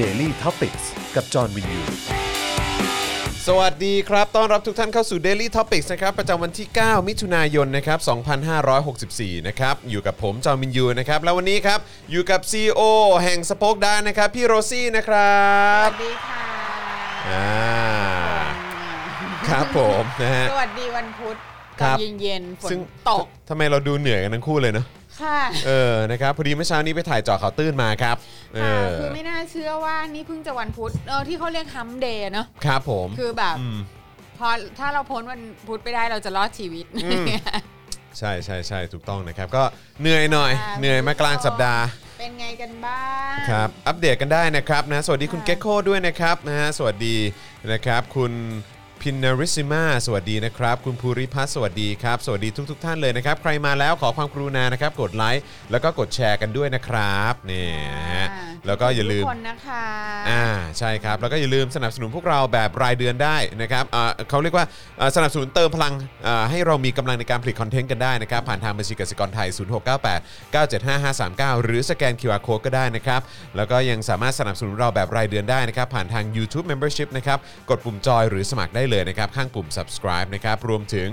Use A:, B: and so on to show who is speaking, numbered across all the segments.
A: Daily t o p i c กกับจอห์นวินยู
B: สวัสดีครับ ต้อนรับทุกท่านเข้าสู่ Daily Topics นะครับ ประจำวันที่ 9 มิถุนายน นะครับ 2564 นะครับ อยู่กับผม จอมินยู นะครับ แล้ววันนี้ครับ อยู่กับ CEO แห่งสป o อกดานะครับ พี่โรซี่ นะครับ
C: สวัสดีค่ะ
B: อ่าครับผมนะฮะ
C: สวัสดีวันพุธ
B: ค
C: ต
B: รั
C: อน
B: บ
C: เย็นๆฝน
B: ซึ่ง
C: ตก
B: ทำไมเราดูเหนื่อยกันทั้งคู่เลยเนอะ
C: ค่ะ
B: เออ นะครับ พอดีเมื่อเช้านี้ไปถ่ายเจอข่าวตื้นมาครับ เอ
C: ค่ะ
B: อ
C: คือไม่น่าเชื่อว่านี่เพิ่งจะวันพุธเออที่เขาเรียกฮัมเดย์เนอะ
B: ครับผม
C: คือแบบ
B: อืม
C: พอถ้าเราพ้นวันพุธไปได้เราจะรอดชีวิต
B: อืม ใช่ใช่ใช่ถูกต้องนะครับ ก็เหนื่อยหน่อย
C: ค่ะ
B: เหนื่อยมากลางสัปดาห์
C: เป็นไงกันบ้าง
B: ครับ อัปเดตกันได้นะครับนะ สวัสดีคุณเกคโก้ด้วยนะครับนะฮะ สวัสดีนะครับ คุณพินาริซิมาสวัสดีนะครับ คุณภูริพัฒน์สวัสดีครับ สวัสดีทุก ๆ ท่านเลยนะครับ ใครมาแล้วขอความกรุณานะครับ กดไลค์แล้วก็กดแชร์กันด้วยนะครับนี่นะฮะ
C: อ่า
B: แล้วก็อย่าลืม
C: ทุกคนนะคะ
B: อ่าใช่ครับ แล้วก็อย่าลืมสนับสนุนพวกเราแบบรายเดือนได้นะครับอ่าเขาเรียกว่าอ่าสนับสนุนเติมพลังอ่าให้เรามีกำลังในการผลิตคอนเทนต์กันได้นะครับ ผ่านทางบัญชีกสิกรไทย 0698 975539 หรือสแกน QR Code ก็ได้นะครับ แล้วก็ยังสามารถสนับสนุนเราแบบรายเดือนได้นะครับ ผ่านทาง YouTube Membership นะครับ กดปุ่มจอยหรือสมัครได้เลยนะครับ ข้างปุ่ม subscribe นะครับ รวมถึง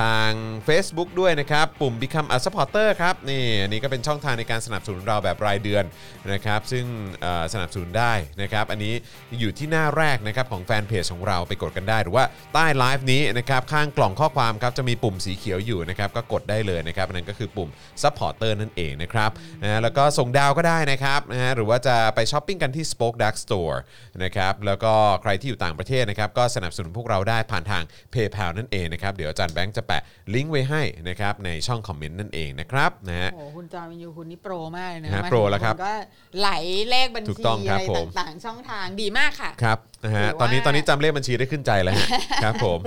B: ทาง Facebook ด้วยนะครับ ปุ่ม Become a supporter ครับนี่อันนี้ก็เป็นช่องทางในการสนับสนุนเราแบบรายเดือนนะครับ ซึ่งเอ่อสนับสนุนได้นะครับ อันนี้อยู่ที่หน้าแรกนะครับของแฟนเพจของเราไปกดกันได้ หรือว่าใต้ไลฟ์นี้นะครับข้างกล่องข้อความครับจะมีปุ่มสีเขียวอยู่นะครับก็กดได้เลยนะครับอันนั้นก็คือปุ่ม supporter นั่นเองนะครับนะฮะแล้วก็ส่งดาวก็ได้นะครับนะฮะหรือว่าจะไปช้อปปิ้งกันที่ Spoke Dark Store นะครับแล้วก็ใครที่อยู่ต่างประเทศนะครับก็สนับสนุนพวกเราได้ผ่านทาง PayPal นั่นเองนะครับเดี๋ยวอาจารย์แบงค์จะแปะลิงก์ไว้ให้นะครับในช่องคอมเมนต์นั่นเองนะครับนะฮะ
C: โอ้โหคุณจอมินยูคุณนี่โปรมากเลยนะ
B: ฮะ
C: มาถึง
B: โปรแล้วครับ
C: ณก็ไหลเลขบัญ
B: ถูก
C: ชี
B: ต้องครับ
C: อะไร
B: ผม
C: ต่างๆ ช่องทางดีมากค่ะ
B: ครับนะฮะ
C: หรือว่า
B: ตอนนี้ตอนนี้จำเลขบัญชีได้ขึ้นใจแล้ว ฮะ ครับผม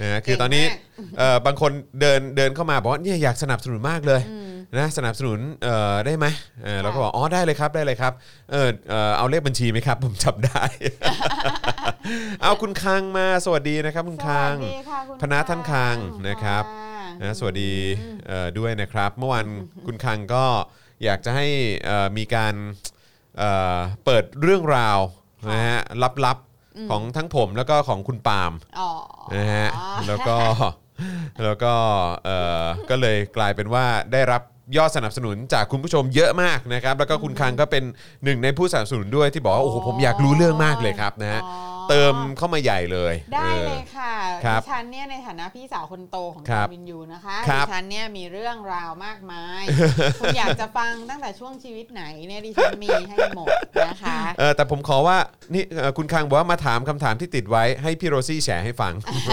B: นะฮะคือ
C: เก่ง
B: ตอนนี้
C: มาก
B: เอ่อบางคนเดินเดินเข้ามาบอกว่าเนี่ยอยากสนับสนุนมากเลยนะสนับสนุนเอ่อได้ไหมเออเราก็บอกอ๋อได้เลยครับได้เลยครับเออเอ่อเอาเลขบัญชีไหมครับ ผมจับ ได้ เอาคุณคังมาสวัสดีนะครับคุณคัง
C: สวัสดีค่ะคุณ
B: พนะท่านคัง
C: ค่ะ
B: นะครับ
C: ค่ะ
B: นะสวัสดีเอ่อด้วยนะครับ เมื่อวานคุณคังก็อยากจะให้เอ่อมีการเอ่อเปิดเรื่องราวนะฮะลับๆของทั้งผมแล้วก็ของคุณปาล์ม
C: อ๋อ
B: นะฮะแล้ว ก็แล้วก็เอ่อก็เลยกลายเป็นว่าได้รับยอดสนับสนุนจากคุณผู้ชมเยอะมากนะครับ แล้วก็คุณคังก็เป็นหนึ่งในผู้สนับสนุนด้วยที่บอกว่าโอ้โหผมอยากรู้เรื่องมากเลยครับนะฮะ
C: อ๋อ
B: เติมเข้ามาใหญ่เลย
C: ได้เลยค่ะ
B: ครับ
C: ดิฉันเนี่ยในฐานะพี่สาวคนโตของ
B: ครั
C: จา
B: บ
C: วินยูนะคะ
B: ครั
C: ดิ
B: บ
C: ฉันเนี่ยมีเรื่องราวมากมาย คุณอยากจะฟังตั้งแต่ช่วงชีวิตไหนเนี่ยดิฉันมีให้หมดนะคะ
B: เออแต่ผมขอว่านี่เอ่อคุณคังบอกว่ามาถามคำถามที่ติดไว้ให้พี่โรซี่แชร์ให้ฟัง โอ้โห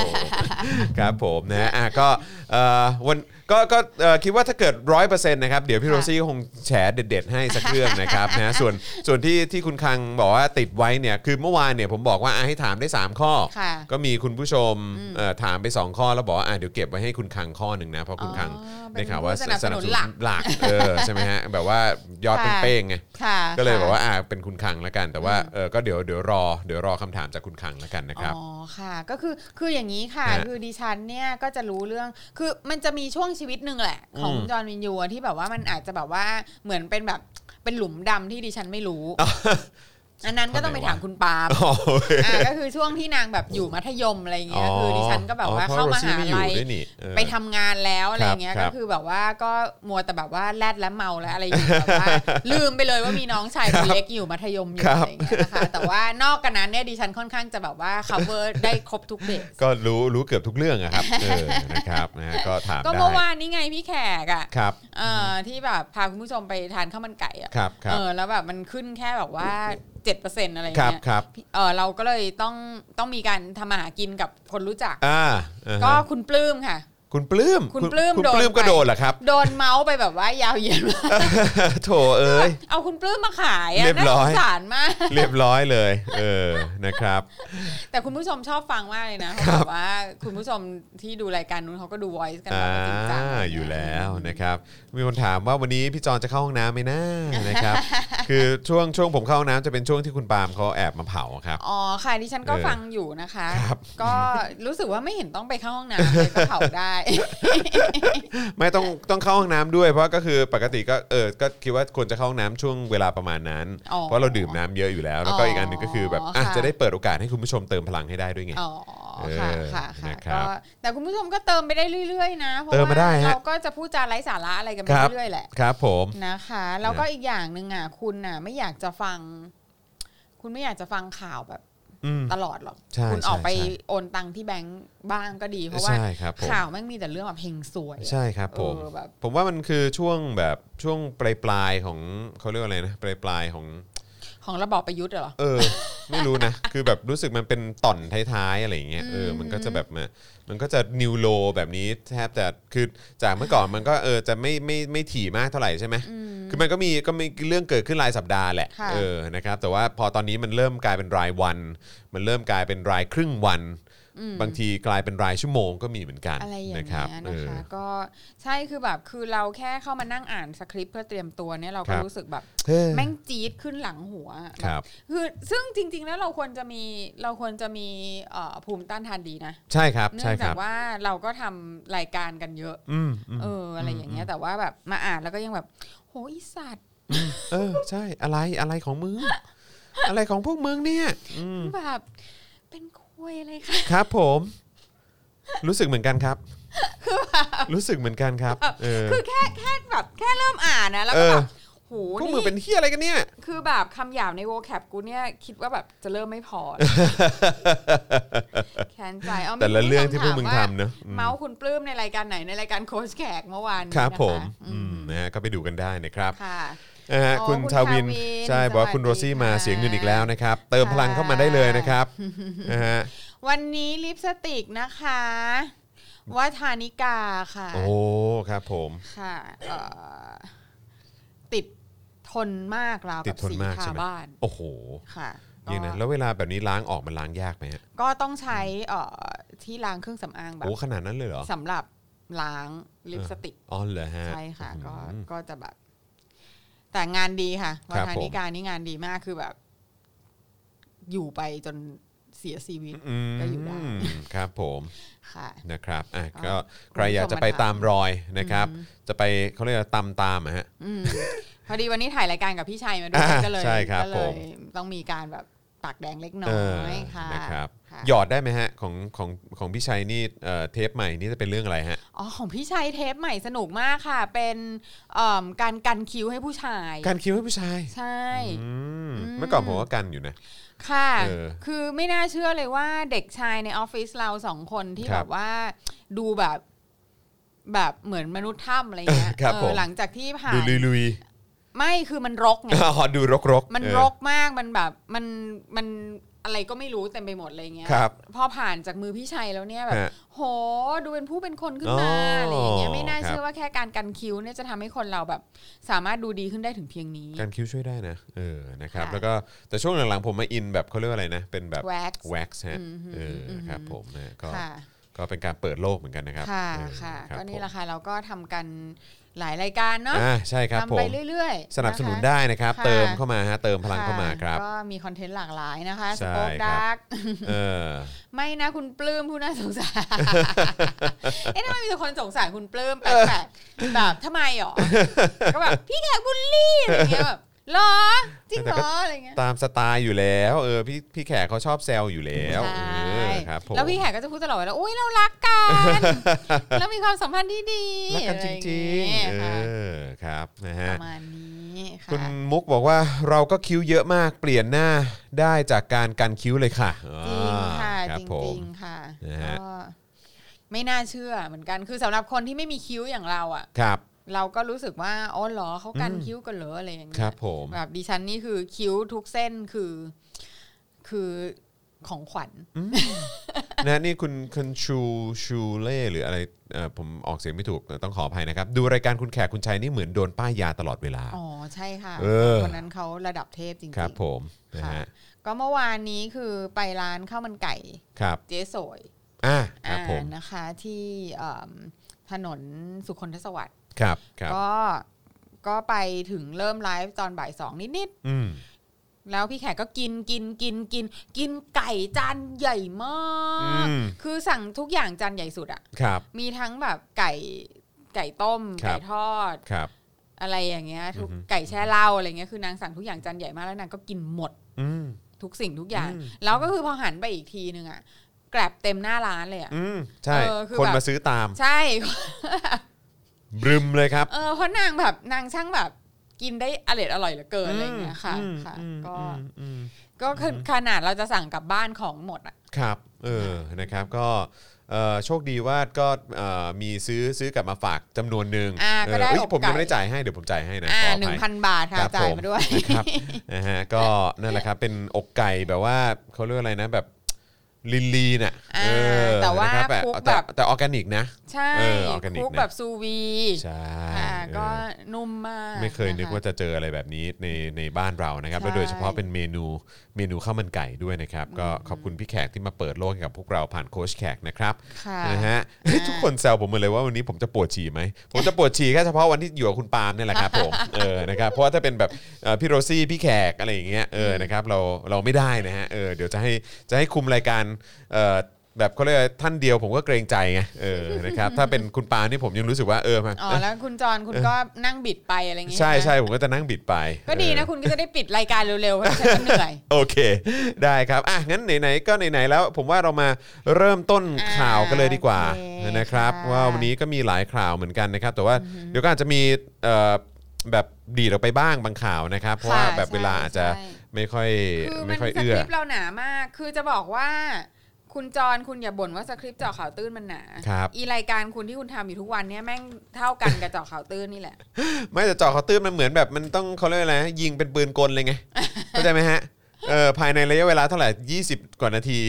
B: ครับผมนะฮะอ่ะก็เอ่อวันก็ก็เอ่อคิดว่าถ้าเกิดร้อยเปอร์เซ็นต์นะครับเดี๋ยวพี่โรซี่คงแชร์เด็ด ๆ ให้สักเรื่องนะครับนะ ฮะส่วนส่วนที่ที่คุณคังบอกว่าติดไว้เนี่ยคือเมื่อวานเนี่ยผมบอกว่าอ่ะให้ถามได้ 3 ข้อ
C: ค่ะ
B: ก็มีคุณผู้ชมเอ่อถามไป 2 ข้อแล้วบอกว่าอ่ะเดี๋ยวเก็บไว้ให้คุณคังข้อหนึ่งนะเพราะคุณคัง
C: อ๋อ
B: ได้ข่าวว่า
C: เป็นผู้สนับสนุนหลัก
B: หลักเออใช่ไหมฮะแบบว่ายอด
C: ค่ะ
B: เป้งๆไง
C: ค่ะ
B: ก็เลยบอกว่าอ่าเป็นคุณคังแล้วกัน แต่ว่าเออก็เดี๋ยวเดี๋ยวรอเดี๋ยวรอคำถามจากคุณคังแล้วกันนะครับ
C: อ๋อค่ะ ก็คือคืออย่างนี้ค่ะ
B: ฮะ
C: คือดิฉันเนี่ยก็จะรู้เรื่องคือมันจะมีช่วงชีวิตหนึ่งแหละ ของ
B: อืม
C: จอห์นวินยูอะที่แบบว่ามันอาจจะแบบว่าเหมือนเป็นแบบเป็นหลุมดำที่ดิฉันไม่รู้ อันนั้นก็ต้องไปถามคุณปาล์ม
B: อ๋อ
C: อ่าก็คือช่วงที่นางแบบอยู่มัธยมอะไรเงี้ยคือดิฉันก็แบบว่า
B: อ๋อ
C: เข้า
B: พระโร
C: มา
B: ซี่ไอ
C: หา
B: ยู่
C: ลัย
B: ด้วยนี่เออ
C: ไปทำงานแล้วอะไรเงี้ย
B: ครั
C: ก็
B: บ
C: คือแบบว่าก็มัวแต่แบบว่าแลดและเมาและอะไรอย่างเงี้ยแบบ ว่า ลืมไปเลยว่ามีน้องชายคนเล็กอยู่มัธยมอยู่
B: ครับ
C: อะไรเงี้ยนะคะแต่ว่านอกกันนั้นเนี่ยดิฉันค่อนข้างจะแบบว่า cover ได้ครบทุกเบส
B: ก็รู้รู้เกือบทุกเรื่องอะครับเออนะครับนะฮะก็ถาม
C: ก็
B: ได้
C: เมื่อวานนี่ไงพี่แขกอ่ะ
B: ครับ
C: เอ่อที่แบบพาคุณผู้ชมไปทานข้าวมันไก่อ่ะ
B: ครับครั
C: เอบ อแล้วแบบมันขึ้นแค่แบบว่า7%อะไร
B: ครับ
C: เงี้ย
B: ครับ
C: พี่เออเราก็เลยต้องต้องมีการทำมาหากินกับคนรู้จัก
B: อ่าอ่า
C: ก็
B: ฮะ
C: คุณปลื้มค่ะ
B: คุณปลื้ม
C: คุณปลื้ม
B: คุณ
C: โดน
B: ปลื้มก็
C: ไป
B: โดนเหรอครับ
C: โดนเมาส์ไปแบบว่ายาวเหยียดมาก
B: โถเอ้ย
C: เอาคุณปลื้มมาขายอะ
B: เรียบ
C: น่า
B: ร้
C: ส
B: อย
C: งสารมาก
B: เรียบร้อยเลยเออนะครับ
C: แต่คุณผู้ชมชอบฟังมากเลยนะ
B: ครั
C: เขา
B: บ
C: บอกว่าคุณผู้ชมที่ดูรายการนู้นเขาก็ดู voice กัน
B: อ่า
C: แบบว่าจริงจัง
B: อยู่แล้วนะครับ มีคนถามว่าวันนี้พี่จอนจะเข้าห้องน้ำไหม นะนะครับ คือช่วงช่วงผมเข้าห้องน้ำจะเป็นช่วงที่คุณปาล์มเขาแอบมาเผาครับ
C: อ๋อค่ะดิฉันก็
B: เออ
C: ฟังอยู่นะคะ
B: ครับ
C: ก็รู้สึกว่าไม่เห็นต้องไปเข้าห้องน้ำเลยก็เผาได้
B: ไม่ต้องต้องเข้าห้องน้ำด้วย เพราะก็คือปกติก็เออก็คิดว่าควรจะเข้าห้องน้ำช่วงเวลาประมาณนั้น
C: อ๋อ
B: เพราะเราดื่มน้ำเยอะอยู่แล้ว แล้วก็อีกอันหนึ่งก็คือแบบอ่ะ
C: ค่ะ
B: จะได้เปิดโอกาสให้คุณผู้ชมเติมพลังให้ได้ด้วยไง
C: อ๋อค่ะ
B: เออ
C: ค่ะค่ะ
B: นะครับ
C: ก็แต่คุณผู้ชมก็เติมไปได้เรื่อยๆนะเพราะ
B: เติมมาได้
C: ว่า
B: ฮะ
C: เราก็จะพูดจาไร้สาระอะไรกันไปเรื่อยๆแหละ
B: ครับผม
C: นะคะแล้วก็อีกอย่างหนึ่งอ่ะคุณน่ะ ไม่อยากจะฟัง คุณไม่อยากจะฟังข่าวแบบ
B: อืม
C: ตลอดหรอก
B: ใช่
C: คุณออกไป
B: ใช่ใช่
C: โอนตังที่แบงก์บ้างก็ดี เพราะว่า
B: ใช่ครับผม
C: ข่าวแม่งมีแต่เรื่องแบบเฮงสวยอะ
B: ใช่ครับผม
C: เออแบบ
B: ผมว่ามันคือช่วงแบบช่วงปลายปลายๆของเขาเรียกว่าอะไรนะปลายปลายๆของ
C: ของระบอบประยุทธ์เหรอ
B: เออ ไม่รู้นะ คือแบบรู้สึกมันเป็นต่อนท้ายๆอะไรอย่างเงี้ยเออมันก็จะแบบมามันก็จะนิวโลแบบนี้แทบจะคือจากเมื่อก่อนมันก็เออจะไม่ไม่ไม่ถี่มากเท่าไหร่ใช่ไหมคือมันก็มีก็มีเรื่องเกิดขึ้นรายสัปดาห์แหละ
C: ค่ะ
B: เออนะครับแต่ว่าพอตอนนี้มันเริ่มกลายเป็นรายวัน มันเริ่มกลายเป็นรายครึ่งวัน บางทีกลายเป็นรายชั่วโมงก็มีเหมือนกัน
C: อะไรอย่าง
B: นะ
C: เงี้
B: ครับ
C: ย
B: เอ
C: นะ
B: อ
C: คะก็ใช่คือแบบคือเราแค่เข้ามานั่งอ่านสคริปต์เพื่อเตรียมตัวเนี่ยเรา
B: ค
C: ก็
B: รับ
C: รู้สึกแบบ
B: เฮ้ย
C: แม่งจี๊ดขึ้นหลังหัวอะ
B: ครับ
C: คือซึ่งจริง ๆ แล้วเราควรจะมีเราควรจะมีเอ่อภูมิต้านทานดีนะ
B: ใช่ครับ
C: เนื่
B: ใช่
C: อง
B: ค
C: จาก
B: รับ
C: ว่าเราก็ทำรายการกันเยอะ
B: อืมอืม
C: เอออะไรอย่างเงี้ยแต่ว่าแบบมาอ่านแล้วก็ยังแบบ โหอีสัตว์
B: เออใช่อะไรอะไรของมึง อะไรของพวกมึงเนี่ยอืม
C: แบบเป็นคุยอะไรคะ
B: ครับผม รู้สึกเหมือนกันครับ รู้สึกเหมือนกันครับ เออ
C: คือแค่แค่แบบแค่เริ่มอ่านนะแล้ว
B: เออ
C: ก็แบบโห
B: พวก
C: นี่
B: มึงเป็นเฮียอะไรกันเนี่ย
C: คือแบบคำหยาบในโวแคปกูเนี่ย คิดว่าแบบจะเริ่มไม่พอ แค้นใจเอา
B: แต่ละ
C: มีผู้
B: เรื่องที่
C: ช
B: พวกมึง
C: ถา
B: ทำเนอะอืม
C: เมาส์คุณปลื้มในรายการไหนในรายการโค้ชแขกเมื่อวานนี้
B: ครับ
C: นะะ
B: ผม
C: อืม
B: อืมนะฮะก็ไปดูกันได้นะครับ
C: ค่ะ
B: นะฮะ
C: โอ้
B: คุณ
C: คุณ
B: ชาวิน
C: ชาวิน
B: ใช่บอกว่าคุณ
C: ส
B: โร
C: วัสดี
B: ซี่มา
C: ค่ะ
B: เสียงเงินอีกแล้วนะครับ เติมพลัง
C: ค่ะ
B: เข้ามาได้เลยนะครับนะฮะ
C: วันนี้ลิปสติกนะคะวัฒานิกาค่ะ
B: โอ้ครับผม
C: ค่ะเอ่อติดทนมากราว
B: ติ
C: กั
B: ด
C: บ
B: ทน
C: สี
B: มาก
C: คา
B: ใช่ไหม
C: บ้าน
B: โอ้โห
C: ค่ะ
B: อยังนะแล้วเวลาแบบนี้ล้างออกมันล้างยากไหมฮะ
C: ก็ต้องใช้เอ่อที่ล้างเครื่องสำอางแบบ
B: โอ้ขนาดนั้นเลยเหรอ
C: สำหรับล้างลิปสติก
B: อ๋อเหรอฮะ
C: ใช่ค่ะ ก็
B: อืม
C: ก็จะแบบ แต่งานดีค่ะ
B: ครั
C: วั
B: บ
C: ฒนิการนี่งานดีมากคือแบบ อยู่ไปจนเสียชีวิต
B: อื
C: ก็อยู่ได้
B: มครับผม
C: ค่ะ
B: นะครับอ่ะ
C: ก็
B: ก็ใครอยากจะไปตามรอยนะครับ จะไปเขาเรียกว่าตามตามอะฮะ
C: อืมพอดีวันนี้ถ่ายรายการกับพี่ชัยมาด้วย
B: อ่า
C: ก็เลย
B: ใช่ครับ
C: ก็
B: ผ
C: เลย
B: ม
C: ต้องมีการแบบปากแดงเล็กน้
B: เอ
C: อ
B: อย
C: ค่ะ
B: นะครับ
C: ค่ะ
B: หยอดได้ไหมฮะของของของพี่ชัยนี่เอ่อเทปใหม่นี่จะเป็นเรื่องอะไรฮะ
C: อ๋อของพี่ชัยเทปใหม่สนุกมากค่ะ เป็นเอิ่มการกันคิ้วให้ผู้ชาย
B: การคิวให้ผู้ชาย
C: ใช่
B: อืม
C: อืม
B: เมื่อก่อนผมก็กันอยู่นะ
C: ค่ะ
B: เออ
C: คือไม่น่าเชื่อเลยว่าเด็กชายในออฟฟิศเราสองคนที่
B: ครั
C: แบบ บว่าดูแบบแบบเหมือนมนุษย์ถ้ำอะไรเงี้ย
B: ครับ
C: เอ
B: ผม
C: อหลังจากที่ผ่า
B: ดู
C: น
B: ลุยลุย
C: ไม่คือมันรกไง
B: อ๋อดูรกรก
C: มัน
B: เออ
C: รกมากมันแบบมันมันอะไรก็ไม่รู้เต็มไปหมดอะไรเงี้ย
B: ครับ
C: พอผ่านจากมือพี่ชัยแล้วเนี่ยแบบ
B: ฮะ
C: โหดูเป็นผู้เป็นคนขึ้น
B: อ๋อ
C: มา
B: อ
C: อะไรอย่างเงี้ยไม่น่า
B: ครับ
C: เชื่อว่าแค่การกันคิ้วเนี่ยจะทำให้คนเราแบบ สามารถดูดีขึ้นได้ถึงเพียงนี้
B: การคิวช่วยได้นะเออนะครับ
C: ค่ะ
B: แล้วก็แต่ช่วงหลังๆผมมาอินแบบเขาเรียกว่าอะไรนะ เป็นแบบ
C: แว็กซ์
B: แว็กซ์ฮะ
C: อืม
B: เอออ
C: ม
B: ครับผมนะก็
C: ค่ะ
B: ก็เป็นการเปิดโลกเหมือนกันนะครับ
C: ค่ะ
B: เออ
C: ค่ะ
B: รับ
C: ก็นี่
B: ผม
C: แหละค่ะเราก็ทำกันหลายรายการเนาะ
B: อ่าใช่ครับผ
C: ทำไป
B: ม
C: เรื่อยๆ
B: สนับสนุนะ
C: ค
B: ได้นะครับ
C: ค่ะ
B: เติมเข้ามาฮะเติมพลังเข้ามาครับ
C: ก็มีคอนเทนต์หลากหลายนะคะ
B: ใช่
C: สปอค
B: ครับ
C: ดัก
B: เออ
C: ไม่นะคุณปลื้มผู้น่าสงสาร เอ๊ะทำไมมีแต่คนสงสารคุณปลื้มแปลกๆแบบทำไมหรอ ก็แบบพี่แขกบุลลี่อะไรเงี้ยแบบหรอ จริงเหรออะไรเงี้ย
B: ตามสไตล์อยู่แล้วเออพี่พี่แขกเขาชอบแซวอยู่แล้วเ
C: ใช
B: อ่ อครับผม
C: แล้วพี่แขกก็จะพูดตลอดเวลาอุ้ยเรารักกัน แล้วมีความสัมพันธ์ที่ดี
B: รักกันจริง
C: อะ
B: ๆเอ
C: ไรอย่างเงี้ยค่ะ
B: อครับนะ
C: ป
B: ฮะ
C: ระมาณนี้ค่ะ
B: คุณมุกบอกว่าเราก็คิ้วเยอะมากเปลี่ยนหน้าได้จากการกันคิ้วเลยค่ะ
C: จริงค่ะ
B: อ่ารับ
C: จริ
B: ผม
C: งๆค่ะ
B: นะฮะ
C: ก็ไม่น่าเชื่อเหมือนกันคือสำหรับคนที่ไม่มีคิ้วอย่างเราอ่ะ
B: ครับ
C: เราก็รู้สึกว่าอ๋อเหรอเขากัน
B: อืม
C: คิ้วกันเหรออะไรอย่างเงี้
B: ค
C: ย
B: รับผม
C: แบบดิฉันนี่คือคิ้วทุกเส้นคือ คือของขวัญ
B: นะนี่คุณคุณชูชูเล่หรืออะไรเอ่อผมออกเสียงไม่ถูกต้องขออภัยนะครับ ดูรายการคุณแขกคุณชัยนี่เหมือนโดนป้ายยาตลอดเวลา
C: อ๋อใช่ค่ะ
B: เออ
C: คนนั้นเขาระดับเทพจริง
B: ครับผม
C: ๆ
B: นะ
C: ค่ะ
B: ฮะ
C: ก็เมื่อวานนี้คือไปร้านข้าวมันไก่
B: ครับ
C: เจ๊สวย
B: อ่าครับ
C: อ่า
B: ผม
C: นะคะ ที่เอิ่มถนนสุคนทศวรรษ
B: ครับครับ
C: ก็ก็ไปถึงเริ่มไลฟ์ตอนบ่ายสองนิด
B: อืม
C: ๆ แล้วพี่แขกก็กินกินกินกิน กินไก่จานใหญ่มาก
B: อืม
C: คือสั่งทุกอย่างจานใหญ่สุดอะ
B: ครับ
C: มีทั้งแบบไก่ไก่ต้ม
B: ครับ
C: ไก่ทอด
B: ครับ
C: อะไรอย่างเงี้ยทุก
B: อือหือ
C: ไก่แช่เหล้าอะไรเงี้ยคือนางสั่งทุกอย่างจานใหญ่มากแล้วนางก็กินหมด
B: อืม
C: ทุกสิ่งทุกอย่าง
B: อืม
C: แล้วก็คือพอหันไปอีกทีนึงอะแกลบเต็มหน้าร้านเลยอะ
B: อืมใช่
C: เออคือ
B: คน
C: แบบ
B: มาซื้อตาม
C: ใช่
B: บรึมเลยครับ
C: เออเพราะนางแบบนางช่างแบบกินได้อร่อยอร่อยเหลือเกินอะไรเงี้ยค่ะ
B: อืม
C: ค่ะ
B: อืม
C: ก็
B: อืมอืม
C: ก็คือขนาดเราจะสั่งกลับบ้านของหมดอะ
B: ครับเออนะครับก็เอ่อโชคดีว่าก็เอ่อมีซื้อซื้อกลับมาฝากจำนวนหนึ่ง
C: อ่าก็ได้
B: เเย
C: อกไก่
B: ผมยังไม่ได้จ่ายให้เดี๋ยวผมจ่ายให้นะ
C: อ่า
B: ขออภัย
C: หนึ่งพันบาทค่ะ
B: ครับ
C: จ่าย
B: ผ
C: มาด้วย
B: นะครับ นะฮะก็นั่นแหละครับ เป็นอกไก่แบบว่าเขาเรียกอะไรนะแบบลีนลีน่ะ
C: อ่า
B: เออ
C: แต่ว่า
B: นะครับ
C: คุก
B: แต่
C: แบบ
B: แต่ออร์แกนิกนะ
C: ใช่
B: เออออร์แกนิก
C: คุก
B: นะ
C: แบบซูวี
B: ใช่
C: ค่ะ
B: เออ
C: ก็นุ่มมาก
B: ไม่เคยนึก
C: ะะ
B: ว่าจะเจออะไรแบบนี้ในในบ้านเรานะครับ
C: ใช่
B: แล้วโดยเฉพาะเป็นเมนูเมนูข้าวมันไก่ด้วยนะครับ ก็ขอบคุณพี่แขกที่มาเปิดโลกให้กับพวกเราผ่านโค้ชแขกนะครับ
C: ค่ะ
B: นะฮะทุกคนแซวผมหมดเลยว่าวันนี้ผมจะปวดฉี่ไหมผมจะปวดฉี่แค่เฉพาะวันที่อยู่กับคุณปาล์มเนี่ยแหละ ครับผมเออนะครับเพราะว่าถ้าเป็นแบบเอ่อพี่โรซี่พี่แขกอะไรอย่างเงี้ยเออนะครับเราเราไม่ได้นะฮะเออเดี๋ยวจะให้จะให้คุมรายการเอ่อแบบเขาเรียกว่าท่านเดียวผมก็เกรงใจไงเออนะครับถ้าเป็นคุณปาล์มนี่ผมยังรู้สึกว่าเออมา
C: อ๋อแล้วคุณจรคุณก็นั่งบิดไปอะไรอย่างเงี้ย
B: ใช่
C: ไหม
B: ใช่ผมก็จะนั่งบิดไป
C: ก็ดีนะ
B: เออ
C: คุณก็จะได้ปิดรายการเร็วๆเพราะฉันก็เหนื่อย
B: โอเค ได้ครับอ่ะงั้นไหนๆก็ไหนๆแล้ว ผมว่าเรามาเริ่มต้น
C: อ่า
B: ข่าวกันเลยดีกว่า
C: โอเค
B: นะครับ
C: ค่ะ
B: ว่าวันนี้ ก็มีหลายข่าวเหมือนกันนะครับ แต่ว่าเดี๋ยวก็อาจจะมีเอ่อแบบดีดออกไปบ้างบางข่าวนะครับ เพราะว่า
C: ค่ะ
B: แบบเวลา
C: ใช่
B: อาจจะ
C: ใช่
B: ไม่ค่อย
C: คือมั
B: ไม่
C: น
B: ค่อย
C: ส
B: เอื้
C: ค
B: อ
C: ริปต์เราหนามาก คือจะบอกว่า คุณจรคุณอย่าบ่นว่าสคริปต์เจาะข่าวตื้นมันหนา
B: ครับ
C: อีรายการคุณที่คุณทำอยู่ทุกวันเนี่ยแม่งเท่ากันกับเจาะข่าวตื้นนี่แหละ
B: ไม่แต่เจาะเขาตื้นมันเหมือนแบบมันต้องเขาเรียกว่าอะไรนะยิงเป็นปืนกลเลย ไง เข้าใจไหมฮะเออภายในระยะเวลาเท่าไหร่ 20 กว่านาที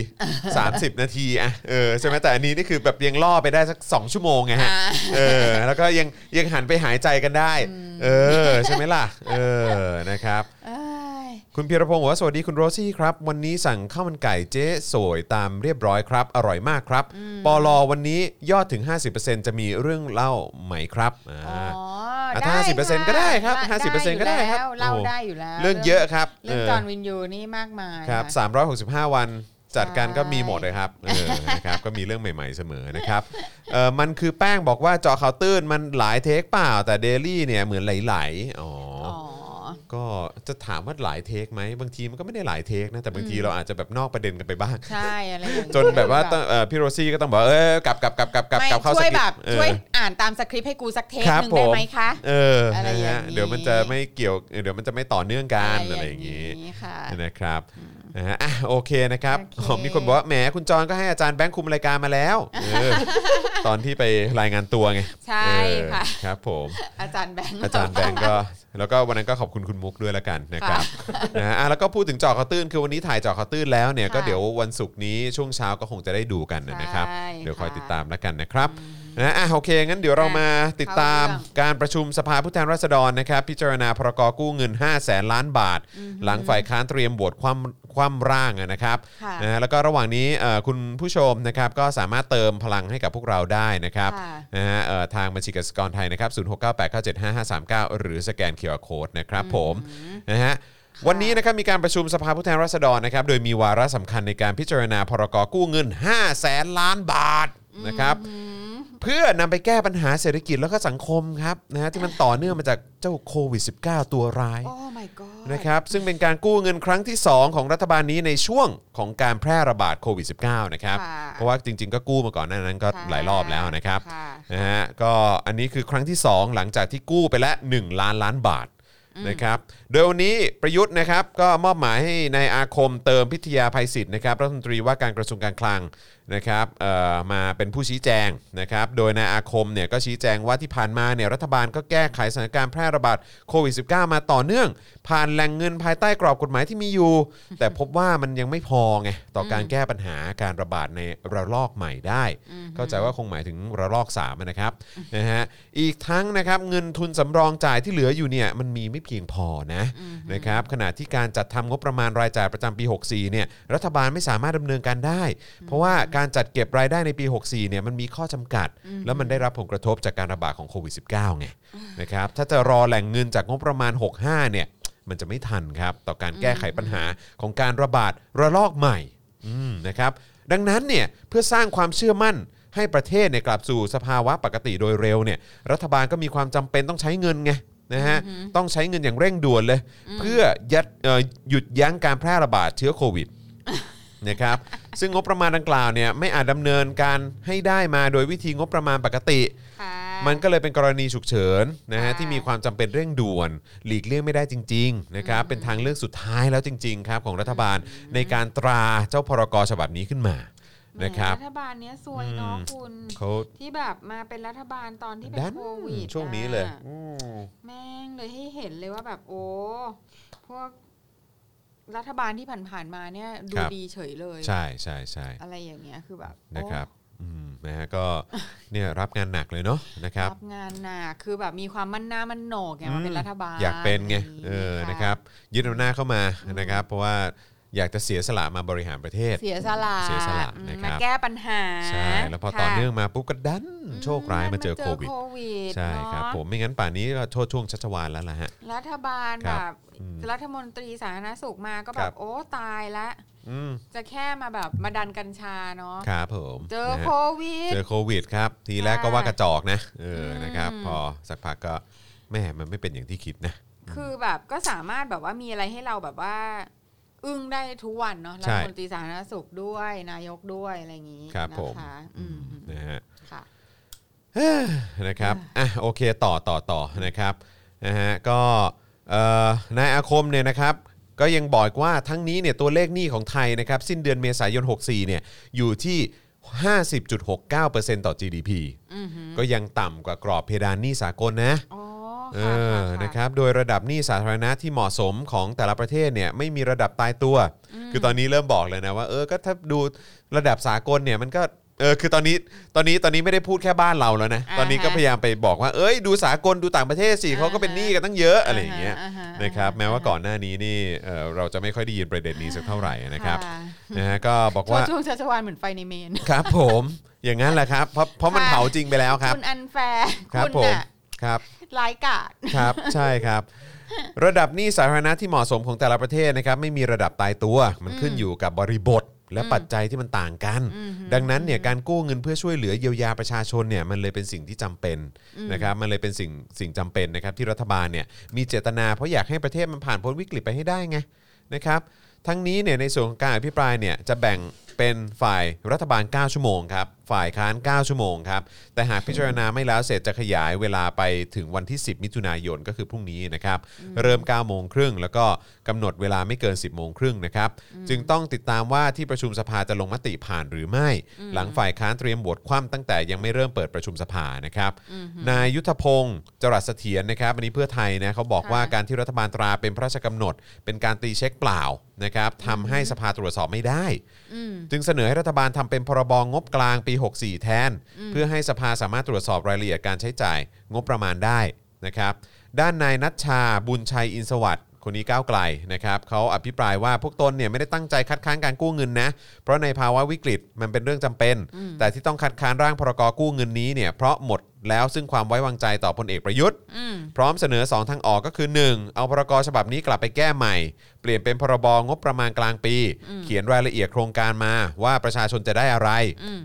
B: 30 นาทีอ่ะเออใช่ไหมแต่อันนี้นี่คือแบบยังล่อไปได้สัก 2 ชั่วโมงไงฮะ
C: อ่า
B: เออแล้วก็ยังยังหันไปหายใจกันได้ เออใช่ไหมล่ะเออนะครับ
C: เอ้ย
B: คุณพีรพงศ์บอกว่าสวัสดีคุณโรซี่ครับ วันนี้สั่งข้าวมันไก่เจ๊สวยตามเรียบร้อยครับ อร่อยมากครับ ปอลอวันนี้ยอดถึง 50%จะมีเรื่องเล่าไหมครับอ่า
C: อ๋อ
B: อ่ะ
C: ได้
B: ถ้า50%
C: ค่ะ
B: ก็ได้ครับ
C: ละ
B: 50%ก็ได้ครับ
C: อยู่แล้วเล่า
B: โอ้โห
C: ได้อยู่แล้ว
B: เรื่องเยอะครับ
C: เรื่องจอห์นวินยูนี่มากมาย
B: เออครับ
C: นะ
B: 365 วันจัดการ
C: ใช่
B: ก็มีหมดเลยครับเออนะครับ ก็มีเรื่องใหม่ๆเสมอนะครับเออมันคือแป้งบอกว่าเจอข่าวตื้นมันหลายเทคเปล่า แต่เดลี่เนี่ยเหมือนไหลๆอ๋ออ
C: อ๋อ
B: ก็จะถามว่าหลายเทคไหมบางทีมันก็ไม่ได้หลายเทคนะแต่บางทีเราอาจจะแบบนอกประเด็นกันไปบ้าง
C: ใช่อะไรอย่างเงี้ย
B: จนแบบว่าต้องเอ่อพี่โรซี่ก็ต้องบอกว่าเออกลับกลับกลับกลับกลับ
C: ไม่
B: กลับเข้า
C: ช่
B: ส
C: วย
B: กิ
C: แบ
B: ป
C: บ
B: เออ
C: ช่วยอ่านตามสคริปต์ให้กูสักเทป
B: ครับ
C: หนึ่ง
B: ผ
C: ได้
B: ม
C: ไหมคะ
B: เอออะไร
C: อ
B: นะ
C: ย่าง
B: ฮะ
C: นี้
B: เดี๋ยวมันจะไม่เกี่ยวเดี๋ยวมันจะไม่ต่อเนื่องกันอะไรอย่างนี้
C: ค่ะ
B: นะครับนะฮะอ่ะโอเคนะครับ
C: โอเค
B: อ๋อมีคนบอกว่าแหมคุณจอนก็ให้อาจารย์แบงค์คุมรายการมาแล้วเออ ตอนที่ไปรายงานตัวไง
C: ใช่ค่ะ
B: เออครับผม
C: อาจารย์แบงค์
B: อาจารย์แบงก์ก็แล้วก็วันนั้นก็ขอบคุณคุณมุกด้วยละกันนะครับนะฮะอ่ะแล้วก็พูดถึงเจอข่าวตื้นคือวันนี้ถ่ายเจอข่าวตื้นแล้วเนี่ย
C: ค่ะ
B: ก็เดี๋ยววันศุกร์นี้ช่วงเช้าก็คงจะได้ดูกันนะครับ
C: ใช่
B: เดี๋ยวคอย
C: ค่ะ
B: ติดตามละกันนะครับนะฮะอ่ะโอเคงั้นเดี๋ยวเรามาติดตาม
C: เข้าเรื่อง
B: การประชุมสภาผู้แทนราษฎรนะครับ พิจารณาพรกกู้เงิน 5 0 0แสนล้านบาท หลังฝ่ายค้านเตรียมบวชความความร่างอะนะครับ
C: ค่ะ
B: นะฮะแล้วก็ระหว่างนี้เอ่อคุณผู้ชมนะครับก็สามารถเติมพลังให้กับพวกเราได้นะครับ
C: ค่ะ
B: นะฮะเอ่อทางบัญชีกสิกรไทยนะครับ0698975539 หรือสแกนเคอร์โคดนะครับผมนะฮะวันนี้นะครับมีการประชุมสภาผู้แทนราษฎรนะครับโดยมีวาระสำคัญในการพิจารณาพรกกู้เงิน 5 แสนล้านบาทนะครับเพื่อนำไปแก้ปัญหาเศรษฐกิจแล้วก็สังคมครับนะฮะที่มันต่อเนื่องมาจากเจ้าโควิด -19 ตัวร้าย
C: โอ้ my god
B: นะครับซึ่งเป็นการกู้เงินครั้งที่ 2 ของรัฐบาลนี้ในช่วงของการแพร่ระบาดโควิด -19 นะครับ
C: ค่ะ
B: เพราะว่าจริง ๆ ก็กู้มาก่อนหน้านั้นก็
C: ค่ะ
B: หลายรอบแล้วนะครับ
C: ค่ะ
B: นะฮะก็อันนี้คือครั้งที่ 2 หลังจากที่กู้ไปละ 1 ล้านล้านบาทนะครับโดยวันนี้ประยุทธ์นะครับก็มอบหมายให้นายอาคมเติมพิทยาภัยศิษย์นะครับรัฐมนตรีว่าการกระทรวงการคลังนะครับเอ่อมาเป็นผู้ชี้แจงนะครับโดยนายอาคมเนี่ยก็ชี้แจงว่าที่ผ่านมาเนี่ยรัฐบาลก็แก้ไขสถานการณ์แพร่ระบาดโควิด -19 มาต่อเนื่อง ผ่านแหล่งเงินภายใต้กรอบกฎหมายที่มีอยู่ แต่พบว่ามันยังไม่พอไงต่อการแก้ปัญหาการระบาดในระลอกใหม่ได้ เข้าใจว่าคงหมายถึงระลอก3ามนะครับนะฮะอีกทั้งนะครับเงินทุนสำรองจ่ายที่เหลืออยู่เนี่ยมันมีไม่เพียงพอนะนะครับขณะที่การจัดทำงบประมาณรายจ่ายประจำปี 64เนี่ยรัฐบาลไม่สามารถดำเนินการได้ เพราะว่าการจัดเก็บรายได้ในปี 64เนี่ยมันมีข้อจำกัด แล้วมันได้รับผลกระทบจากการระบาดของโควิด -19 ไงนะครับถ้าจะรอแหล่งเงินจากงบประมาณ 65เนี่ย มันจะไม่ทันครับ ต่อการแก้ไขปัญหาของการระบาดระลอกใหม่อืมนะครับ ดังนั้นเนี่ยเพื่อสร้างความเชื่อมั่นให้ประเทศเนี่ยกลับสู่สภาวะปกติโดยเร็วเนี่ย รัฐบาลก็มีความจำเป็นต้องใช้เงินไงนะฮะต้องใช้เงินอย่างเร่งด่วนเลย เพื่อยัดเอ่อหยุดยั้งการแพร่ระบาดเชื้อโควิด นะครับ ซึ่งงบประมาณดังกล่าวเนี่ยไม่อาจดำเนินการให้ได้มาโดยวิธีงบประมาณปกติ
C: ค่ะ
B: มันก็เลยเป็นกรณีฉุกเฉินนะฮะ
C: ค่ะ
B: ที่มีความจำเป็นเร่งด่วน หลีกเลี่ยงไม่ได้จริงๆนะครับเป็นทางเลือกสุดท้ายแล้วจริงๆครับของรัฐบาลในการตราเจ้าพรกฉบับนี้ขึ้นมานะครับ
C: แหมรัฐบาลเนี้ยซวยเนาะ
B: อืม
C: คุณ
B: เขา
C: ที่แบบมาเป็นรัฐบาลตอนที่เป็
B: ดั
C: น
B: น
C: โควิด
B: ช่วงนี้เลย
C: อะ
B: อืม
C: แม่งเลยให้เห็นเลยว่าแบบโอ้พวกรัฐบาลที่ผ่านๆมาเนี่ยดูดีเฉยเลย
B: ใช่ใช่ใช่
C: อะไรอย่างเงี้ยคือแบบโอ้
B: นะครับอืมนะฮะก็เนี่ยรับงานหนักเลยเนาะนะครับ
C: รับงานหนักคือแบบมีความมั่นหน้ามั่นโหนกไงมาเป็นรัฐบาล
B: อยากเป็นไงเออ
C: ค่ะ
B: นะครับยึดอำนาจเข้ามานะครับ เพราะว่าอยากจะเสียสละมาบริหารประเทศ
C: เสียสละ
B: เสียสละ
C: อืม
B: นะครับ
C: มาแก้ปัญหา
B: ใช่ แล้วพอ
C: ค่ะ
B: ต่อเนื่องมาปุ๊บก็ดันโชคร้ายมาเจอโควิด
C: โควิด
B: ใช่ครับ
C: เนอะ
B: ผมไม่งั้นป่านนี้ก็โทษช่วงชัชวาลแล้วล่ะฮะ
C: รัฐบาล
B: ครั
C: แบบ บ
B: อืม
C: รัฐมนตรีสาธารณสุขมาก็
B: ค
C: แบ
B: รั
C: บบ โอ้ตายละ
B: อืม
C: จะแค่มาแบบมาดันกัญชาเนาะ
B: ครับผม
C: เจอ
B: นะฮะ
C: โควิด
B: เจอโควิดครับ ทีแรกก็
C: ค่ะ
B: ว่ากระจอกนะเอออ
C: ม
B: นะครับ พอสักพักก็แม่มันไม่เป็นอย่างที่คิดนะ
C: คือแบบก็สามารถแบบว่ามีอะไรให้เราแบบว่า อึ้งได้ทุกวันเนาะรั
B: ใช่
C: ฐมนตรีสาธารณสุขด้วยนายกด้วยอะไรอย่างนี้
B: ครับ
C: นะ
B: ผม
C: คะอืม
B: นะฮะ
C: ค่ะ
B: นะครับ อ่ะ โอเค ต่อ ต่อ ต่อ นะครับ นะฮะ ก็เอ่อนายอาคมเนี่ยนะครับ ก็ยังบอกอีกว่าทั้งนี้เนี่ยตัวเลขหนี้ของไทยนะครับ สิ้นเดือนเมษายน 64 เนี่ย อยู่ที่ 50.69%ต่อ GDP
C: อือหือ
B: ก็ยังต่ำกว่ากรอบเพดานหนี้สากลนะ
C: อ๋อ
B: เอ
C: ค่ะ
B: อ
C: ค่ะ
B: นะครับ โดยระดับหนี้สาธารณะที่เหมาะสมของแต่ละประเทศเนี่ยไม่มีระดับตายตัว คือตอนนี้เริ่มบอกเลยนะว่า เออ ก็ถ้าดูระดับสากลเนี่ยมันก็ เออ คือตอนนี้ ตอนนี้ ตอนนี้ไม่ได้พูดแค่บ้านเราแล้วนะ ตอนนี้ก็พยายามไปบอกว่า เอ้ย ดูสากล ดูต่างประเทศสิเขาก็เป็นหนี้กันตั้งเยอะอะไรอย่างเงี้ย
C: ฮฮ
B: นะครับ
C: ฮ
B: แม้ว่าก่อนหน้านี้นี่ เออเราจะไม่ค่อยได้ยินประเด็นนี้สักเท่าไหร่นะครับ
C: ค่ะ
B: นะฮะ ก็บอกว่า
C: ช่วงชัชวานเหมือนไฟในเมน
B: ครับผม อย่างนั้นแหละครับ เพราะ เพราะมัน
C: ค่ะ
B: เผาจริงไปแล้วครับ
C: ณอันแฟร์
B: ครับ
C: คุณ
B: ผม
C: น่ะ
B: ครับ
C: ร้ายกาจ
B: ครับ ใช่ครับ ระดับหนี้สาธารณะที่เหมาะสมของแต่ละประเทศนะครับ ไม่มีระดับตายตัว มันขึ้นอยู่กับบริบทและปัจจัยที่มันต่างกัน ดังนั้นเนี่ยการกู้เงินเพื่อช่วยเหลือเยียวยาประชาชนเนี่ยมันเลยเป็นสิ่งที่จำเป็นนะครับมันเลยเป็นสิ่งสิ่งจำเป็นนะครับที่รัฐบาลเนี่ยมีเจตนาเพราะอยากให้ประเทศมันผ่านพ้นวิกฤตไปให้ได้ไงนะครับทั้งนี้เนี่ยในส่วนของการอภิปรายเนี่ยจะแบ่งเป็นฝ่ายรัฐบาล 9 ชั่วโมงครับฝ่ายค้าน 9 ชั่วโมงครับแต่หากพิจารณาไม่แล้วเสร็จจะขยายเวลาไปถึงวันที่ 10 มิถุนายนก็คือพรุ่งนี้นะครับเริ่ม 9 โมงครึ่งแล้วก็กำหนดเวลาไม่เกิน 10 โมงครึ่งนะครับจึงต้องติดตามว่าที่ประชุมสภาจะลงมติผ่านหรือไม่ หลังฝ่ายค้านเตรียมบทคว่ำตั้งแต่ยังไม่เริ่มเปิดประชุมสภานะครับนายยุทธพงศ์จรัสเสถียรนะครับอันนี้เพื่อไทยนะเขาบอกว่าการที่รัฐบาลตราเป็นพระราชกำหนด เป็นการตีเช็คเปล่านะครับทำให้สภาตรวจสอบไม่ได้
C: อืม
B: จึงเสนอให้รัฐบาลทำเป็นพรบงบกลางปี 64 แทน เพื่อให้สภาสามารถตรวจสอบรายละเอียดการใช้จ่ายงบประมาณได้นะครับด้านนายนัชชาบุญชัยอินสวัสด์คนนี้ก้าวไกลนะครับเขาอภิปรายว่าพวกตนเนี่ยไม่ได้ตั้งใจคัดค้านการกู้เงินนะ เพราะในภาวะวิกฤตมันเป็นเรื่องจำเป็น แต่ที่ต้องคัดค้านร่างพรกกู้เงินนี้เนี่ยเพราะหมดแล้วซึ่งความไว้วางใจต่อพลเอกประยุทธ์
C: อืม
B: พร้อมเสนอ 2 ทางออกก็คือ 1. เอาพรกฉบับนี้กลับไปแก้ใหม่ เปลี่ยนเป็นพรบงบประมาณกลางปี เขียนรายละเอียดโครงการมาว่าประชาชนจะได้อะไร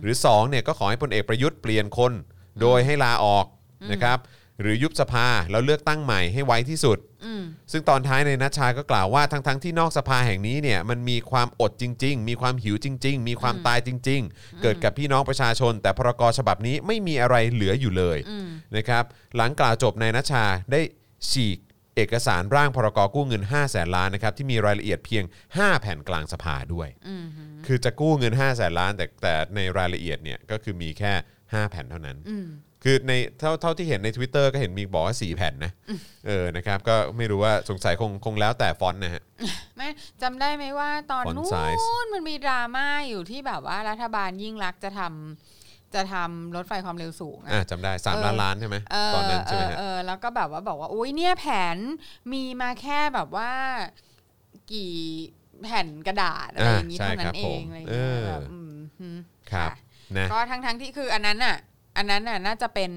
B: หรือ2เนี่ยก็ขอให้พลเอกประยุทธ์เปลี่ยนคน โดยให้ลาออกนะครับหรือยุบสภาแล้วเลือกตั้งใหม่ให้ไวที่สุด
C: อืม
B: ซึ่งตอนท้ายในยนัชชาก็กล่าวว่าทั้งๆที่นอกสภาแห่งนี้เนี่ยมันมีความอดจริง ๆ มีความหิวจริง ๆ มีความตายจริง ๆ เกิดกับพี่น้องประชาชน แต่พรกฉบับนี้ไม่มีอะไรเหลืออยู่เลย
C: อืม
B: นะครับหลังกล่าวจบนายนัชชาได้ฉีกเอกสารร่างพรกกู้เงิน 5 0 0แสนล้านนะครับที่มีรายละเอียดเพียง 5 แผ่นกลางสภาด้วย
C: อืม
B: คือจะกู้เงิน 5 0 0แสนล้านแต่แต่ในรายละเอียดเนี่ยก็คือมีแค่ 5 แผ่นเท่านั้น
C: อืม
B: คือในเท่าเท่าที่เห็นใน Twitter ก็เห็นมีบอกว่าสีแผ่นนะเออนะครับก็ไม่รู้ว่าสงสัยคงคงแล้วแต่ฟอนต์นะฮะ
C: ไม่จำได้ไหมว่าตอน
B: Font
C: นู้
B: size
C: นมันมีดราม่าอยู่ที่แบบว่ารัฐบาลยิ่งรักษณ์จะทำจะทำรถไฟความเร็วสูง
B: อ่ะ
C: อะ
B: จำได้ 3
C: เออ
B: ล้านล้านใช่ไหม
C: เออ
B: ตอนนั้นใช่ไหมฮะ
C: เออเออแล้วก็แบบว่าบอกว่าอุ้ยเนี่ยแผนมีมาแค่แบบว่ากี่แผ่นกระดาษอะไรอย่างนี้
B: อ่าใช่
C: เท่า
B: ครั
C: นั้
B: บ
C: นเอ
B: ผ
C: ง
B: ม
C: อะไรอย่างเงี้ย
B: เออ
C: แบบอืมฮึ
B: ครับ
C: ะ
B: นะ
C: ก็ทั้งทั้งๆที่คืออันนั้นอ่ะ อันนั้นน่ะน่าจะเป็น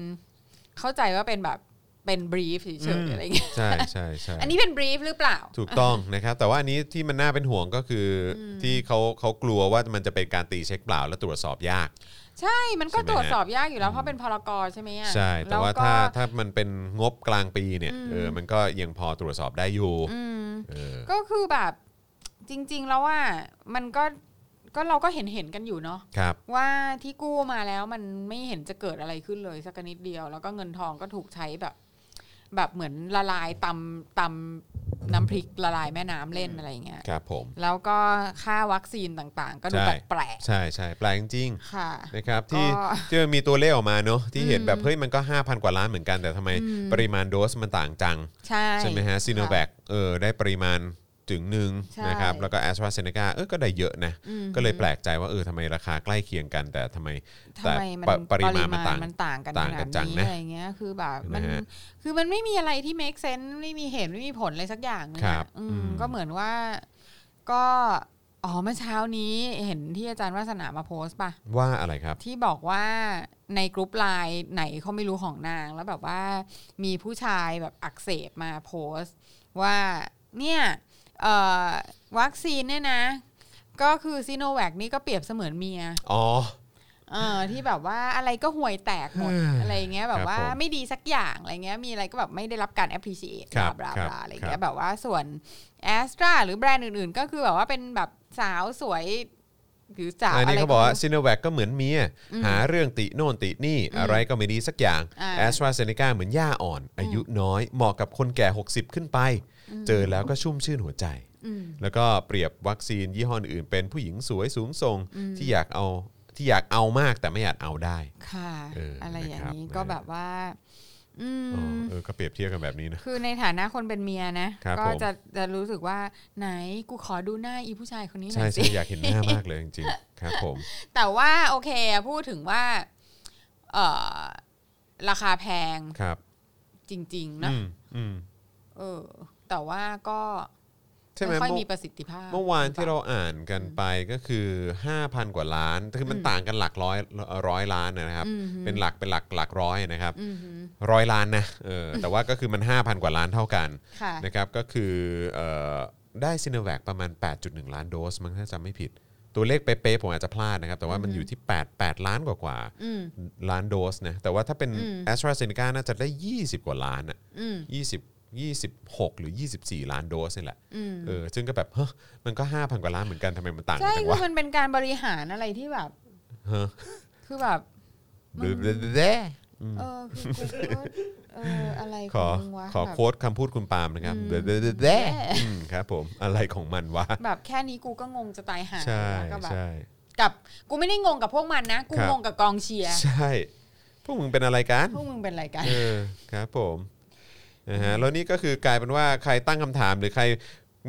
C: เข้าใจว่าเป็นแบบ เป็นบรีฟเฉยๆอะไรเงี้ย
B: ใช่ใช่ใช่
C: อันนี้เป็นบรีฟหรือเปล่า
B: ถูกต้องนะครับ แต่ว่าอันนี้ที่มันน่าเป็นห่วงก็คืออที่เขาเขากลัวว่ามันจะเป็นการตีเช็คเปล่าและตรวจสอบยาก
C: ใช่มันก็
B: ใช่ไหมฮะ
C: ตรวจสอบยากอยู่แล้วเพราะเป็นพรกรใช่ไหมอ่ะ
B: ใช่ แต่ว่า
C: ล้ก็
B: ถ้าถ้ามันเป็นงบกลางปีเนี่ยเออมันก็ยังพอตรวจสอบได้อยู่
C: อืม
B: เออ
C: ก็คือแบบจริง ๆ แล้วว่ามันก็ก็เราก็เห็นเห็นๆกันอยู่เนาะ
B: ครับ
C: ว่าที่กู้มาแล้วมันไม่เห็นจะเกิดอะไรขึ้นเลยสักนิดเดียว แล้วก็เงินทองก็ถูกใช้แบบ แบบเหมือนละลายตำตำน้ำพริกละลายแม่น้ำเล่นอะไรอย่างเงี้ย
B: ครับผม
C: แล้วก็ค่าวัคซีนต่างๆ ก็ดู
B: ใช่
C: แปลก
B: ใช่ใช่แปลกจริง
C: ๆค่ะ
B: ๆนะครับที่
C: ก็
B: ที่มันมีตัวเลขออกมาเนอะที่เห็น
C: อืม
B: แบบเฮ้ยมันก็ 5,000 กว่าล้านเหมือนกัน แต่ทำไม
C: อืม
B: ปริมาณโดสมันต่างจัง
C: ใช่
B: ใช่ไหมฮะซีโนแวคเออได้ปริมาณถึงหนึ่ง
C: ใช่
B: นะครับแล้วก็แอสตราเซเนกาเออก็ได้เยอะนะ
C: อืม
B: ก็เลยแปลกใจว่าเออทำไมราคาใกล้เคียงกัน แต่ทำไม
C: ทำ
B: แต่
C: ไมมัน
B: ปริมาณมันต่าง
C: มันต่างกัน
B: ต่างกัน
C: ข
B: จั
C: นาด
B: ง
C: นี้
B: นะ
C: อะไรเงี้ยคือแบบมัน
B: นะฮะ
C: คือมันไม่มีอะไรที่ make sense ไม่มีเหตุไม่มีผลเลยสักอย่างเลย
B: ครั
C: อะ
B: บ
C: อื
B: อื
C: ม
B: ม
C: ก็เหมือนว่าก็อ๋อเมื่อเช้านี้เห็นที่อาจารย์วาสนามาโพสต์ป่ะ
B: ว่าอะไรครับ
C: ที่บอกว่าในกรุ๊ปไลน์ไหนเขาไม่รู้ของนางแล้วแบบว่ามีผู้ชายแบบอักเสบมาโพสต์ ว่าเนี่ยเอ่อวัคซีนเนี่ยนะ ก็คือซีโนแวคนี่ก็เปรียบเสมือนเมีย
B: อ๋อ
C: เออที่แบบว่าอะไรก็ห่วยแตกหมด อะไรอย่างเงี้ย
B: ค
C: แบ
B: รับบ
C: ว่า
B: ผม
C: ไม่ดีสักอย่างอะไรเงี้ยมีอะไรก็แบบไม่ได้รับการ appreciate
B: ครับ
C: ลา
B: บครับ
C: ลาาอะไร
B: ครั
C: เงี้ย
B: บ
C: แบบว่าส่วนแอสตราหรือแบรนด์อื่นๆ ก็คือแบบว่าเป็นแบบสาวสวยหรือสาว
B: อัน
C: อะไร
B: นี้เขา
C: ก็
B: บอก
C: ไม่
B: ว่า
C: รู้
B: ซีโนแวคก็เหมือนเมีย
C: อืม
B: หาเรื่องติโน่นตินี่
C: อืม
B: อะไรก็ไม่ดีสักอย่าง
C: อ่า
B: แอสตราเซเนกาเหมือนหญ้าอ่อน อายุน้อย เหมาะกับคนแก่ 60 ขึ้นไป เจอแล้วก็ชุ่มชื่นหัวใจ
C: อืม
B: แล้วก็เปรียบวัคซีนยี่ห้ออื่นเป็นผู้หญิงสวยสูงส่ง
C: อืม
B: ที่อยากเอาที่อยากเอามากแต่ไม่อยากเอาได้
C: ค่ะ
B: เอออ
C: อะไรอย่า
B: นะ
C: งนี้
B: ครับ
C: ก็แบบว่า อื
B: อ๋อ
C: ม
B: เออก็เปรียบเทียบกันแบบนี้นะ
C: คือในฐานะคนเป็นเมียนะ
B: ครับ
C: ก็
B: ผม
C: จะจะรู้สึกว่าไหนกูขอดูหน้าอีผู้ชายคนนี้หน่
B: ใช่
C: อยสิ
B: ใช่อยากเห็นหน้ามากเลยจริงๆ ครับผม
C: แต่ว่าโอเคพูดถึงว่าเออราคาแพง
B: ครับ
C: จริงๆนะ
B: อืมอืม
C: เออ แต่ว่าก็
B: ใช่ไหม
C: ไม่ค่อย
B: เมื่อ
C: มีประสิทธิภาพ
B: เมื่อวานที่เราอ่านกันไปก็คือ 5,000 กว่าล้านคือมัน
C: อืม
B: ต่างกันหลักร้อยร้อยล้านนะครับ
C: อืมฮึ
B: เป็นหลักเป็นหลักหลักร้อยนะครับ
C: อืมฮึ
B: ร้อยล้านนะเออแต่ว่าก็คือมัน 5,000 กว่าล้านเท่ากัน
C: ค่ะ
B: นะครับก็คือเอ่อได้ซินแวคประมาณ 8.1 ล้านโดสมั้งถ้าจำไม่ผิด ตัวเลขเป๊ะๆผมอาจจะพลาดนะครับ แต่ว่ามันอยู่ที่ 8 8 ล้านกว่า
C: อืม
B: ๆล้านโดสนะแต่ว่าถ้าเป็น
C: อืม
B: a s t r a z e ซ e c a น่าจะได้ 20 กว่าล้านอะ
C: อืม
B: 20 26 หรือ 24 ล้านโดสนี่แหละ
C: อืม
B: เออ ซึ่งก็แบบเฮ้อมันก็ 5,000 กว่าล้านเหมือนกันทำไมมันต่างกั
C: ใช่
B: นจัง
C: คื
B: วะ
C: อมันเป็นการบริหารอะไรที่แบบ
B: เฮ้อ
C: คือแบบ
B: หรือเด้
C: เออคือกูก็เอออะไร
B: ข
C: ขอ
B: อง
C: มึงวะ
B: ขอ
C: แบบ
B: โค้ดคำพูดคุณปาล์มนะครับ
C: อืม
B: เด้อเด้อ
C: แด้
B: เด้อืมครับผม อะไรของมันวะ
C: แบบแค่นี้กูก็งงจะตายหา
B: ใช่
C: แล้วก็แบบ
B: ใช่
C: กับกูไม่ได้งงกับพวกมันนะ กู
B: ครับ
C: งงกับกองเชียร์
B: ใช่ พวกมึงเป็นอะไรกัน
C: พวกมึงเป็นอะไรกัน
B: เออ ครับผมนะฮะแล้วนี่ก็คือกลายเป็นว่าใครตั้งคำถามหรือใคร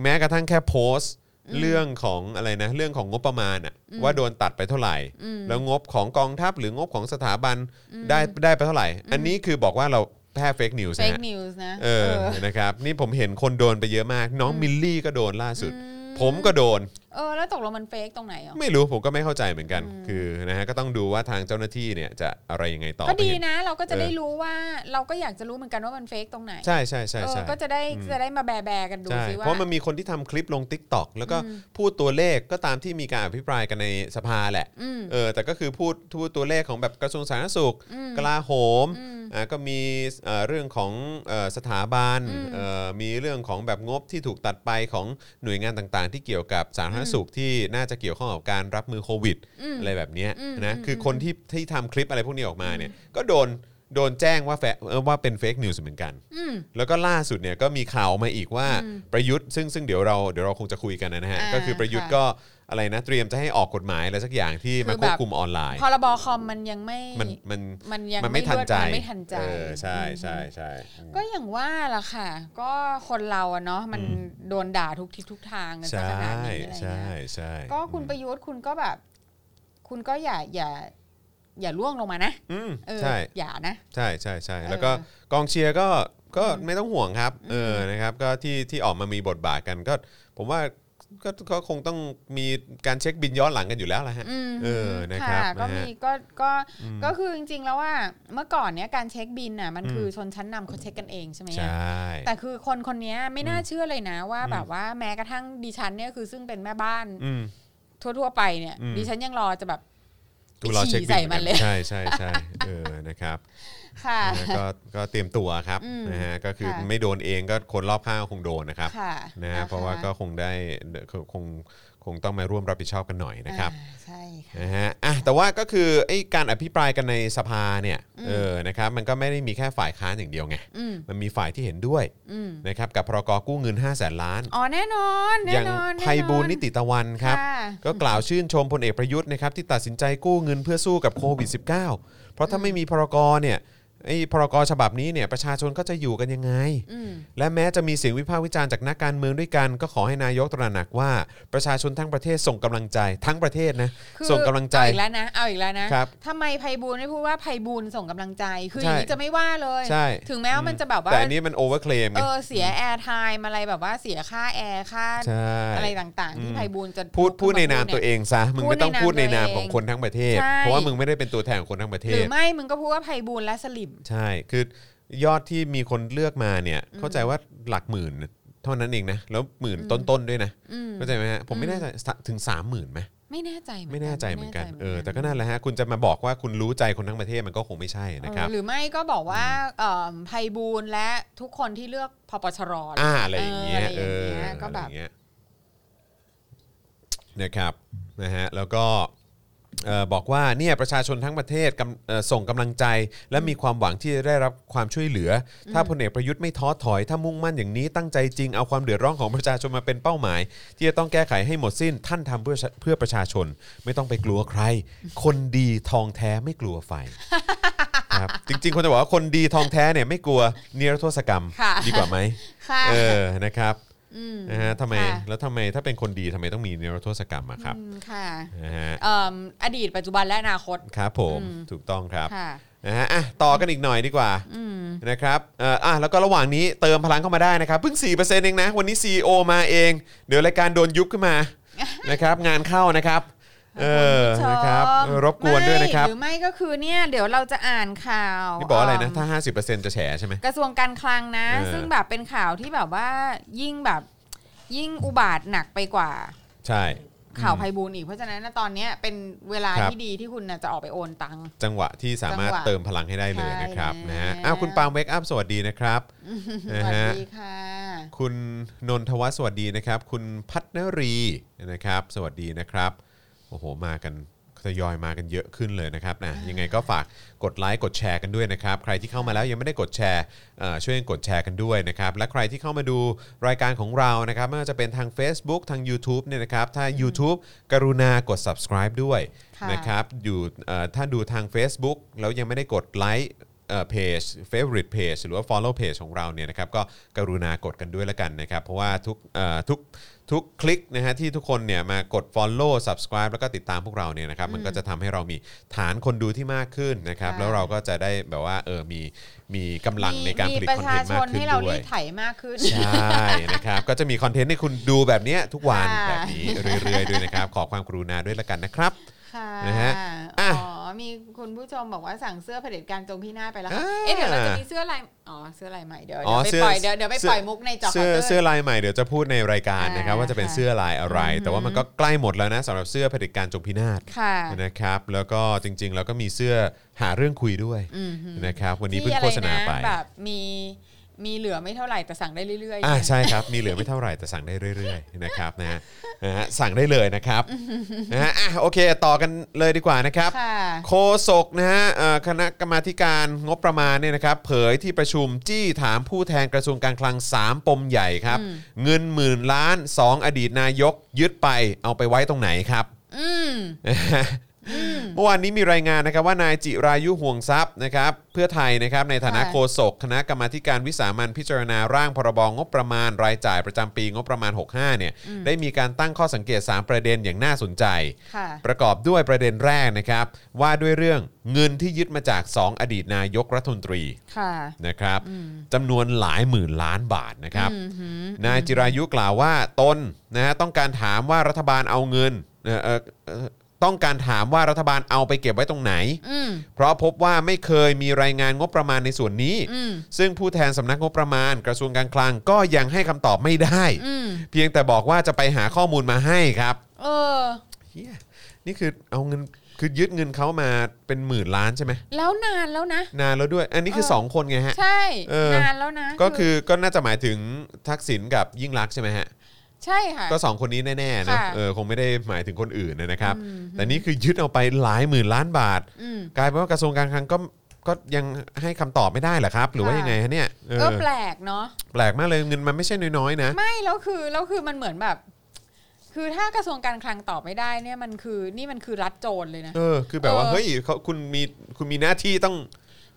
B: แม้กระทั่งแค่โพสต์ เรื่องของอะไรนะ เรื่องของงบประมาณอะว่าโดนตัดไปเท่าไหร่
C: อืม
B: แล้วงบของกองทัพหรืองบของสถาบันได้ได้ไปเท่าไหร่ อันนี้คือบอกว่าเราแพร่เฟกนิวส์
C: เฟก
B: นะฮะ
C: นิวส์นะ
B: เออ
C: เออ
B: นะครับ นี่ผมเห็นคนโดนไปเยอะมาก น้องมิลลี่ก็โดนล่าสุด
C: อืม
B: ผมก็โดน
C: เออแล้วตกลงมันเฟกตรงไหนอ่ะ
B: ไม่รู้ผมก็ไม่เข้าใจเหมือนกัน คือนะฮะก็ต้องดูว่าทางเจ้าหน้าที่เนี่ยจะอะไรยังไงต่อ
C: ก็ดี
B: ไปเห็น
C: นะ เราก็จะ
B: เออ
C: ได้รู้ว่าเราก็อยากจะรู้เหมือนกันว่ามันเฟกตรงไหน
B: ใช่ใช่ใช่
C: เออ
B: ใช่
C: ก็จะได้จะได้มาแบแบกันดู
B: ใช่
C: สิว่า
B: เพราะมันมีคนที่ทำคลิปลง t ิ k t o k แล้วก็
C: อืม
B: พูดตัวเลขก็ตามที่มีการอภิปรายกันในสภาแหละ
C: อืม
B: เออแต่ก็คือพูดทูดตัวเลขของแบบกระทรวงสาธารณสุข
C: อืม
B: กลาโหม
C: อืม
B: อ่าก็มีเอ่อเรื่องของเอ่อสถาบัน
C: อืม
B: เอ่อมีเรื่องของแบบงบที่ถูกตัดไปของหน่วยงานต่างๆ ที่เกี่ยวกับสาธารณสุขที่น่าจะเกี่ยวข้องกับการรับมือโควิด
C: อืม
B: อะไรแบบเนี้ย
C: อืม
B: นะ
C: อืม
B: คือคนที่ที่ทำคลิปอะไรพวกนี้ออกมาเนี่ยก็โดนโดนแจ้งว่าแฟเอ่อว่าเป็นเฟกนิวส์เหมือนกัน
C: อืม
B: แล้วก็ล่าสุดเนี่ยก็มีข่าวมาอีกว่า
C: อืม
B: ประยุทธ์ซึ่งซึ่งเดี๋ยวเราเดี๋ยวเราคงจะคุยกันนะฮะ
C: อ่า
B: ก็คือประยุทธ์ก็อะไรนะเตรียมจะให้ออกกฎหมายอะไรสักอย่างที่
C: คือ
B: มาคว
C: แบบ บ
B: คุมออนไลน์
C: พรบคอมมันยังไม่
B: มันมัน
C: มันยัง
B: มันไม่ทันใจ
C: รวดมันไม่ทันใจ
B: เออใช่
C: อืม
B: ใช่ใช่
C: ก็อย่างว่าล่ะค่ะ ก็คนเราอะเนาะมันโดนด่าทุกทิศทุกทางกันซะ
B: ใช่
C: ขนาดนี้อะไร
B: ใช่
C: เงี้ย
B: ใช่
C: ก็คุณประยุทธ์คุณก็แบบ คุณก็อย่าอย่า อย่าล่วงลงมานะ
B: อืม
C: เออ
B: ใช่
C: อย่านะ
B: ใช่ใช่ใช่
C: เออ
B: แล้วก็กองเชียร์ก็ก็ไม่ต้องห่วงครับเออนะครับก็ที่ที่ออกมามีบทบาทกันก็ ผมว่า ก็ก็คงต้องมีการเช็คบินย้อนหลังกันอยู่แล้วแหละฮะ
C: อืม
B: เออนะครับ
C: ค่ะก็
B: นะฮะ
C: มีก็ก็
B: อืม
C: ก็คือจริงๆแล้วว่าเมื่อก่อนเนี้ยการเช็คบินน่ะมัน
B: อืม
C: คือชนชั้นนำเขาเช็คกันเองใช่ไหมอะ
B: ใช่
C: แต่คือคนคนเนี้ยไม่น่า
B: อืม
C: เชื่อเลยนะว่า
B: อืม
C: แบบว่าแม้กระทั่งดิฉันเนี่ยคือซึ่งเป็นแม่บ้าน
B: อืม
C: ทั่วๆไปเนี่ย
B: อืม
C: ดิฉันยังรอจะแบบ
B: กูรอเช็คบิ
C: ฉี่
B: น
C: ใส่
B: หอกั
C: มันเลย
B: ใช่ใช่ใช่เออนะครับ
C: ค่ะ
B: นะก็ก็เตรียมตัวครับ
C: อืม
B: นะฮะก็คือ
C: ค่ะ
B: ไม่โดนเองก็คนรอบข้างก็คงโดนนะครับ
C: ค่ะ
B: นะฮะเพราะว่าก็คงได้คงคงต้องมาร่วมรับผิดชอบกันหน่อยนะครับ
C: อ่าใช่ค่ะ
B: นะฮะอ่ะแต่ว่าก็คือไอ้การอภิปรายกันในสภาเนี่ย
C: อืม
B: เออนะครับมันก็ไม่ได้มีแค่ฝ่ายค้านอย่างเดียวไง
C: อืม
B: มันมีฝ่ายที่เห็นด้วย
C: อืม
B: นะครับกับพรกกู้เงิน 5 0 0แสนล้าน
C: อ๋อแน่นอน
B: อ
C: แน่
B: ย่าง
C: นอนแน่นอน
B: ไพบูลย์นิติตะวันครับ
C: ะ
B: ก็กล่าวชื่นชมพลเอกประยุทธ์นะครับที่ตัดสินใจกู้เงินเพื่อสู้กับโควิด -19 เพราะถ้าไม่มีพรกเนี่ยไอ้พรกฉบับนี้เนี่ยประชาชนก็จะอยู่กันยังไง
C: อืม
B: และแม้จะมีเสียงวิพากษ์วิจารณ์จากนักการเมืองด้วยกัน ก็ขอให้นายกตระหนักว่าประชาชนทั้งประเทศส่งกำลังใจทั้งประเทศนะ
C: คือ
B: ส่งกำลังใจ
C: เอาอีกแล้วนะ เอาอีกแล้วนะครับ ทำไมไพบูลย์ไม่พูดว่าไพบูลย์ส่งกำลังใจ คืออ
B: ใช่
C: ย่างนี้จะไม่ว่าเลย
B: ใช่
C: ถึงแม้ว่ามันจะแบบว่า
B: แต่อันนี้มันโอเวอร์เคลมไง
C: เออ เสียแอร์ไทม์อะไรแบบว่าเสียค่าแอร์ค่า
B: ใช่
C: อะไรต่างๆ ที่ไพบูลย์จะ
B: พูดพูด
C: ขึ้
B: ใน
C: ม
B: นามตัวเองซะมึงไม่ต้องพูดในนามของคนทั้งประเทศ เพราะว่ามึงไม่ได้เป็นตัวแทนของคนทั้งประเท
C: หรื
B: ศ
C: อไม่ มึงก็พูดว่าไพบูลย์และสลิม
B: ใช่คือยอดที่มีคนเลือกมาเนี่ยเข้าใจว่าหลักหมื่นเท่านั้นเองนะแล้วหมื่นต้นๆด้วยนะ
C: อืม
B: เข้าใจไหมฮะผมไม่แน่ใจถึง3 0,000ื่นไหม
C: ไม่แน่ใจเหอ
B: ไม่แน่ใจเหมือนกัน
C: ไแใจ
B: เออแต่ก็นั่นแหละฮะคุณจะมาบอกว่าคุณรู้ใจคนทั้งประเทศมันก็คงไม่ใช่
C: เออ
B: นะครับ
C: หรือไม่ก็บอกว่าเอ่อไพบูลย์และทุกคนที่เลือกพปชร
B: อ่าอะไรอย่างเงี้ยเออ
C: ไรย่างงี้ยก็
B: อะไร
C: แบ
B: อบ ย่างเงี้ยนะครับนะฮะแล้วก็เอ่อบอกว่าเนี่ยประชาชนทั้งประเทศกำเอ่อส่งกำลังใจ และมีความหวังที่จะได้รับความช่วยเหลือ ถ้าพลเอกประยุทธ์ไม่ท้อถอย ถ้ามุ่งมั่นอย่างนี้ตั้งใจจริงเอาความเดือดร้อนของประชาชนมาเป็นเป้าหมาย ที่จะต้องแก้ไขให้หมดสิ้น ท่านทำเพื่อเพื่อประชาชน ไม่ต้องไปกลัวใคร คนดีทองแท้ไม่กลัวไฟ ครับจริงๆคนจะบอกว่าคนดีทองแท้เนี่ยไม่กลัวนิรโทษกรรม
C: ค่ะ
B: ดีกว่าไหม
C: ค่ะ
B: เออ นะครับ
C: ม
B: นะฮะทำไม
C: ค่ะ
B: แล้วทำไม ถ้าเป็นคนดีทำไมต้องมีนิรโทษกรรมอะครับ
C: อืมค่ะ
B: นะฮะ
C: เอิ่มอดีตปัจจุบันและอนาคต
B: ครับผม
C: อืม
B: ถูกต้องครับ
C: ค่ะ
B: นะฮะ อ่ะ ต่อกันอีกหน่อยดีกว่า
C: อืม
B: นะครับเอ่ออ่ะ แล้วก็ระหว่างนี้เติมพลังเข้ามาได้นะครับ เพิ่ง 4%เองนะ วันนี้ CEO มาเอง เดี๋ยวรายการโดนยุบขึ้นมา นะครับ งานเข้านะครับ เออ
C: ชม
B: นะครับเออรบกวนด้วยนะครับ
C: ไม่หรือไม่ก็คือเนี่ยเดี๋ยวเราจะอ่านข่าว
B: นี่บอกว่าอะไรนะ
C: เม
B: ถ้า 50%จะแฉใช่ไหม
C: กระทรวงการคลังนะ
B: เออ
C: ซึ่งแบบเป็นข่าวที่แบบว่ายิ่งแบบยิ่งอุบาทหนักไปกว่า
B: ใช่
C: ข่าวไพบูลย์อีก เพราะฉะนั้นนะตอนเนี้ยเป็นเวลา
B: ครับ
C: ที่ดีที่คุณน่ะจะออกไปโอนตังค์
B: จังหวะที่สามารถ
C: จังหวะ
B: เติมพลังให้ได้เลยนะครับ
C: ใช่
B: นะฮะ
C: แล้ว
B: อ้าวคุณปาล์มเวกอัพสวัสดีนะครับ
C: ส
B: นะ
C: วัส
B: ฮะ
C: ดีค่ะ
B: คุณนนทวัฒน์สวัสดีนะครับ คุณพัฒนรีนะครับ สวัสดีนะครับ โอ้โหมากันทยอยมากันเยอะขึ้นเลยนะครับนะยังไงก็ฝากกดไลค์กดแชร์กันด้วยนะครับ ใครที่เข้ามาแล้วยังไม่ได้กดแชร์เอ่อช่วยกันกดแชร์กันด้วยนะครับ และใครที่เข้ามาดูรายการของเรานะครับไม่ว่าจะเป็นทาง Facebook ทาง YouTube เนี่ยนะครับ ถ้า YouTube กรุณากด subscribe ด้วย
C: ค่ะ
B: นะครับอยู่เอ่อถ้าดูทาง Facebook แล้วยังไม่ได้กดไลค์ เพจ favorite page หรือว่า follow page ของเราเนี่ยนะครับก็กรุณากดกันด้วยละกันนะครับ เพราะว่าทุกเอ่อทุกทุกคลิกนะฮะที่ทุกคนเนี่ยมากด follow subscribe แล้วก็ติดตามพวกเราเนี่ยนะครับมันก็จะทำให้เรามีฐานคนดูที่มากขึ้นนะครับ
C: ค่ะ
B: แล้วเราก็จะได้แบบว่าเออมีมีกำลังในการผลิต
C: ประ
B: คอน
C: ชา
B: เทนต์
C: ช
B: มาก
C: น
B: ขึ้น
C: ให้เรา
B: ด้ว
C: รี
B: ย
C: ดไถมากขึ้น
B: ใช่นะครับ ก็จะมีคอนเทนต์ให้คุณดูแบบเนี้ยทุกวัน
C: ค่ะ
B: แบบนี้เรื่อยๆด้วยนะครับ ขอความกรุณาด้วยละกันนะครับ
C: ค่ะ
B: นะฮะ
C: อ๋
B: อ่ะ
C: อ มีคุณผู้ชมบอกว่าสั่งเสื้อเผด็จการจงพี่หน้าศไปแล้ว
B: อ่า
C: ค่ะเอ๊ะเดี๋ยวเราจะมีเสื้อลาย อ๋อ เสื้อลายใหม่เดี๋ยว
B: อ๋อ
C: เดี๋ยวไป
B: สื้
C: ปล่อยเดี๋ยวเดี๋ยวไปปล่อยมุกในจอคอม
B: เสื้อ
C: พิวเต
B: เสื้
C: อ
B: อ
C: ร์
B: ลายใหม่เดี๋ยวจะพูดในรายการนะครับ
C: อ่า
B: ว่าจะเป็น
C: ค่ะ
B: เสื้อลายอะไร แต่ว่ามันก็ใกล้หมดแล้วนะสำหรับเสื้อเผด็จการจงพินาศ
C: ค่ะ
B: นะครับ แล้วก็จริงๆ แล้วก็มีเสื้อหาเรื่องคุยด้วย
C: อืมฮึ
B: นะครับ วันนี้
C: ที่
B: เพิ่งโฆษณา
C: อะไรนะ
B: ไป
C: แบบมีมีเหลือไม่เท่าไหร่แต่สั่งได้เรื่อยๆ
B: อ่าใช่ครับ มีเหลือไม่เท่าไหร่แต่สั่งได้เรื่อย ๆนะครับนะฮะนะฮะสั่งได้เลยนะครับนะฮะอ่ะโอเค ต่อกันเลยดีกว่านะครับ
C: ค่ะ
B: โคศกนะฮะเอ่อคณะกรรมาธิการงบประมาณเนี่ยนะครับ เผยที่ประชุมจี้ถามผู้แทนกระทรวงการคลัง 3 ปมใหญ่ครับ เงินหมื่นล้าน 2 อดีตนายกยึดไปเอาไปไว้ตรงไหนครับ
C: อืม
B: เมื่อวานนี้มีรายงานนะครับว่านายจิรายุห่วงทรัพย์นะครับเพื่อไทยนะครับในฐานะ
C: ค่ะ
B: โฆษกคณะกรรมาธิการวิสามันพิจารณาร่างพรบงบประมาณรายจ่ายประจำปีงบประมาณ 65เนี่ยได้มีการตั้งข้อสังเกต 3 ประเด็นอย่างน่าสนใจ
C: ค่ะ
B: ประกอบด้วยประเด็นแรกนะครับว่าด้วยเรื่องเงินที่ยึดมาจาก 2 อดีตนายกรัฐมนตรี
C: ค่ะ
B: นะครับ
C: อืม
B: จำนวนหลายหมื่นล้านบาทนะครับ
C: อืมหืม
B: นายจิรายุกล่าวว่าตนนะฮะต้องการถามว่ารัฐบาลเอาเงินเอ่อเอ่อเอ่อต้องการถามว่ารัฐบาลเอาไปเก็บไว้ตรงไหน
C: อืม
B: เพราะพบว่าไม่เคยมีรายงานงบประมาณในส่วนนี้
C: อืม
B: ซึ่งผู้แทนสำนักงบประมาณกระทรวงการคลังก็ยังให้คำตอบไม่ได้
C: อืม
B: เพียงแต่บอกว่าจะไปหาข้อมูลมาให้ครับ
C: เออ
B: เฮียนี่คือเอาเงินคือยึดเงินเขามาเป็นหมื่นล้านใช่ไหม
C: แล้วนานแล้วนะ
B: นานแล้วด้วย อันนี้คือ
C: เออ
B: สองคนไงฮะ
C: ใช่
B: เออ
C: นานแล้วนะ
B: ก็คือก็น่าจะหมายถึงทักษิณกับยิ่งรักษณ์ใช่ไหมฮะ
C: ใช่ค่ะ
B: ก็ 2 คนนี้แน่ๆนะ
C: ค่ะ
B: เออคงไม่ได้หมายถึงคนอื่นนะครับ
C: อืม
B: แต่นี่คือยึดเอาไปหลายหมื่นล้านบาท
C: อืม
B: กลายเป็นว่ากระทรวงการคลังก็ก็ยังให้คำตอบไม่ได้เหรอครับ หรือว่า
C: ค่ะ
B: ยังไงฮะเนี่ยเออ
C: ก็แปลกเนาะ
B: แปลกมากเลยเงินมันไม่ใช่น้อยๆนะ
C: ไม่แล้วคือแล้วคือมันเหมือนแบบ คือถ้ากระทรวงการคลังตอบไม่ได้เนี่ยมันคือนี่มันคือรัดโจรเลยนะ
B: เออ คือแบบว่า
C: เออ
B: เฮ้ยเขาคุณมีคุณมีหน้าที่ต้อง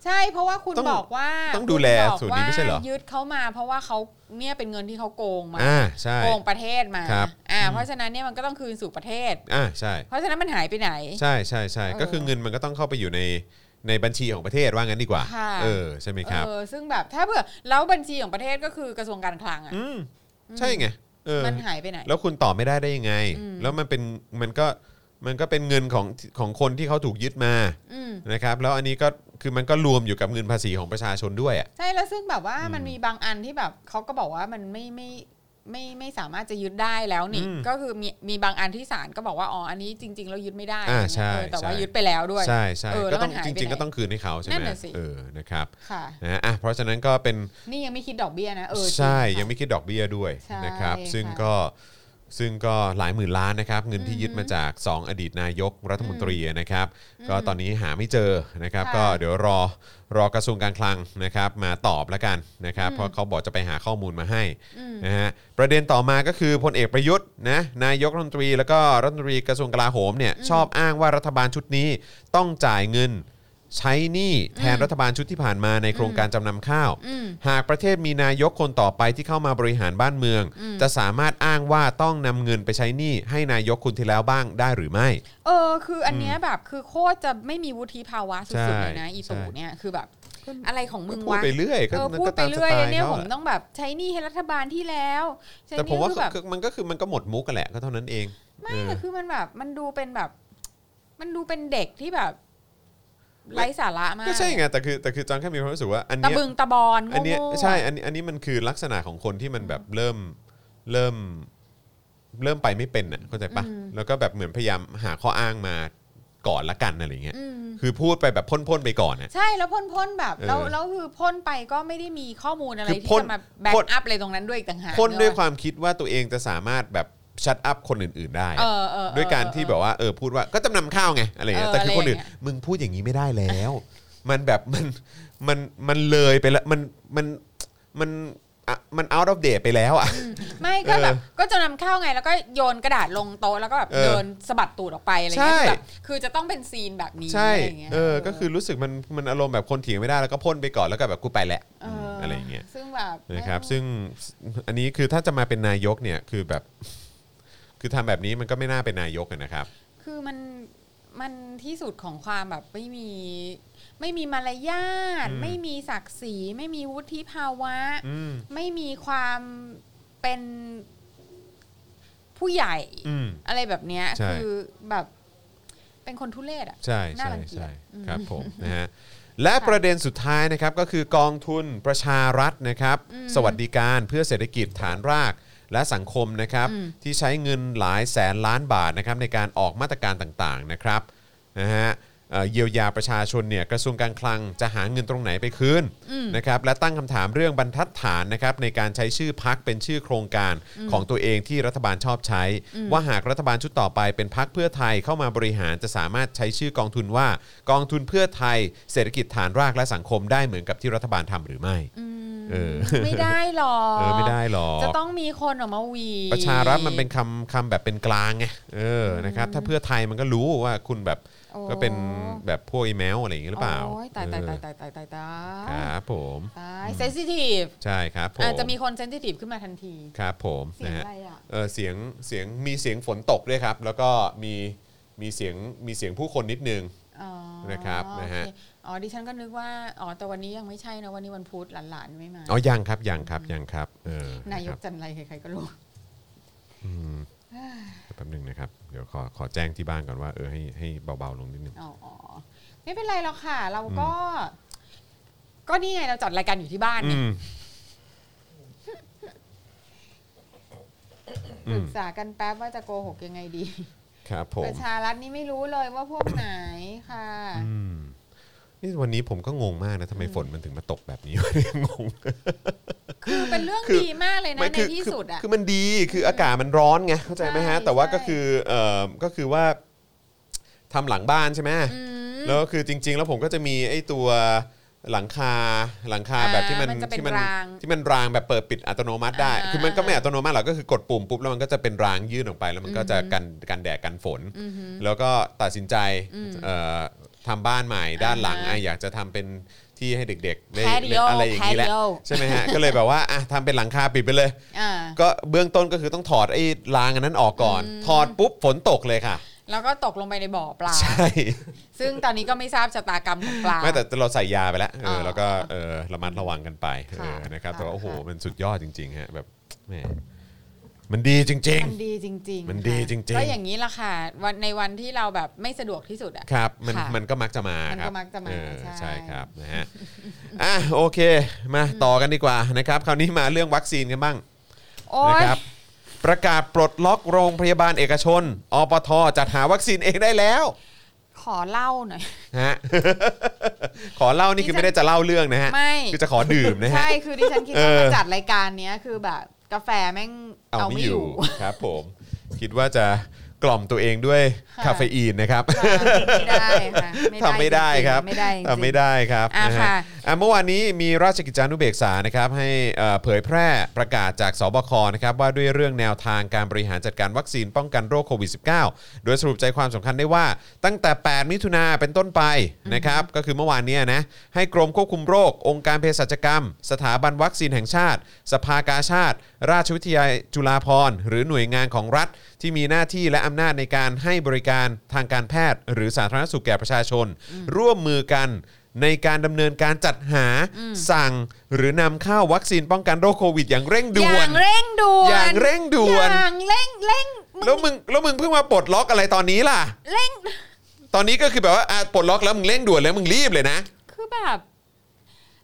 C: ใช่เพราะว่าคุณ
B: ต้อง
C: บอกว่า
B: ต้องดูแล
C: คุณบ
B: ส่ว
C: อก
B: นนี้ไม่ใช่เหรอ
C: ว่ายึดเขามา เพราะว่าเขาเนี่ยเป็นเงินที่เขาโกงมา
B: อ่าใช่
C: โกงประเทศมา
B: ครับ
C: อ่า เพราะฉะนั้นเนี่ยมันก็ต้องคืนสู่ประเทศ
B: อ่าใช่
C: เพราะฉะนั้นมันหายไปไหน
B: ใช่ใช่ใช่
C: เออ
B: ก็คือเงินมันก็ต้องเข้าไปอยู่ในในบัญชีของประเทศว่างั้นดีกว่า
C: ค่ะ
B: เออใช่ไหมครับ
C: เออซึ่งแบบถ้าเผื่อแล้วบัญชีของประเทศก็คือกระทรวงการคลังอ่ะ
B: อืมใช่ไงเออ
C: มันหายไปไหน
B: แล้วคุณตอบไม่ได้ได้ยังไง
C: อืม
B: แล้วมันเป็นมันก็มันก็เป็นเงินของของคนที่เขาถูกยึดมา
C: อืม
B: นะครับ แล้วอันนี้ก็คือมันก็รวมอยู่กับเงินภาษีของประชาชนด้วยอ่ะ
C: ใช่แล้วซึ่งแบบว่า
B: อืม
C: มันมีบางอันที่แบบเขาก็บอกว่ามันไม่ไม่ไม่ไม่ไม่สามารถจะยึดได้แล้วนี่
B: อืม
C: ก็คือมีมีบางอันที่ศาลก็บอกว่าอ๋ออันนี้จริง ๆ แล้วยึดไม่ได้
B: อ่า
C: อะไรเงี้ย
B: ใช่
C: เออแต่ว่า
B: ใช่
C: ยึดไปแล้วด้วย
B: ใช่ใช่
C: เออแล้
B: ก็
C: ว
B: ต้อง
C: มันหาย
B: จ
C: ไป
B: ริงๆ
C: ไหน
B: ก็ต้องคืนให้เขาใช่ไห
C: นั่
B: ม
C: นน่ะสิ
B: เออนะครับ
C: ค่ะ
B: นะฮะอ่ะเพราะฉะนั้นก็เป็น
C: นี่ยังไม่คิดดอกเบี้ยนะเออจริง
B: ใช่
C: ค่ะ
B: ยังไม่คิดดอกเบี้ยด้วย
C: ใช่
B: นะครับ
C: ค่ะ
B: ซึ่งก็ซึ่งก็หลายหมื่นล้านนะครับ เงินที่ยึดมาจาก 2 อดีตนายกรัฐมนตรีนะครับ ก็ตอนนี้หาไม่เจอนะครับ
C: ค่ะ
B: ก็เดี๋ยวรอรอกระทรวงการคลังนะครับ มาตอบแล้วกันนะครับ เพราะเขาบอกจะไปหาข้อมูลมาให้
C: อืม
B: นะฮะประเด็นต่อมาก็คือพลเอกประยุทธ์นะนายกรัฐมนตรีแล้วก็รัฐมนตรีกระทรวงกลาโหมเนี่ยชอบอ้างว่ารัฐบาลชุดนี้ต้องจ่ายเงินใช้หนี้แทนรัฐบาลชุดที่ผ่านมาในโครงการจำนำข้าว
C: อืม
B: หากประเทศมีนายกคนต่อไปที่เข้ามาบริหารบ้านเมือง จะสามารถอ้างว่าต้องนำเงินไปใช้หนี้ให้นายกคนที่แล้วบ้างได้หรือไม่
C: เออคืออันเนี้ยแบบคือโคตรจะไม่มีวุฒิภาวะ
B: ใช่
C: สุดๆเลยนะอีตู่
B: ใช่
C: เนี่ยคือแบบ อะไรของมึง
B: พูด
C: วะ
B: ไปเรื่อย
C: เออ
B: มัน
C: พูดไป
B: ตามส
C: เรื่อย
B: ต
C: เนี่ย
B: ขา
C: ผม
B: อะ
C: ต้องแบบใช้หนี่ให้รัฐบาลที่แล้วใช้ห
B: แต่
C: นี่
B: ผมว่า
C: คือแบบ
B: คือมันก็คือมันก็หมดมุกกันแหละก็เท่านั้นเอง
C: ไม่
B: เออ
C: แต่คือมันแบบมันดูเป็นแบบ มันดูเป็นเด็กที่แบบไร้สาระมาก
B: ก็ใช่ไงแต่คือแต่คือจอนแค่มีความรู้สึกว่าอัน
C: ตะ
B: เนี้ย
C: บึงตะบอน
B: อันเนี้ย
C: โง่ๆ
B: ใช่ อันนี้อันนี้มันคือลักษณะของคนที่มันแบบเริ่มเริ่มเริ่มไปไม่เป็นน่ะเข้าใจปะแล้วก็แบบเหมือนพยายามหาข้ออ้างมาก่อนละกันอะไรเงี้ย
C: อืม
B: คือพูดไปแบบพ่นๆไปก่อนน่ะ
C: ใช่แล้วพ่นพ่นๆแบบแล้ว
B: เออ
C: แล้วคือพ่นไปก็ไม่ได้มีข้อมูลอะไร
B: คือ
C: ที่
B: พ่น
C: จะมาแบ็
B: พ่
C: ก
B: น
C: อัพอะไรตรงนั้นด้วยอีกต่างหาก
B: พ่นด้วย
C: เอะ
B: ความคิดว่าตัวเองจะสามารถแบบชัดอัพคนอื่นๆได้
C: เอ
B: อะ
C: อเออเออ
B: ด้วยการที่แบบว่าเออพูดว่าก็จำนำข้าวไงอะไรเงี้ย
C: เออ
B: แต่คือคนอื่น
C: อะไรอย่างเงี้ย
B: มึงพูดอย่างนี้ไม่ได้แล้ว มันแบบมันมันมันเลยไปละมันมันมันอ่ะมัน out of date ไปแล้วอ่ะ
C: ไม่ก็แบบ
B: เออ
C: ก็จะนำเข้าไงแล้วก็โยนกระดาษลงโต๊ะแล้วก็แบบ
B: เออ
C: เดินสะบัดตูดออกไปอะไรเงี้
B: ใช่
C: ยแบบคือจะต้องเป็นซีนแบบนี้
B: ใช่
C: อะไรเงี้ย
B: เออ ก็คือรู้สึกมันมันอารมณ์แบบคนเถียงไม่ได้แล้วก็พ่นไปก่อนแล้วก็แบบกูไปแหละ
C: เออ
B: ม
C: อ
B: อะไรอย่างเงี้ย
C: ซึ่งแบบ
B: นะครับ ซึ่งอันนี้คือถ้าจะมาเป็นนายกเนี่ยคือแบบ คือทำแบบนี้มันก็ไม่น่าเป็นนายกอะนะครับ
C: คือมันมันที่สุดของความแบบไม่มี ไม่มีมารยาท
B: อืม
C: ไม่มีศักดิ์ศรีไม่มีวุฒิภาวะ
B: อืม
C: ไม่มีความเป็นผู้ใหญ่
B: อืม
C: อะไรแบบเนี้ย
B: ใช่
C: คือแบบเป็นคนทุเรศอ่ะ
B: ใช่ใช่
C: น่ารังเกียจ
B: ใช่
C: อืม
B: ครับผมนะฮะ และประเด็นสุดท้ายนะครับก็คือกองทุนประชารัฐนะครับ
C: อืม
B: สวัสดิการเพื่อเศรษฐกิจฐานรากและสังคมนะครับ
C: อืม
B: ที่ใช้เงินหลายแสนล้านบาทนะครับในการออกมาตรการต่างๆนะครับนะฮะเอ่อเยียวยาประชาชนเนี่ยกระทรวงการคลังจะหาเงินตรงไหนไปคืนนะครับและตั้งคำถามเรื่องบรรทัดฐานนะครับในการใช้ชื่อพักเป็นชื่อโครงการของตัวเองที่รัฐบาลชอบใช้ ว่าหากรัฐบาลชุดต่อไปเป็นพักเพื่อไทยเข้ามาบริหารจะสามารถใช้ชื่อกองทุนว่า กองทุนเพื่อไทย เศรษฐกิจฐานรากและสังคมได้เหมือนกับที่รัฐบาลทำหรือไม่
C: อืม
B: เออ
C: ไม่ได้หรอ
B: เออไม่ได้หรอก
C: จะต้องมีคนออกมาหวี
B: ประชารัฐมันเป็นคำคำแบบเป็นกลางไงเออนะครับถ้าเพื่อไทยมันก็รู้ว่าคุณแบบ
C: โอ้
B: ก็เป็นแบบพวกไอ้แมวอะไรอย่างนี้หรือเปล่า
C: โยตายตายตาย
B: เอ
C: ตายตายตายตา
B: อค
C: ย
B: รับผม
C: ตายเซนซิทีฟ
B: ใช่ครับผม
C: อาจจะมีคนเซนซิทีฟขึ้นมาทันที
B: ครับผม
C: เสียง
B: นะฮะ
C: อะไรอ่ะ
B: เออเสียงเสียงมีเสียงฝนตกด้วยครับ แล้วก็มีมีเสียงมีเสียงผู้คนนิดนึง
C: อ๋อ
B: นะครับ
C: โอ
B: นะ
C: เค
B: ฮะ
C: อ๋อดิฉันก็นึกว่าอ๋อแต่วันนี้ยังไม่ใช่นะวันนี้วันพุธหลานๆไม่มา
B: อ๋อยังครับยังครับยังครับเออน
C: าย
B: ค
C: ก
B: รับ
C: จันไรใครๆก็รู้
B: อืม แป๊บนึงนะครับเดี๋ยวขอขอแจ้งที่บ้านก่อนว่าเออให้ให้เบาๆลงนิดนึง
C: อ๋ออ๋อไม่เป็นไรหรอกค่ะ เราก็ ก็นี่ไงเราจัดรายการอยู่ที่บ้านไง
B: อืม อืม
C: ปรึกษากันแป๊บว่าจะโกหกยังไงดี
B: ครับผ
C: ป
B: ม
C: ระชารัฐนี่ไม่รู้เลยว่าพวกไหนค่ะ
B: อืมนี่วันนี้ผมก็งงมากนะทำไมฝนมันถึงมาตกแบบนี้ งง
C: คือเป็นเรื่อง
B: คือ
C: ดีมากเลยนะ
B: ไม่
C: ใน
B: คือ
C: ที่
B: คือ
C: สุดอ่ะ
B: คือมันดีคืออากาศมันร้อนไงเข้าใจไหมฮะ
C: ใช่
B: แต่ว่า
C: ใช่
B: ก็คือเอ่อก็คือว่าทำหลังบ้านใช่ไหม
C: ม
B: แล้วคือจริง ๆ แล้วผมก็จะมีไอ้ตัวหลังคาหลังคา
C: อ่า
B: แบบที่มัน
C: มันจะเป็
B: ที่
C: น
B: มั
C: ราง
B: ที่มันรางแบบเปิดปิดอัตโนมัติได้
C: อ่า
B: คือมันก็ไม่อัตโนมัติหรอกก็คือกดปุ่มปุ๊บแล้วมันก็จะเป็นรางยื่นออกไป แล้วมันก็จะกันกันแดดกันฝน
C: อือหือ
B: แล้วก็ตัดสินใจ
C: อืม
B: เอ่อทำบ้านใหม่ด้านหลัง
C: อ่าฮะ
B: อ่ะอยากจะทำเป็นที่ให้เด็กๆได้
C: Patio
B: อะไรอย่างนี้แหละ
C: Patio
B: ใช่ไหม ฮะ ก็เลยแบบว่าอ่ะทำเป็นหลังคาปิดไปเลย
C: อ่า
B: ก็เบื้องต้นก็คือต้องถอดไอ้รางอันนั้นออกก่อน
C: อืม
B: ถอดปุ๊บฝนตกเลยค่ะ
C: แล้วก็ตกลงไปในบ่อปลา
B: ใช่
C: ซึ่งตอนนี้ก็ไม่ทราบชะตากรรมของปลา
B: ไม่แต่เราใส่ยาไปแล้วเออ
C: อ
B: แล้วก็เออระมัดระวังกันไป
C: ค่ะ
B: เออนะครับ
C: ค่ะ
B: แต่ว่าโอ้โห
C: ค่ะ
B: มันสุดยอดจริงๆฮะแบบแหมมันดีจริง
C: มันดีจริงๆ
B: มัน
C: ค่ะ
B: ดีจริงๆ
C: ก็อย่างนี้ละค่ะวันในวันที่เราแบบไม่สะดวกที่สุดอ่ะ
B: ๆ ครับมัน
C: ค่ะ
B: มันก็มักจะมาม
C: น
B: ครับ
C: ก็มักจะมา
B: เออ
C: ใช่
B: ใช่ครับนะฮะอ่ะโอเคมาต่อกันดีกว่านะครับคราวนี้มาเรื่องวัคซีนกันบ้าง
C: โอ๊ย
B: นะครับประกาศปลดล็อกโรงพยาบาลเอกชน อปท จัดหาวัคซีนเองได้แล้ว
C: ขอเล่าหน่อย
B: ฮะ ขอเล่านี่คือ
C: ดิฉัน
B: ไม่ได้จะเล่าเรื่องนะฮะ
C: ไม่
B: คือจะขอดื่มนะฮะ
C: ใช่ คือดิฉันคิด
B: เอ
C: ว่า
B: อ
C: มาจัดรายการเนี้ยคือแบบกาแฟแม่ง
B: เอา
C: เอา
B: ไม่
C: ไม่
B: อ
C: อยู่ ยู่
B: ครับผม คิดว่าจะกล่อมตัวเองด้วย
C: ค่ะ
B: คาเฟอีนนะครับ
C: ไม่ได้ค่ะ
B: ทำไม่ได้ครับ
C: ไม่ได้จริงๆ
B: ทำ
C: ไม่
B: ไม่
C: ได้
B: ได้ครับ
C: อ่ะ
B: นะฮะ
C: ค่ะ
B: อ่ะเมื่อวานนี้มีราชกิจจานุเบกษานะครับให้เอ่อเผยแพร่ประกาศจากสบคนะครับว่าด้วยเรื่องแนวทางการบริหารจัดการวัคซีนป้องกันโรคโควิด -19 โดยสรุปใจความสำคัญได้ว่า ตั้งแต่ 8 มิถุนาเป็นต้นไปนะครับ ก็คือเมื่อวานเนี้ยนะ ให้กรมควบคุมโรค องค์การเภสัชกรรม สถาบันวัคซีนแห่งชาติ สภากาชาติ ราชวิทยาลัยจุฬาภรณ์ หรือหน่วยงานของรัฐ ที่มีหน้าที่และอำนาจในการให้บริการทางการแพทย์ หรือสาธารณสุขแก่ประชาชน ร่วมมือกัน ในการดำเนินการจัดหาสั่ง หรือนำเข้าวัคซีนป้องกันโรคโควิด อย่างเร่งด่
C: อ
B: วน
C: ย่างเร่งด่วน
B: อย่างเร่งด่วน
C: อย่างเร่งเร่ง
B: แล้วมึงแล้วมึงเพิ่งมาปลดล็อกอะไรตอนนี้ล่ะ
C: เร่ง
B: ตอนนี้ก็คือแบบว่าอ่ะปลดล็อกแล้วมึงเร่งด่วนแล้วมึงรีบเลยนะ
C: คือแบบ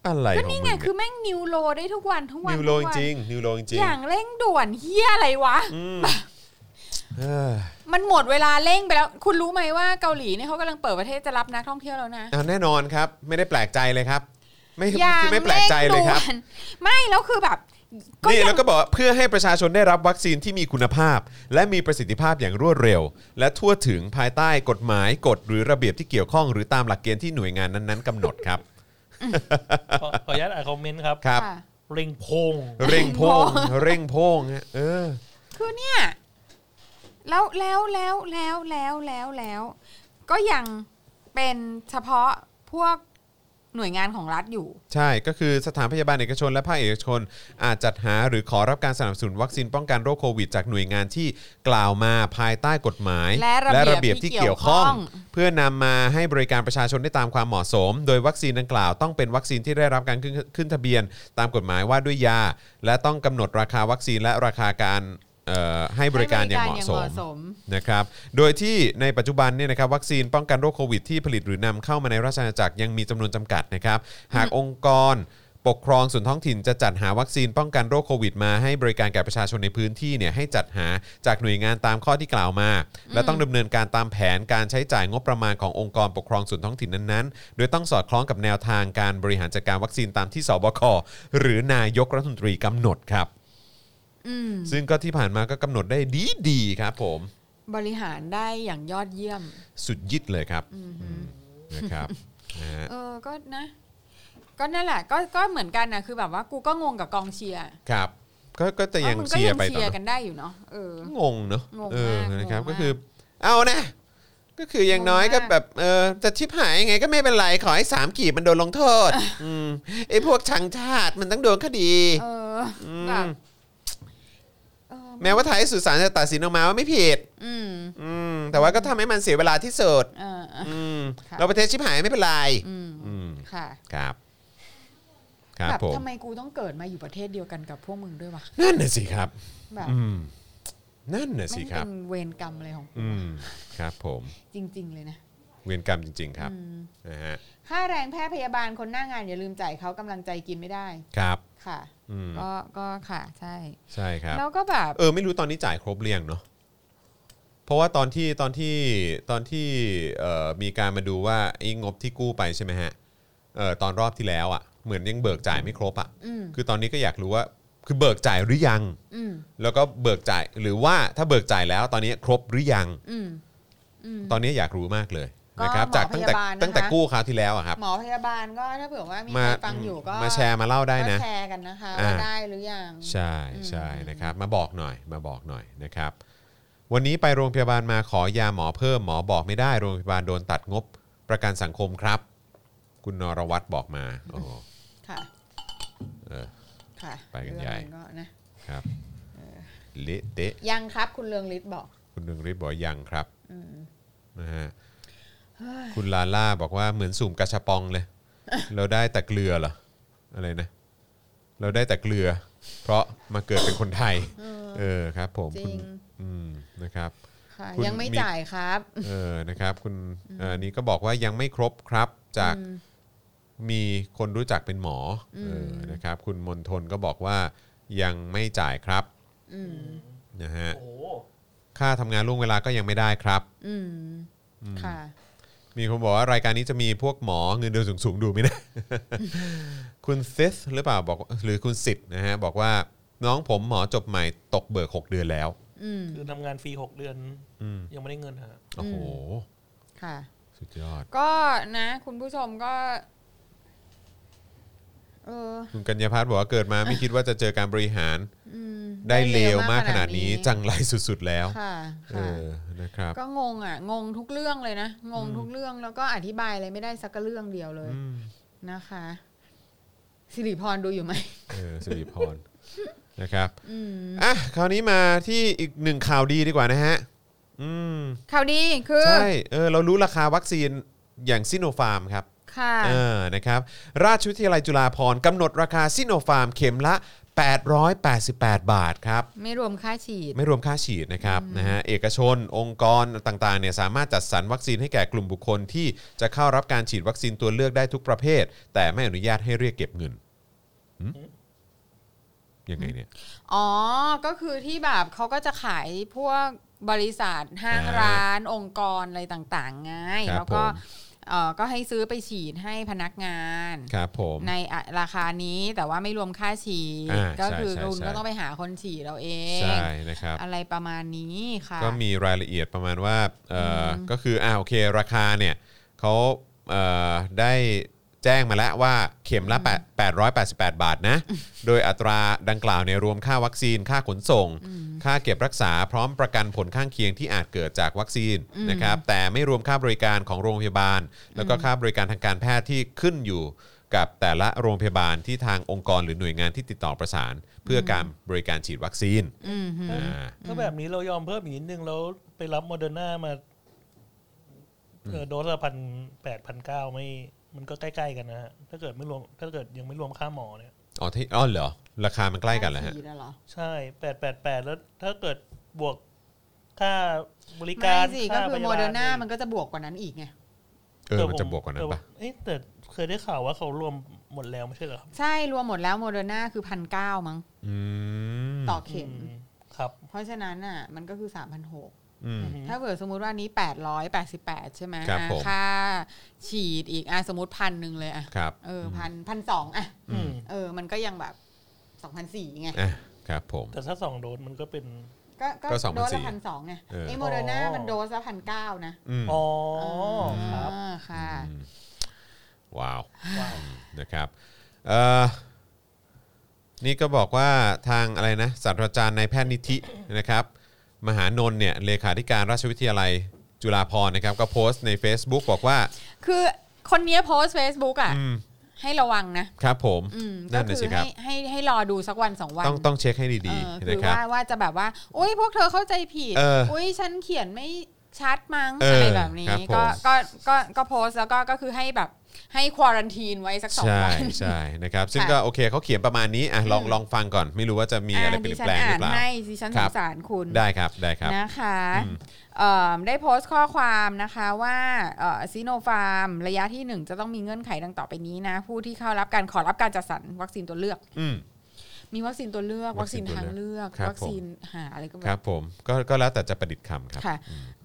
B: อะไรข
C: ก็
B: องมึ
C: นี่
B: ง
C: ไง
B: เนี่ย
C: คือแม่งนิวโลได้ทุกวันทุกวัน
B: นิวโร
C: ทุกวัน
B: จริงนิวโรจริง
C: อย่างเร่งด่วนเฮียอะไรวะ
B: อืมเอ้อ
C: มันหมดเวลาเร่งไปแล้ว คุณรู้ไหมว่าเกาหลีเนี่ยเขากำลังเปิดประเทศจะรับนักท่องเที่ยวแล้วนะ
B: อ่ะแน่นอนครับ ไม่ได้แปลกใจเลยครับ ไม่
C: อย่าง
B: คือไม่แปล
C: เร่
B: ก
C: ง
B: ใจเลย
C: ด่ว
B: ครับ
C: นไม่แล้วคือแบบ
B: นี่
C: ยัง
B: แล้วก็บอกว่าเพื่อให้ประชาชนได้รับวัคซีนที่มีคุณภาพ และมีประสิทธิภาพอย่างรวดเร็ว และทั่วถึงภายใต้กฎหมายกฎหรือระเบียบที่เกี่ยวข้อง หรือตามหลักเกณฑ์ที่หน่วยงานนั้นๆกำหนดครับ
D: ขอขออนุญาตอ่านคอมเมนต์ครับ
B: ครับ
C: ค่ะ
D: เร่งโพง
B: เร่งโพงเร่งโพงฮะเออ
C: คือเนี่ยแล้วแล้วแล้วแล้วแล้วแล้วแล้ว ก็ยังเป็นเฉพาะพวกหน่วยงานของรัฐอยู่
B: ใช่ก็คือสถานพยาบาลเอกชนและภาคเอกชน อาจจัดหาหรือขอรับการสนับสนุนวัคซีนป้องกันโรคโควิด จากหน่วยงานที่กล่าวมาภายใต้กฎหมาย
C: และระเบียบที่เกี่ยวข้อง
B: เพื่อนำมาให้บริการประชาชนได้ตามความเหมาะสม โดยวัคซีนดังกล่าวต้องเป็นวัคซีนที่ได้รับการขึ้นขึ้นทะเบียน ตามกฎหมายว่าด้วยยา และต้องกำหนดราคาวัคซีนและราคาการเอ่อให้บริการอย่างเหมาะ
C: ให้บ
B: ส
C: ริกร
B: ม นะครับ โดยที่ในปัจจุบันเนี่ยนะครับวัคซีนป้องกันโรคโควิดที่ผลิตหรือนำเข้ามาในราชอาณาจักรยังมีจำนวนจำกัดนะครับ หากองค์กรปกครองส่วนท้องถิ่นจะจัดหาวัคซีนป้องกันโรคโควิดมาให้บริการแก่ประชาชนในพื้นที่เนี่ยให้จัดหาจากหน่วยงานตามข้อที่กล่าวมา และต้องดำเนินการตามแผนการใช้จ่ายงบประมาณขององค์กรปกครองส่วนท้องถิ่นนั้นๆ โดยต้องสอดคล้องกับแนวทางการบริหารจัดการวัคซีนตามที่สบคหรือนายกรัฐมนตรีกำหนดครับ
C: อืม
B: ซึ่งก็ที่ผ่านมาก็กำหนดได้ดีๆครับผม
C: บริหารได้อย่างยอดเยี่ยม
B: สุดยิดเลยครับนะครับ นะฮะ
C: เออก็นะ ก็นั่นแหละก็ก็เหมือนกันนะคือแบบว่ากูก็งงกับกองเชียร์
B: ครับ ก็ก็จะยัง
C: ว่ามึก็
B: เชีย
C: ยั
B: ร์ไป
C: เชี
B: ต่
C: ย
B: อ
C: ร์กันได้อยู่เนอะเออ
B: งงเนอะ
C: งงมาก
B: เออนะครับ
C: งงมาก
B: ก็คือ เอานะก็คืออย่างน้อย
C: งงมาก
B: ก็แบบเออจะชิบหายยังไงก็ไม่เป็นไร ขอให้สามกีบมันโดนลงโทษ อืมไอ้พวกชังชาติมันต้องโดนคดี
C: เออแบบเออ
B: แม้ว่าท้ายสุดศาลจะตัดสินออกมาว่าไม่ผิด
C: อืม
B: อืมแต่ว่าก็ทำให้มันเสียเวลาที่สุด
C: เออ
B: อืม
C: ค่ะ
B: เราประเทศชิบหายไม่เป็นไร
C: อืม
B: อืม
C: ค่ะ
B: ครับ ครับ
C: แบบ
B: ผม
C: ทำไมกูต้องเกิดมาอยู่ประเทศเดียวกันกับพวกมึงด้วยวะ
B: นั่นน่ะสิครับ
C: แบบ
B: อืมนั่นน่ะสิ
C: แม่ง
B: ครับ
C: เป็นเวรกรรมอะไรของกู
B: อืมครับผม
C: จริง ๆ เลยนะ
B: เวรกรรมจริง ๆ ครับ
C: อืม
B: นะฮะ
C: ค่าแรงแพทย์พยาบาลคนหน้างานอย่าลืมจ่ายเขากำลังใจกินไม่ได้
B: ครับ
C: ค่ะ
B: อืม
C: ก็ก็ค่ะใช่
B: ใช่ครับ
C: แล้วก็แบบ
B: เออไม่รู้ตอนนี้จ่ายครบเรียงเนาะเพราะว่าตอนที่ตอนที่ตอนที่เอ่อมีการมาดูว่าไอ้งบที่กู้ไปใช่ไหมฮะเอ่อตอนรอบที่แล้วอะ่ะ เหมือนยังเบิกจ่ายไม่ครบอ่ะ
C: อืม
B: คือตอนนี้ก็อยากรู้ว่าคือเบิกจ่ายหรือยัง
C: อืม
B: แล้วก็เบิกจ่ายหรือว่าถ้าเบิกจ่ายแล้วตอนนี้ครบหรือยัง
C: อืมอืม
B: ตอนนี้อยากรู้มากเลย
C: ก็
B: นะครับ
C: หมอ
B: จากตั้งแต่
C: พยาบาลนะคะ
B: ตั้งแต่กู้คราวที่แล้วอะครับ
C: หมอพยาบาลก็ถ้าเผื่อว่ามี
B: มา
C: ใครฟังอยู่ก็
B: มาแชร์มาเล่าได้นะ
C: ก็แชร์กันนะคะ
B: อ่า
C: ว่าได้หรือยัง
B: ใช่ใช่
C: อืม
B: นะครับ มาบอกหน่อยมาบอกหน่อยนะครับ วันนี้ไปโรงพยาบาลมาขอยาหมอเพิ่มหมอบอกไม่ได้โรงพยาบาลโดนตัดงบประกันสังคมครับ คุณนรวัตรบอกมาโอ้โห
C: ค่ะ
B: เออ
C: ค่ะ
B: ไปกันใหญ่
C: เรื่องมัก็นะครับ
B: เละเตะ
C: ยังครับคุณเลืองฤทธิ์บอก
B: คุณหนึ่งรีบบอกว่ายังครับ
C: อืม
B: นะฮะ
C: เฮ้ย
B: คุณลาล่าบอกว่าเหมือนสุ่มกระชบปองเลย เราได้แต่เกลือเหรออะไรนะ เราได้แต่เกลือ เพราะมาเกิดเป็นคนไทย
C: เออ
B: เออครับ ผม
C: จ
B: คุ
C: ริ
B: ณ
C: ง
B: อืมนะครับ
C: ค่ะ
B: คุณ
C: ยังไม่
B: มี
C: จ่ายครับ
B: เออ นะครับคุณเอ่ออันนี้ก็บอกว่ายังไม่ครบครับ จาก
C: อืม
B: มีคนรู้จักเป็นหมออ
C: ม
B: เออ นะครับ คุณมนทนก็บอกว่ายังไม่จ่ายครับ
C: อืม
B: นะฮะ
D: โอ้โห
B: ค่าทำงานล่วงเวลาก็ยังไม่ได้ครับ
C: อืมค่ะ
B: มีคนบอกว่ารายการนี้จะมีพวกหมอเงินเดือนสูงๆ ดูไหมนะ คุณซิสหรือเปล่าบอกหรือคุณสิทธ์นะฮะ บอกว่าน้องผมหมอจบใหม่ตกเบิก 6 เดือนแล้ว
C: อืม
D: คือทำงานฟรีหกเดือน
B: อืม
D: ยังไม่ได้เงินฮะ
B: โอ้โห
C: ค่ะ
B: สุดยอด
C: ก็นะ คุณผู้ชมก็ เออ
B: คุณกัญญาพัฒน์บอกว่าเกิดมาไม่คิดว่าจะเจอการบริหาร
C: อืม
B: ได้เลวมากขนาดนี้จังไรสุดๆแล้ว
C: ค่ะ
B: เอ
C: ค่ะ
B: อ นะครับ
C: ก็งงอ่ะ งงทุกเรื่องเลยนะ งง
B: อืม
C: ทุกเรื่องแล้วก็อธิบายอะไรไม่ได้สักเรื่องเดียวเลย
B: อืม
C: นะคะสิริพรดูอยู่ไหม
B: เออสิริพร นะครับ
C: อืม
B: อ่ะ คราวนี้มาที่อีกหนึ่งข่าวดีดีกว่านะฮะ อืม
C: ข่าวดีคือ
B: ใช่ เออ เรารู้ราคาวัคซีนอย่างซิโนฟาร์มครับ
C: ค่ะ
B: เออ นะครับ ราชวิทยาลัยจุฬาภรณ์กำหนดราคาซิโนฟาร์มเข็มละ 888 บาทครับ
C: ไม่รวมค่าฉีด
B: ไม่รวมค่าฉีดนะครับนะฮะเอกชน องค์กรต่างๆเนี่ยสามารถจัดสรรวัคซีนให้แก่กลุ่มบุคคลที่จะเข้ารับการฉีดวัคซีนตัวเลือกได้ทุกประเภท แต่ไม่อนุญาตให้เรียกเก็บเงินหืมยังไงเนี่ย
C: อ๋อ ก็คือที่แบบเขาก็จะขายพวกบริษัทห้าง
B: อ่า
C: ร้าน องค์กรอะไรต่างๆไง
B: ครับ
C: แล้วก็
B: ผม
C: เออก็ให้ซื้อไปฉีดให้พนักงาน
B: ครับผม
C: ในอ่ะราคานี้แต่ว่าไม่รวมค่าฉีด
B: อ่า
C: ก็
B: ใช่
C: คือ
B: ใช่
C: คุณ
B: ใช่
C: ก็ต้องไปหาคนฉีดเราเอง
B: ใช่นะครับ
C: อะไรประมาณนี้ค่ะ
B: ก็มีรายละเอียดประมาณว่าเอ่ออก็คืออ่าโอเค ราคาเนี่ยเขาเอ่อได้แจ้งมาแล้วว่าเข็มละ8 888 บาทนะ โดยอัตราดังกล่าวเนี่ยรวมค่าวัคซีน ค่าขนส่ง ค่าเก็บรักษาพร้อมประกันผลข้างเคียงที่อาจเกิดจากวัคซีนนะครับ แต่ไม่รวมค่าบริการของโรงพยาบาล แล้วก็ค่าบริการทางการแพทย์ที่ขึ้นอยู่กับแต่ละโรงพยาบาลที่ทางองค์กรหรือหน่วยงานที่ติดต่อประสาน เพื่อการบริการฉีดวัคซีน
C: อืมฮึ
B: อ่า
D: ถ้าแบบนี้เรายอมเพิ่มอีกนิดนึงแล้วไปรับโมเดอร์นามาเอ่อโดสละพันแปดพันเก้าไม่ มันก็ใกล้ๆกันนะฮะ ถ้าเกิดไม่รวม ถ้าเกิดยังไม่รวมค่าหมอเนี่ย
B: อ๋อที่อ๋อเหรอ ราคามันใกล้กันเหรอฮะ
C: ฉีดอะเหรอ
D: ใช่แปดแปดแปดแล้วถ้าเกิดบวกค่าบริกา
C: ไม่
D: ร
C: สิก็
D: ค่า
C: คือ
D: พยา
C: โม
D: บาล
C: เดอร์นามันก็จะบวกกว่านั้นอีกไง
B: เออ มันจะบวกกว่านั้นปะ
D: เอ๊ะแต่เคยได้ข่าวว่าเขารวมหมดแล้วไม่ใช่เหรอครับ
C: ใช่รวมหมดแล้วโมเดอร์นาคือพันเก้ามั้ง
B: อืม
C: ต่อเข็ม
D: อืมครับ
C: เพราะฉะนั้นอ่ะมันก็คือ3 0 0
B: อืม
C: ถ้าเผื่อสมมุติว่านี้ 888 ใช่ไหม
B: ครับ
C: อ่ะ
B: ผม
C: ค่าฉีดอีกอ่ะสมมติพันหนึ่งเลยอ่ะ
B: ครับ
C: เออพันพันสองอ่ะ
D: อืม
C: เออมันก็ยังแบบสองพันสี่ไง
B: อ่ะ ครับผม
D: แต่ถ้าสองโดสมันก็เป็น
C: ก็
B: ก็
C: ก็
B: 2,400
C: โดสละพันสองไง
B: เออ
C: ไอ้โมเดอร์นา
D: อ๋อ
C: มันโดสละพันเก้านะ
B: อืม
D: อ๋อ
C: อ๋
D: ครับ
C: ค่ะ
B: มว้าว นะครับ เอ่อนี่ก็บอกว่าทางอะไรนะศาสตราจารย์นายแพทย์นิธินะครับ มหานนท์เนี่ยเลขาธิการราชวิทยาลัยจุฬาภรณ์นะครับก็โพสต์ใน Facebook บอกว่า
C: คือคนเนี้ยโพสต์ Facebook อ่ะ
B: อืม
C: ให้ระวังนะครับ
B: ผม
C: อืมก็
B: นั่นน่ะ
C: คื
B: สิ
C: อ
B: ครั
C: ให้
B: บ
C: ให้ให้รอดูสักวันสองวัน
B: ต้องต้องเช็คให้ดี
C: เออ
B: ๆ
C: คื
B: นะ
C: อ
B: ครับ
C: ว่าว่าจะแบบว่าอุ้ยพวกเธอเข้าใจผิด
B: เอออุ้
C: อุ้ยฉันเขียนไม่ชัดมั้ง
B: เอออ
C: อะไรแบบนี้
B: ครับผม
C: ก็ก็ก็ก็โพสต์แล้วก็ก็คือให้แบบให้ควอรันทีนไว้สักสอง
B: ใช่
C: วัน
B: ใช่นะครับ ซึ่ง
C: ค่ะ
B: ก็โอเคเขาเขียนประมาณนี้อ่ะลอง
C: อืม
B: ลองฟังก่อน ไม่รู้ว่าจะมีอะไร
C: อ่ะ
B: เปลี่ยน
C: ดิฉั
B: แปลงหรือ
C: อ่าน
B: เปล่า
C: ให้ดิฉัน
B: ค
C: ส
B: รับ
C: งสารคุณ
B: ได้ครับได้ครับ
C: นะคะ
B: อืม
C: เอ่อได้โพสต์ข้อความนะคะว่าซีโนฟาร์มระยะทีหนึ่1 จะต้องมีเงื่อนไขดังต่อไปนี้นะ ผู้ที่เข้ารับการขอรับการจัดสรรวัคซีนตัวเลือก
B: อืม
C: มีวัคซีนตัวเลือก
B: วั
C: วั
B: ค
C: ค
B: ซี
C: ซี
B: น
C: น
B: ตัว
C: ทาง
B: เลื
C: เลื
B: อ
C: อก ก
B: ครับ
C: วัคซีนหาอะไรก็
B: ครับผมก็ก็แล้วแต่จะประดิษฐ์คำครับ
C: ค่ะ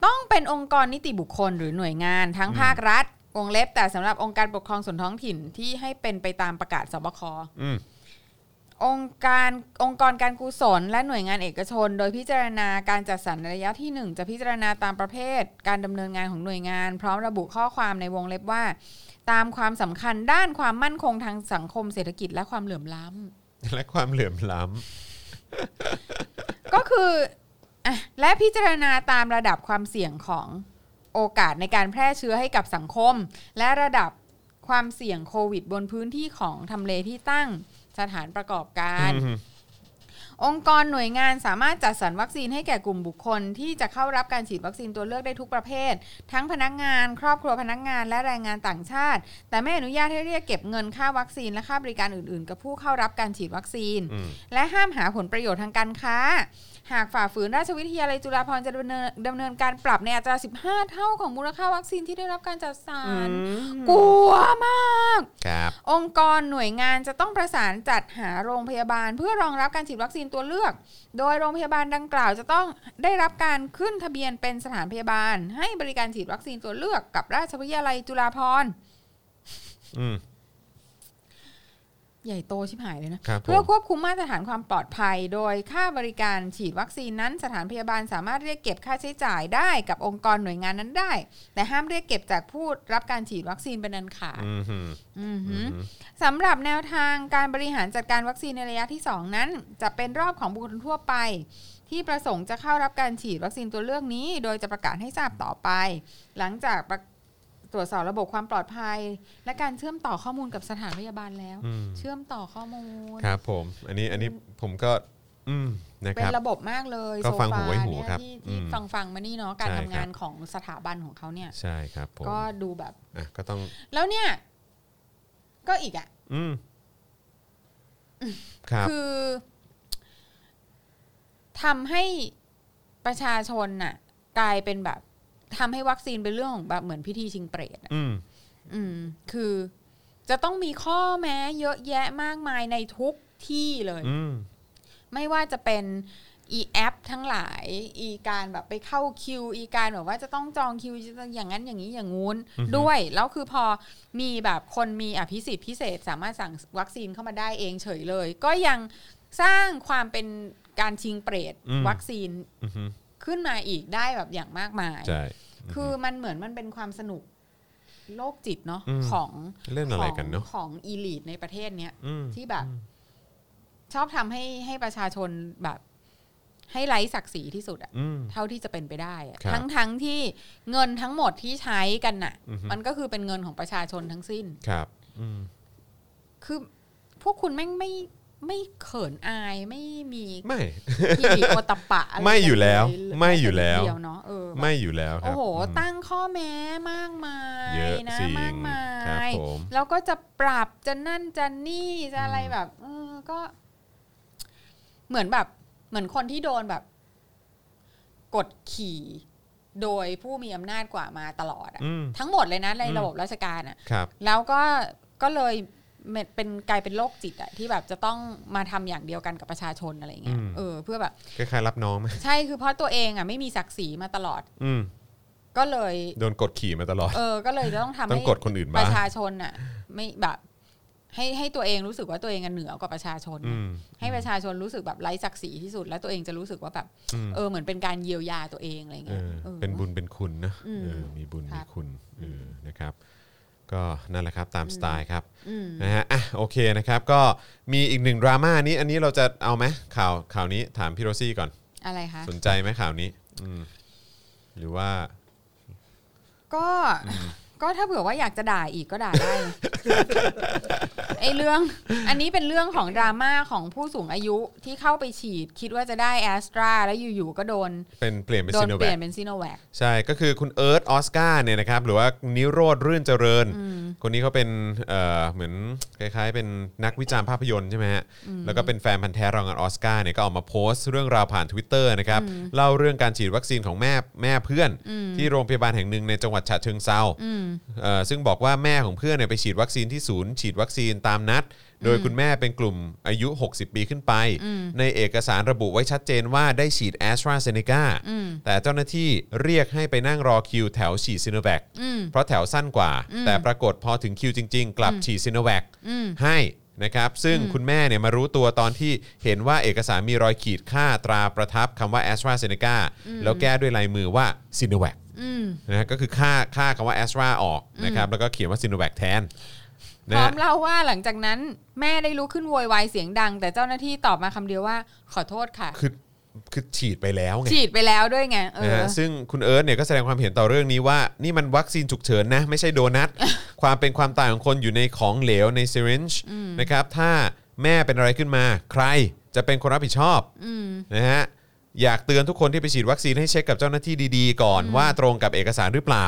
C: ต้องเป็นองค์กรนิติบุคคลหรือหน่วยงานทั้งภาครัฐวงเล็บแต่สำหรับองค์การปกครองส่วนท้องถิ่นที่ให้เป็นไปตามประกาศสบค
B: อืม
C: องค์การองค์กรการกุศลและหน่วยงานเอกชน โดยพิจารณาการจัดสรรระยะที่หนึ่งจะพิจารณาตามประเภท การดำเนินงานของหน่วยงาน พร้อมระบุข้อความในวงเล็บว่า ตามความสำคัญด้านความมั่นคงทางสังคมเศรษฐกิจและความเหลื่อมล้ำ
B: และความเหลื่อมล้
C: ก็คืออ่ะและพิจารณาตามระดับความเสี่ยงของโอกาสในการแพร่เชื้อให้กับสังคม และระดับความเสี่ยงโควิด บนพื้นที่ของทำเลที่ตั้งสถานประกอบการ
B: ำอืม
C: องค์กรหน่วยงานสามารถจัดสรรวัคซีนให้แก่กลุ่มบุคคล ที่จะเข้ารับการฉีดวัคซีนตัวเลือกได้ทุกประเภท ทั้งพนักงาน ครอบครัวพนักงานและแรงงานต่างชาติ แต่ไม่อนุญาตให้เรียกเก็บเงินค่าวัคซีนและค่าบริการอื่นๆ กับผู้เข้ารับการฉีดวัคซีน
B: อืม
C: และห้ามหาผลประโยชน์ทางการค้า หากฝ่าฝืนราชวิทยาลัยจุฬาภรณ์จะดำเนินดำเนินการปรับในอัตรา 15 เท่าของมูลค่าวัคซีนที่ได้รับการจัดสรรกลัวมาก
B: ครับ
C: องค์กรหน่วยงานจะต้องประสานจัดหาโรงพยาบาล เพื่อรองรับการฉีดวัคซีนตัวเลือก โดยโรงพยาบาลดังกล่าวจะต้องได้รับการขึ้นทะเบียนเป็นสถานพยาบาล ให้บริการฉีดวัคซีนตัวเลือกกับราชวิทยาลัยจุฬาภรณ์
B: อืม
C: ใหญ่โตชิบหายเลยนะ
B: ครับผม
C: เพื่อควบคุมมาตรฐานความปลอดภัย โดยค่าบริการฉีดวัคซีนนั้น สถานพยาบาลสามารถเรียกเก็บค่าใช้จ่ายได้กับองค์กรหน่วยงานนั้นได้ แต่ห้ามเรียกเก็บจากผู้รับการฉีดวัคซีนเป็นอันขาด
B: อืมอืม
C: อือหือสำหรับแนวทางการบริหารจัดการวัคซีนในระยะที่ 2 นั้น จะเป็นรอบของบุคคลทั่วไป ที่ประสงค์จะเข้ารับการฉีดวัคซีนตัวเลือกนี้ โดยจะประกาศให้ทราบต่อไป หลังจากประตรวจสอบระบบความปลอดภัย และการเชื่อมต่อข้อมูลกับสถานพยาบาลแล้ว
B: อืม
C: เชื่อมต่อข้อมูล
B: ครับผม อันนี้อันนี้ผมก็ อืมนะค
C: เป็น
B: รับ
C: ระบบมากเลย
B: ก็ฟัง
C: โซ
B: หู
C: ฟา
B: ไว้หู
C: เนี่ย
B: ครับ
C: ที่ที่
B: อืม
C: ฟังฟังมานี่เนาะการ
B: ใช่
C: ทำ
B: ครับ
C: งานของสถาบันของเขาเนี่ย
B: ใช่ครับผม
C: ก็ดูแบบ
B: อ่ะก็ต้อง
C: แล้วเนี่ย ก็อีกอ่ะ
B: อืมครับ
C: คือทำให้ประชาชนน่ะ กลายเป็นแบบทำให้วัคซีนเป็นเรื่องของแบบเหมือนพิธีชิงเปรตอะ
B: อืม
C: อืม คือจะต้องมีข้อแม้เยอะแยะมากมายในทุกที่เลย
B: อืม
C: ไม่ว่าจะเป็นอีแอปทั้งหลาย อีการแบบไปเข้าคิว อีการแบบว่าจะต้องจองคิวอย่างนั้นอย่างนี้อย่างงู้น
B: อือฮึ
C: ด้วย แล้วคือพอมีแบบคนมีอภิสิทธิ์พิเศษ สามารถสั่งวัคซีนเข้ามาได้เองเฉยเลย ก็ยังสร้างความเป็นการชิงเปรตวัคซีน
B: อืม
C: ขึ้นมาอีกได้แบบอย่างมากมาย
B: ใช่
C: คือมันเหมือนมันเป็นความสนุกโลกจิตเนาะ
B: อืม
C: ของ
B: เล่นอะไรกันเนาะ
C: ของของอีลีในประเทศเนี้ย
B: อืม
C: ที่แบบ
B: อืม
C: ชอบทำให้ให้ประชาชนแบบ ให้ไร้ศักดิ์ศรีที่สุดอะ
B: อืม
C: เท่าที่จะเป็นไปได้อะ
B: ครับ
C: ทั้งทั้งที่เงินทั้งหมดที่ใช้กันน่ะ
B: อือฮึ
C: มันก็คือเป็นเงินของประชาชนทั้งสิ้น
B: ครับ อืม
C: คือพวกคุณแม่งไม่ไม่เขินอายไม่ มี
B: ไม่
C: ทีริโอตตะปะะร
B: ไม่อยู่แล้ว
C: กันเ
B: ไม่อยู่แล้ว
C: เดียวเนาะเออแบบ
B: ไม่อยู่แล้วครั
C: โอ้
B: บ
C: โห
B: ม
C: ตั้งข้อแม้มากมาย
B: เยอะ
C: นะ
B: จริง
C: มากมา
B: ครับ
C: ย
B: ผม
C: แล้วก็จะปรับจะนั่นจะนี่จะอะไรแบบเออก็ เหมือนแบบ เหมือนคนที่โดนแบบ กดขี่ โดยผู้มีอำนาจกว่ามาตลอดอะ
B: อืม
C: ทั้งหมดเลยนะใน
B: อืม
C: ระบบราชการอะ
B: ครับ
C: แล้วก็ก็เลยเป็นเป็นกลายเป็นโรคจิตอะที่แบบจะต้องมาทำอย่างเดียวกันกับประชาชนอะไรเงี้ย
B: อืม
C: เออเพื่อแบบ
B: คล้ายๆรับน้องไหม
C: ใช่คือเพราะตัวเองอะไม่มีศักดิ์ศรีมาตลอด
B: อืม
C: ก็เลย
B: โดนกดขี่มาตลอด
C: เออ ก็เลยจะต้องทำ
B: ต้อง
C: ให้
B: กดคนอื่น
C: ป
B: บ้าง
C: ระชาชนน่ะ ไม่แบบ ให้ให้ตัวเองรู้สึกว่าตัวเองอะเหนือกว่าประชาชน
B: อื
C: น่ะ
B: ม
C: ให้ประชาชนรู้สึกแบบไร้ศักดิ์ศรีที่สุด แล้วตัวเองจะรู้สึกว่าแบบ
B: อืม
C: เออเหมือนเป็นการเยียวยาตัวเองอะไร
B: เอ
C: เงี้ย
B: อ
C: ออ
B: เป็นบุญเป็นคุณนะ
C: อืม
B: เออมีบุญ
C: ครั
B: มี
C: บ
B: คุณเออนะครับ ก็นั่นแหละครับตามสไตล์ครับ
C: อืม
B: นะฮะอ่ะโอเคนะครับก็มีอีกหนึ่งดราม่านี้อันนี้เราจะเอาไหมข่าวข่าวนี้ถามพี่โรซี่ก่อน
C: อะไรคะ
B: สนใจไหมข่าวนี้อืมหรือว่า
C: ก็ ก็ถ้าเผื่อว่าอยากจะด่าอีกก็ด่าได้ ไอเรื่อง อันนี้เป็นเรื่องของดราม่าของผู้สูงอายุที่เข้าไปฉีด คิดว่าจะได้แอสตราแล้วอยู่ๆก็โดน
B: เป็นเปลี่ยนเป็น
C: โด
B: ซี
C: น
B: โน
C: เป
B: แว
C: ลี่ย
B: คน
C: เป็นซีโนแวค
B: ใช่ก็คือคุณเอิร์ธออสการ์เนี่ยนะครับ หรือว่านิโรธรื่นเจริญ คนนี้เขาเป็นเอ่อเหมือนคล้ายๆ เป็นนักวิจารณ์ภาพยนตร์ใช่ไหมฮะแล้วก็เป็นแฟนพันธ์แท้รางวัลออสการ์เนี่ยก็ออกมาโพสต์เรื่องราวผ่าน Twitter นะครับ เล่าเรื่องการฉีดวัคซีนของแม่แม่เพื่อน ที่โรงพยาบาลแห่งหนึ่งในจังหวัดฉะเชิงเซา เอ่อซึ่งบอกว่าแม่ของเพื่อนเนี่ยไปฉีดวัคซีนที่ศูนย์ฉีดวัคซีนตามนัด โดยคุณแม่เป็นกลุ่มอายุ 60 ปีขึ้นไป ในเอกสารระบุไว้ชัดเจนว่าได้ฉีดแอสตราเซเนกาแต่เจ้าหน้าที่เรียกให้ไปนั่งรอคิวแถวฉีดซิโนแวคเพราะแถวสั้นกว่า แต่ปรากฏพอถึงคิวจริง ๆ กลับฉีดซิโนแวคให้นะครับซึ่งคุณแม่เนี่ยมารู้ตัวตอนที่เห็นว่าเอกสารมีรอยขีดค่าตราประทับคำว่าแอสตราเซเนกาแล้วแก้ด้วยลายมือว่าซิโนแวค นะฮะก็คือค่าค่าคำว่าแอสตราออกนะครับแล้วก็เขียนว่าซิโนแวคแทน
C: พ
B: นะ
C: ร้อ
B: ฮะ
C: มเล่าว่าหลังจากนั้นแม่ได้ลุกขึ้นโวยวายเสียงดัง แต่เจ้าหน้าที่ตอบมาคำเดียวว่าขอโทษ ค่ะ
B: คือคือฉีดไปแล้วไง
C: ฉีดไปแล้วด้วยไงเอ
B: นะ
C: อ
B: ฮะซึ่งคุณเอิร์ธเนี่ยก็แสดงความเห็นต่อเรื่องนี้ว่า นี่มันวัคซีนฉุกเฉินนะ ไม่ใช่โด นัท ความเป็นความตายของคนอยู่ในของเหลวในซีรินจ์นะครับถ้าแม่เป็นอะไรขึ้นมา ใครจะเป็นคนรับผิดชอบนะฮะอยากเตือนทุกคนที่ไปฉีดวัคซีนให้เช็คกับเจ้าหน้าที่ดีๆ ก่อนว่าตรงกับเอกสารหรือเปล่า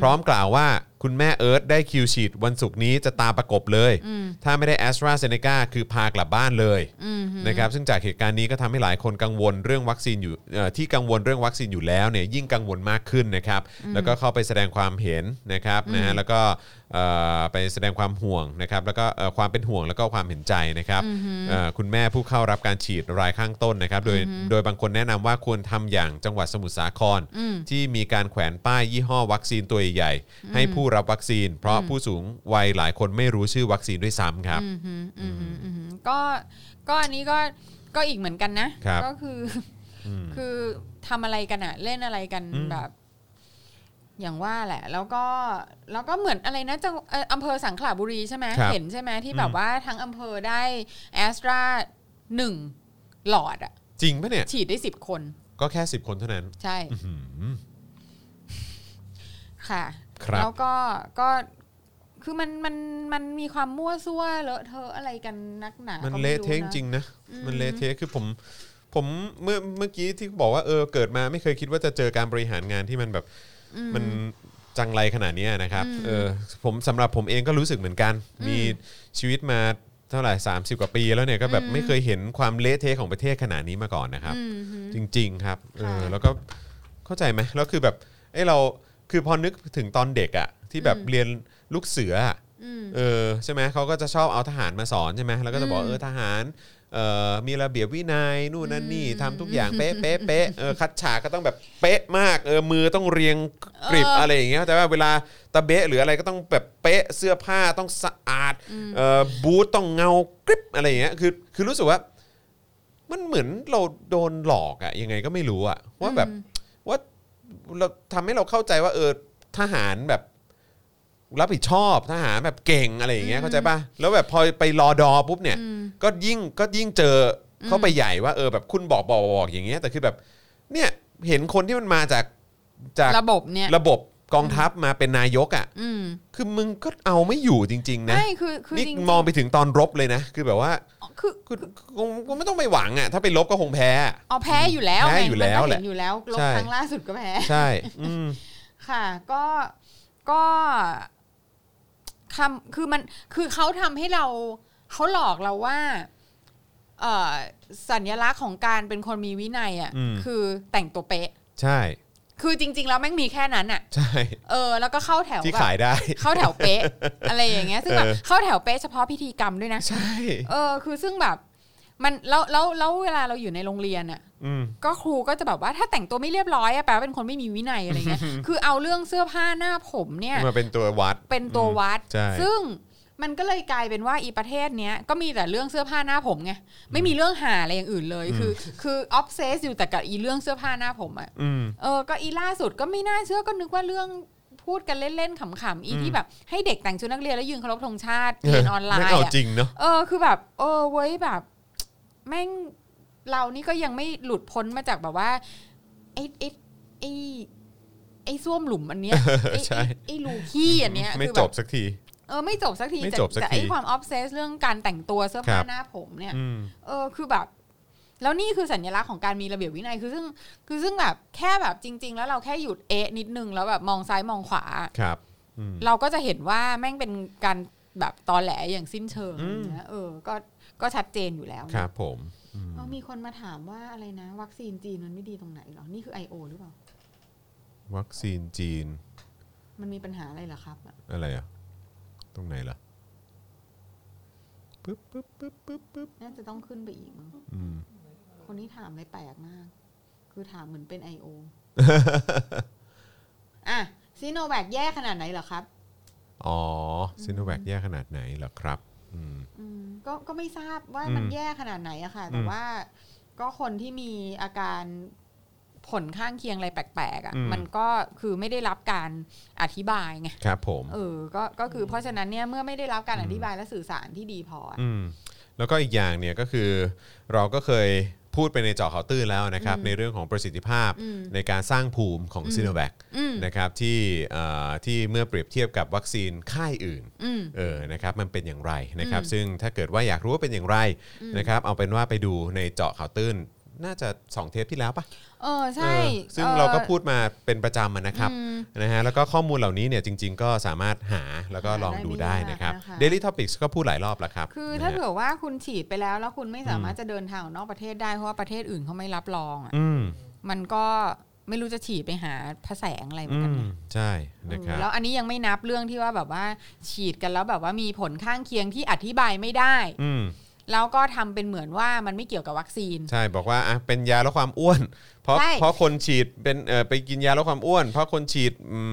B: พร้อมกล่าวว่าคุณแม่เอิร์ธได้คิวฉีดวันศุกร์นี้จะตามประกบเลย ถ้าไม่ได้แอสตราเซเนกาคือพากลับบ้านเลยนะครับซึ่งจากเหตุการณ์นี้ก็ทำให้หลายคนกังวลเรื่องวัคซีนอยู่เอ่อที่กังวลเรื่องวัคซีนอยู่แล้วเนี่ยยิ่งกังวลมากขึ้นนะครับแล้วก็เข้าไปแสดงความเห็นนะครับนะฮะแล้วก็เอ่อไปแสดงความห่วงนะครับแล้วก็เอ่อความเป็นห่วงแล้วก็ความเห็นใจนะครับเอ่อคุณแม่ผู้เข้ารับการฉีดรายข้างต้นนะครับโดยโดยบางคนแนะนำว่าควรทำอย่างจังหวัดสมุทรสาคร ที่มีการแขวนป้ายยี่ห้อวัคซีนตัวใหญ่ๆให้ผู้รับวัคซีน เพราะผู้สูงวัยหลายคนไม่รู้ชื่อวัคซีนด้วยซ้ำครับ
C: อืมฮึอืมฮึอืมฮึก็ก็อันนี้ก็ก็อีกเหมือนกันนะ
B: ครับ
C: ก็คืออคือทำอะไรกันอะเล่นอะไรกัน
B: อืม
C: แบบ อย่างว่าแหละ แล้วก็แล้วก็เหมือนอะไรนะจังเอ่ออำเภอสังขละบุรีใช่ไหม
B: ครับ
C: เห็นใช่ไหมที่แบบ
B: อืม
C: ว่าทั้งอำเภอได้แอสตราหนึ่งหลอดอะ
B: จริงปะเนี่ย
C: ฉีดได้สิบคน
B: ก็แค่ 10 คนเท่านั้น
C: ใช่
B: อื้อหือ
C: ค่ะ
B: ครับ
C: แล้วก็ก็ คือมันมันมันมีความมั่วซั่วเลอะเทอะอะไรกันนักหนา
B: มัน
C: ก็ไ
B: เละเทะจ
C: น
B: ริงๆนะ
C: อืม
B: มันเละเทะคือผมผมเมื่อเมื่อกี้ที่บอกว่าเออเกิดมาไม่เคยคิดว่าจะเจอการบริหารงานที่มันแบบ
C: อืม
B: มันจังไรขนาดเนี้ยนะครับ
C: อืม
B: เออผมสำหรับผมเองก็รู้สึกเหมือนกัน
C: อืม
B: มีชีวิตมาเท่าไหร่ 30 กว่าปีแล้วเนี่ยก็แบบ
C: อืม
B: ไม่เคยเห็นความเละเทะของประเทศขนาดนี้มาก่อนนะครับ
C: อืมฮึ
B: จริง ๆ ครับเออ
C: ค่ะ
B: แล้วก็เข้าใจไหมแล้วคือแบบไอ้ยเราคือพอนึกถึงตอนเด็กอะที่แบบเรียนลูกเสืออะ
C: อืม
B: เออใช่ไหมเขาก็จะชอบเอาทหารมาสอนใช่ไหมแล้วก็จะบอก
C: อืม
B: เออทหารเอ่อมีระเบียบวินัยนู่นนั่นนี่
C: อืม
B: ทำทุกอย่างเป๊ะเป๊ะเป๊ะเออคัดฉากก็ต้องแบบเป๊ะมากเออมือต้องเรียงกริบ
C: เอออ
B: อะไรอย่างเงี้ยแต่ว่าเวลาตะเบะหรืออะไรก็ต้องแบบเป๊ะเสื้อผ้าต้องสะอาดเอ่อบูทต้องเงากริบอะไรอย่างเงี้ยคือคือรู้สึกว่า มันเหมือนเราโดนหลอกอะยังไงก็ไม่รู้อะว่าแบบ
C: อืม
B: ว่าเราทำให้เราเข้าใจว่าเออทหารแบบ รับผิดชอบทหารแบบเก่งอะไรอย่างเงี้ยเข้าใจป่ะแล้วแบบพอไปรอดอปุ๊บเนี่ย
C: อืม
B: ก็ยิ่งก็ยิ่งเจอเข้าไปใหญ่ว่าเออแบบคุณบอกบอกบอกอย่างเงี้ยแต่คือแบบ เนี่ยเห็นคนที่มันมาจากจาก
C: ระบบเนี่ย
B: ระบบกองทัพมาเป็นนายกอ่ะ
C: อืม
B: คือมึงก็เอาไม่อยู่จริง ๆ นะ
C: ไม่คือคือ
B: นี่
C: จริงๆ
B: มองไปถึงตอนรบเลยนะ คือแบบว่า
C: คือ
B: กูกูกูไม่ต้องไปหวังอ่ะถ้าไปรบก็คงแพ้
C: เอาแพ้อยู่แล้ว
B: แพ้
C: ไง
B: อยู่แล้ว
C: มันก็
B: แห
C: เห็
B: ละ
C: นอยู่แล้วลบ
B: ใช่
C: ครั้งล่าสุดก็แพ้
B: ใช่อืม
C: ค่ะ ก็ก็คำคือมันคือเขาทำให้เราเขาหลอกเราว่า เอ่อสัญลักษณ์ของการเป็นคนมีวินัยอ่ะ
B: อืม
C: คือแต่งตัวเป๊ะ
B: ใช่
C: คือจริง ๆ แล้วแม่งมีแค่นั้นอ่ะ
B: ใช่
C: เออ แล้วก็เข้าแถว
B: ที่
C: แบบ
B: ขายได้
C: เข้าแถว เป๊ะ อะไรอย่างเงี้ย ซึ่งแบบ
B: เออ
C: เข้าแถวเป๊ะเฉพาะพิธีกรรมด้วยนะ
B: ใช่
C: เออคือซึ่งแบบมันแล้วแล้วแล้วเวลาเราอยู่ในโรงเรียนอ่ะ
B: อืม
C: ก็ครูก็จะแบบว่าถ้าแต่งตัวไม่เรียบร้อยอะแปลว่าเป็นคนไม่มีวินัยอะไรเงี้ย คือเอาเรื่องเสื้อผ้าหน้าผมเนี่ย
B: มาเป็นตัววัด
C: เป็นตัววัด
B: ใช่
C: ซึ่งมันก็เลยกลายเป็นว่าอีประเทศเนี้ยก็มีแต่เรื่องเสื้อผ้าหน้าผมไงไม่มีเรื่องหาอะไรอย่างอื่นเลย คือคือออฟเซสอยู่แต่กับอีเรื่องเสื้อผ้าหน้าผมอะ
B: อืม
C: เออก็อีล่าสุดก็ไม่น่าเชื่อก็นึกว่าเรื่อง พูดกันเล่นๆขำๆอีที่แบบ ให้เด็กแต่งชุดนักเรียนแล้วยืนเคารพธงชาติเรียนออนไล
B: ไม่
C: น์
B: เอา
C: อะ
B: จริงเนาะ
C: เออคือแบบ เออเว้ยแบบ แม่งเรานี่ก็ยังไม่หลุดพ้นมาจากแบบว่าไอ้ไอ้ไอ้ไอ้ส้วมหลุมอันเนี้ยไอ้
B: ใช่
C: ไอ้ไอ้รูขี้อันเนี้ย
B: ไม่
C: คือ
B: จ
C: แบบ
B: สักที
C: เออไม่จบสักที
B: ไม่
C: แต่
B: จบสัก
C: แต่
B: ที
C: ไอ้ความออฟเซสเรื่องการแต่งตัวเสื้อผ้า
B: ครับ
C: หน้าผมเนี่ย
B: อืม
C: เออคือแบบแล้วนี่คือสัญลักษณ์ของการมีระเบียบวินัยคือซึ่งคือซึ่งแบบแค่แบบจริง ๆ แล้วเราแค่หยุดเอะนิดนึงแล้วแบบมองซ้ายมองขวา
B: ครับอืม
C: เราก็จะเห็นว่าแม่งเป็นการแบบตอแหลอย่างสิ้นเชิง
B: อืม
C: นะเออก็ก็ชัดเจนอยู่แล้วนะครับ
B: ผมอืม
C: เออมีคนมาถามว่าอะไรนะ วัคซีนจีนมันไม่ดีตรงไหนเหรอ นี่คือ I.O. หรือเปล่า
B: วัคซีนจีน
C: มันมีปัญหาอะไรเหรอครับ
B: อะไรอ่ะ ตรงไหนล่ะปึ๊บปึ๊บปึ๊บปึ๊บปึ๊บ
C: น่าจะต้องขึ้นไปอีกมั้ง
B: อืม
C: คนที่ถามเลยแปลกมาก คือถามเหมือนเป็น I.O. อ่ะซีโนแวคแย่ขนาดไหนเหรอครับ
B: อ๋อซิโนแวคแย่ขนาดไหนเหรอครับอืม
C: อืมก็ก็ไม่ทราบว่า
B: อืม
C: มันแย่ขนาดไหนอะค่ะ แต่
B: อืม
C: ว่าก็คนที่มีอาการผลข้างเคียงอะไรแปลกๆอะ
B: อืม
C: มันก็คือไม่ได้รับการอธิบายไง
B: ครับผม
C: เออก็ก็คือเพราะฉะนั้นเนี่ยเมื่อไม่ได้รับการอธิบายและสื่อสารที่ดีพออะ
B: อืมแล้วก็อีกอย่างเนี่ยก็คือเราก็เคยพูดไปในเจอข่าวตื้นแล้วนะครับ
C: อืม
B: ในเรื่องของประสิทธิภาพ
C: อืม
B: ในการสร้างภูมิของซีโนแวค
C: อืม
B: นะครับที่เอ่อที่เมื่อเปรียบเทียบกับวัคซีนค่ายอื่น
C: อืม
B: เออนะครับมันเป็นอย่างไรนะครับ
C: อืม
B: ซึ่งถ้าเกิดว่าอยากรู้ว่าเป็นอย่างไร
C: อืม
B: นะครับเอาเป็นว่าไปดูในเจาะข่าวตื้น น่าจะ 2 เทปที่แล้วปะ
C: เออใช่
B: เออซึ่ง
C: อ่อ
B: เราก็พูดมาเป็นประจำอะนะครับ
C: อืม
B: นะฮะแล้วก็ข้อมูลเหล่านี้เนี่ยจริง ๆ ก็สามารถหาแล้วก็
C: หา
B: ลองดู
C: ได้
B: ได้
C: ไม่ยาก
B: นะครับ
C: นะคะ
B: Daily Topics ก็พูดหลายรอบแล้วครับ
C: คือ
B: นะฮะ
C: ถ้าเผื่อว่าคุณฉีดไปแล้ว แล้วคุณไม่สามารถจะเดินทางออกนอกประเทศได้เพราะว่าประเทศอื่นเขาไม่รับรองอะ
B: อืม
C: มันก็ไม่รู้จะฉีดไปหาพระแสงอะไรเหมือ
B: อื
C: นกัน
B: ม
C: นะ
B: ใช่นะครับ
C: แล้วอันนี้ยังไม่นับเรื่องที่ว่าแบบว่าฉีดกันแล้วแบบว่ามีผลข้างเคียงที่อธิบายไม่ได้
B: อืม
C: แล้วก็ทำเป็นเหมือนว่ามันไม่เกี่ยวกับวัคซีน
B: ใช่บอกว่าอ่ะเป็นยาลดความอ้วน เพราะ
C: ใช่
B: เพราะคนฉีดเป็นเอ่อไปกินยาลดความอ้วน เพราะคนฉีดอืม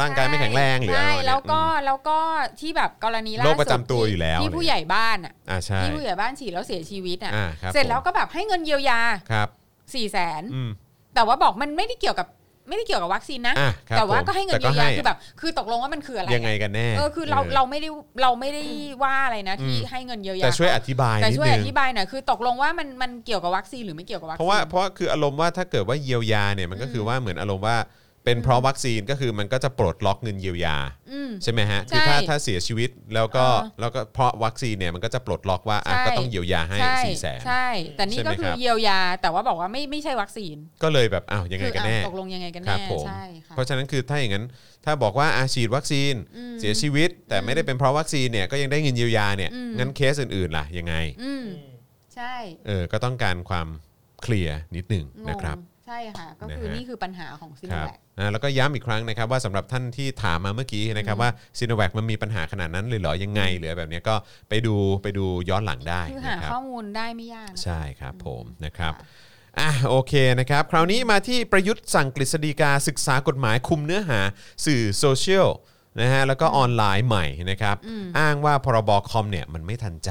B: ร่างกายไม่แข็งแรงหรืออะไรป
C: ใช่
B: ระมาณเนี้ย
C: แล้วก็แล้วก็ที่แบบกรณีล่าสุด
B: โรคประจำตัวอยู่แล้ว
C: ที่
B: เนี่ย
C: ผู้ใหญ่บ้านอ่ะ
B: อืมอ่าใช่
C: ที่ผู้ใหญ่บ้านฉีดแล้วเสียชีวิตอ่ะ
B: อ่าครับ
C: เสร็จแล้วก็แบบให้เงินเยียวยา
B: ผมครับ
C: 4ี่แสน
B: อืม
C: แต่ว่าบอกมันไม่ได้เกี่ยวกับไม่ได้เกี่ยวกับวัคซีนนะ
B: อ่ะครับ
C: แต่ว่า
B: ผม
C: ก็ให้เงิน
B: แต่
C: เยียวยา
B: ให้
C: คือแบบ คือตกลงว่ามันคืออะไร
B: ยังไงกันแน่
C: เออคือเราเราไม่ได้เราไม่ได้ว่าอะไรนะที่
B: อืม
C: ให้เงินเยียวยา
B: แต่ช่วยอธิบาย
C: แต่
B: นิด
C: ช่วย
B: นึ
C: อง ธิบายหน่อยคือตกลงว่ามันมันเกี่ยวกับวัคซีนหรือไม่เกี่ยวกับวัคซีน
B: เพราะว่าเพราะคืออารมณ์ว่าถ้าเกิดว่าเยียวยาเนี่ยมันก็คือว่าเหมือนอารมณ์ว่าเป็นเพราะวัคซีนก็คือมันก็จะปลดล็อกเงินเยียวยา
C: อืม
B: ใช่ไหมฮะ
C: ใช่
B: คือถ้าถ้าเสียชีวิตแล้วก็
C: เออ
B: แล้วก็เพราะวัคซีนเนี่ยมันก็จะปลดล็อกว่าอ่ะ
C: ใช่
B: ก็ต้องเยียวยาให้
C: ใช่
B: สี่แสน
C: ใช่ แต่นี่
B: ใช่ไหม
C: ก็คื
B: ครั
C: อบ เยียวยา แต่ว่าบอกว่าไม่ไม่ใช่วัคซีน
B: ก็เลยแบบอ้าวยังไงกันแน่
C: คืออ่ะตกลงยังไงกัน
B: ครั
C: แน่
B: บผม
C: ใช่ค่ะ
B: เพราะฉะนั้นคือถ้าอย่างนั้นถ้าบอกว่าอาฉีดวัคซีน
C: อืม
B: เสียชีวิต แต่ไม่ได้เป็นเพราะวัคซีนเนี่ยก็ยังได้เงินเยียวยาเนี่ย
C: อืม
B: งั้นเคสอื่นๆล่ะยังไง
C: อืม
D: อืม
C: ใช่
B: เออก็ต้องการความเคลียร์นิดหนึ่ง
C: ง
B: นะ
C: ง
B: ครับ
C: ใช่ค่ะ ก็คือ
B: นะฮะ
C: นี่คือปัญหาของซิโน
B: ครับ
C: แวค
B: อ่าแล้วก็ย้ำอีกครั้งนะครับว่าสำหรับท่านที่ถามมาเมื่อกี้นะครับว่าซีโนแวคมันมีปัญหาขนาดนั้นเลยเหรอยังไงหรือแบบเนี้ยก็ไปดูไปดูย้อนหลังได้
C: คือหา
B: นะครับ
C: ข้อมูลได้ไม่ยากนะคะ
B: ใช่ครับผมนะครับ
C: ะ
B: อ่ะโอเคนะครับคราวนี้มาที่ประยุทธ์สั่งกฤษฎีกาศึกษากฎหมายคุมเนื้อหาสื่อโซเชียลนะฮะแล้วก็ออนไลน์ใหม่นะครับอ้างว่าพรบคอมเนี่ยมันไม่ทันใจ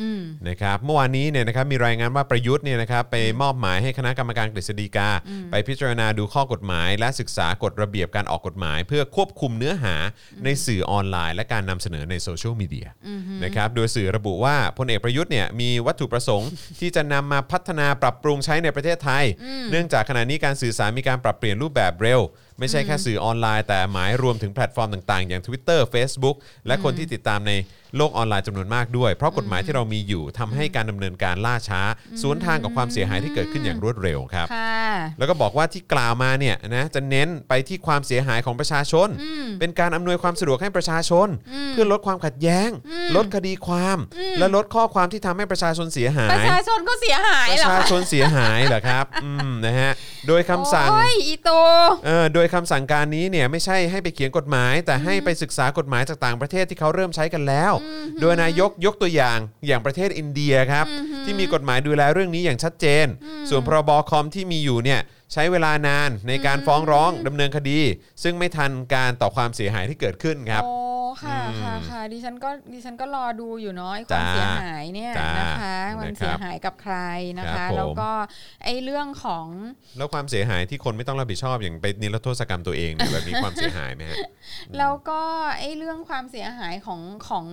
C: อืม
B: นะครับเมื่อวานนี้เนี่ยนะครับมีรายงานว่าประยุทธ์เนี่ยนะครับไปมอบหมายให้คณะกรรมการกฤษฎีกา ไปพิจารณาดูข้อกฎหมาย และศึกษากฎระเบียบการออกกฎหมาย เพื่อควบคุมเนื้อหาในสื่อออนไลน์ และการนำเสนอในโซเชียลมีเดียนะครับโดยสื่อระบุว่าพลเอกประยุทธ์เนี่ยมีวัตถุประสง ค์ ที่จะนำมาพัฒนาปรับปรุงใช้ในประเทศไทย เนื่องจากขณะนี้การสื่อสารมีการปรับเปลี่ยนรูปแบบเร็ว ไม่ใช่แค่สื่อออนไลน์แต่หมายรวมถึงแพลตฟอร์มต่างๆ อย่าง Twitter Facebook และคนที่ติดตามในโลกออนไลน์จำนวนมากด้วย เพราะกฎหมายที่เรามีอยู่ทำให้การดำเนินการล่าช้า สวนทางกับความเสียหายที่เกิดขึ้นอย่างรวดเร็วครับ
C: ค่ะ
B: แล้วก็บอกว่าที่กล่าวมาเนี่ยนะจะเน้นไปที่ความเสียหายของประชาชน เป็นการอำนวยความสะดวกให้ประชาชน เพื่อลดความขัดแย้ง ลดคดีความ และลดข้อความที่ทำให้ประชาชนเสียหาย
C: ประชาชนก็เสียหาย
B: ประ
C: เหรอ
B: ชา
C: คะ
B: ชนเสียหายเหรอครับ อืมนะฮะโดยคำสั่ง
C: โอ้ยอีโต
B: เออโดยคำสั่งการนี้เนี่ยไม่ใช่ให้ไปเขียนกฎหมาย แต่ให้ไปศึกษากฎหมายจากต่างประเทศที่เขาเริ่มใช้กันแล้ว โดยนายกยกตัวอย่างอย่างประเทศอินเดียครับที่มีกฎหมายดูแลเรื่องนี้อย่างชัดเจน ส่วนพรบคอมที่มีอยู่เนี่ยใช้เวลานานในการฟ้องร้องดำเนินคดี ซึ่งไม่ทันการต่อความเสียหายที่เกิดขึ้นครับ
C: โอ้ ค่ะ
B: อืม
C: ค่ะค่ะดิฉันก็ดิฉันก็รอดูอยู่เนาะไอ้ความ
B: จ้า
C: เสียหายเนี่ย
B: จ้าน
C: นะคะควา
B: นะค
C: ม
B: รับ
C: เสียหายกับใครนะ
B: ครั
C: คะ
B: บผม
C: แล้วก็ไอ้เรื่องของ
B: แล้วความเสียหายที่คนไม่ต้องรับผิดชอบอย่างไปนิรโทษกรรมตัวเองเนี่ยแบบมีความเสียหายไหมฮะ
C: แล้วก็ไอ้เรื่องความเสียหายของของ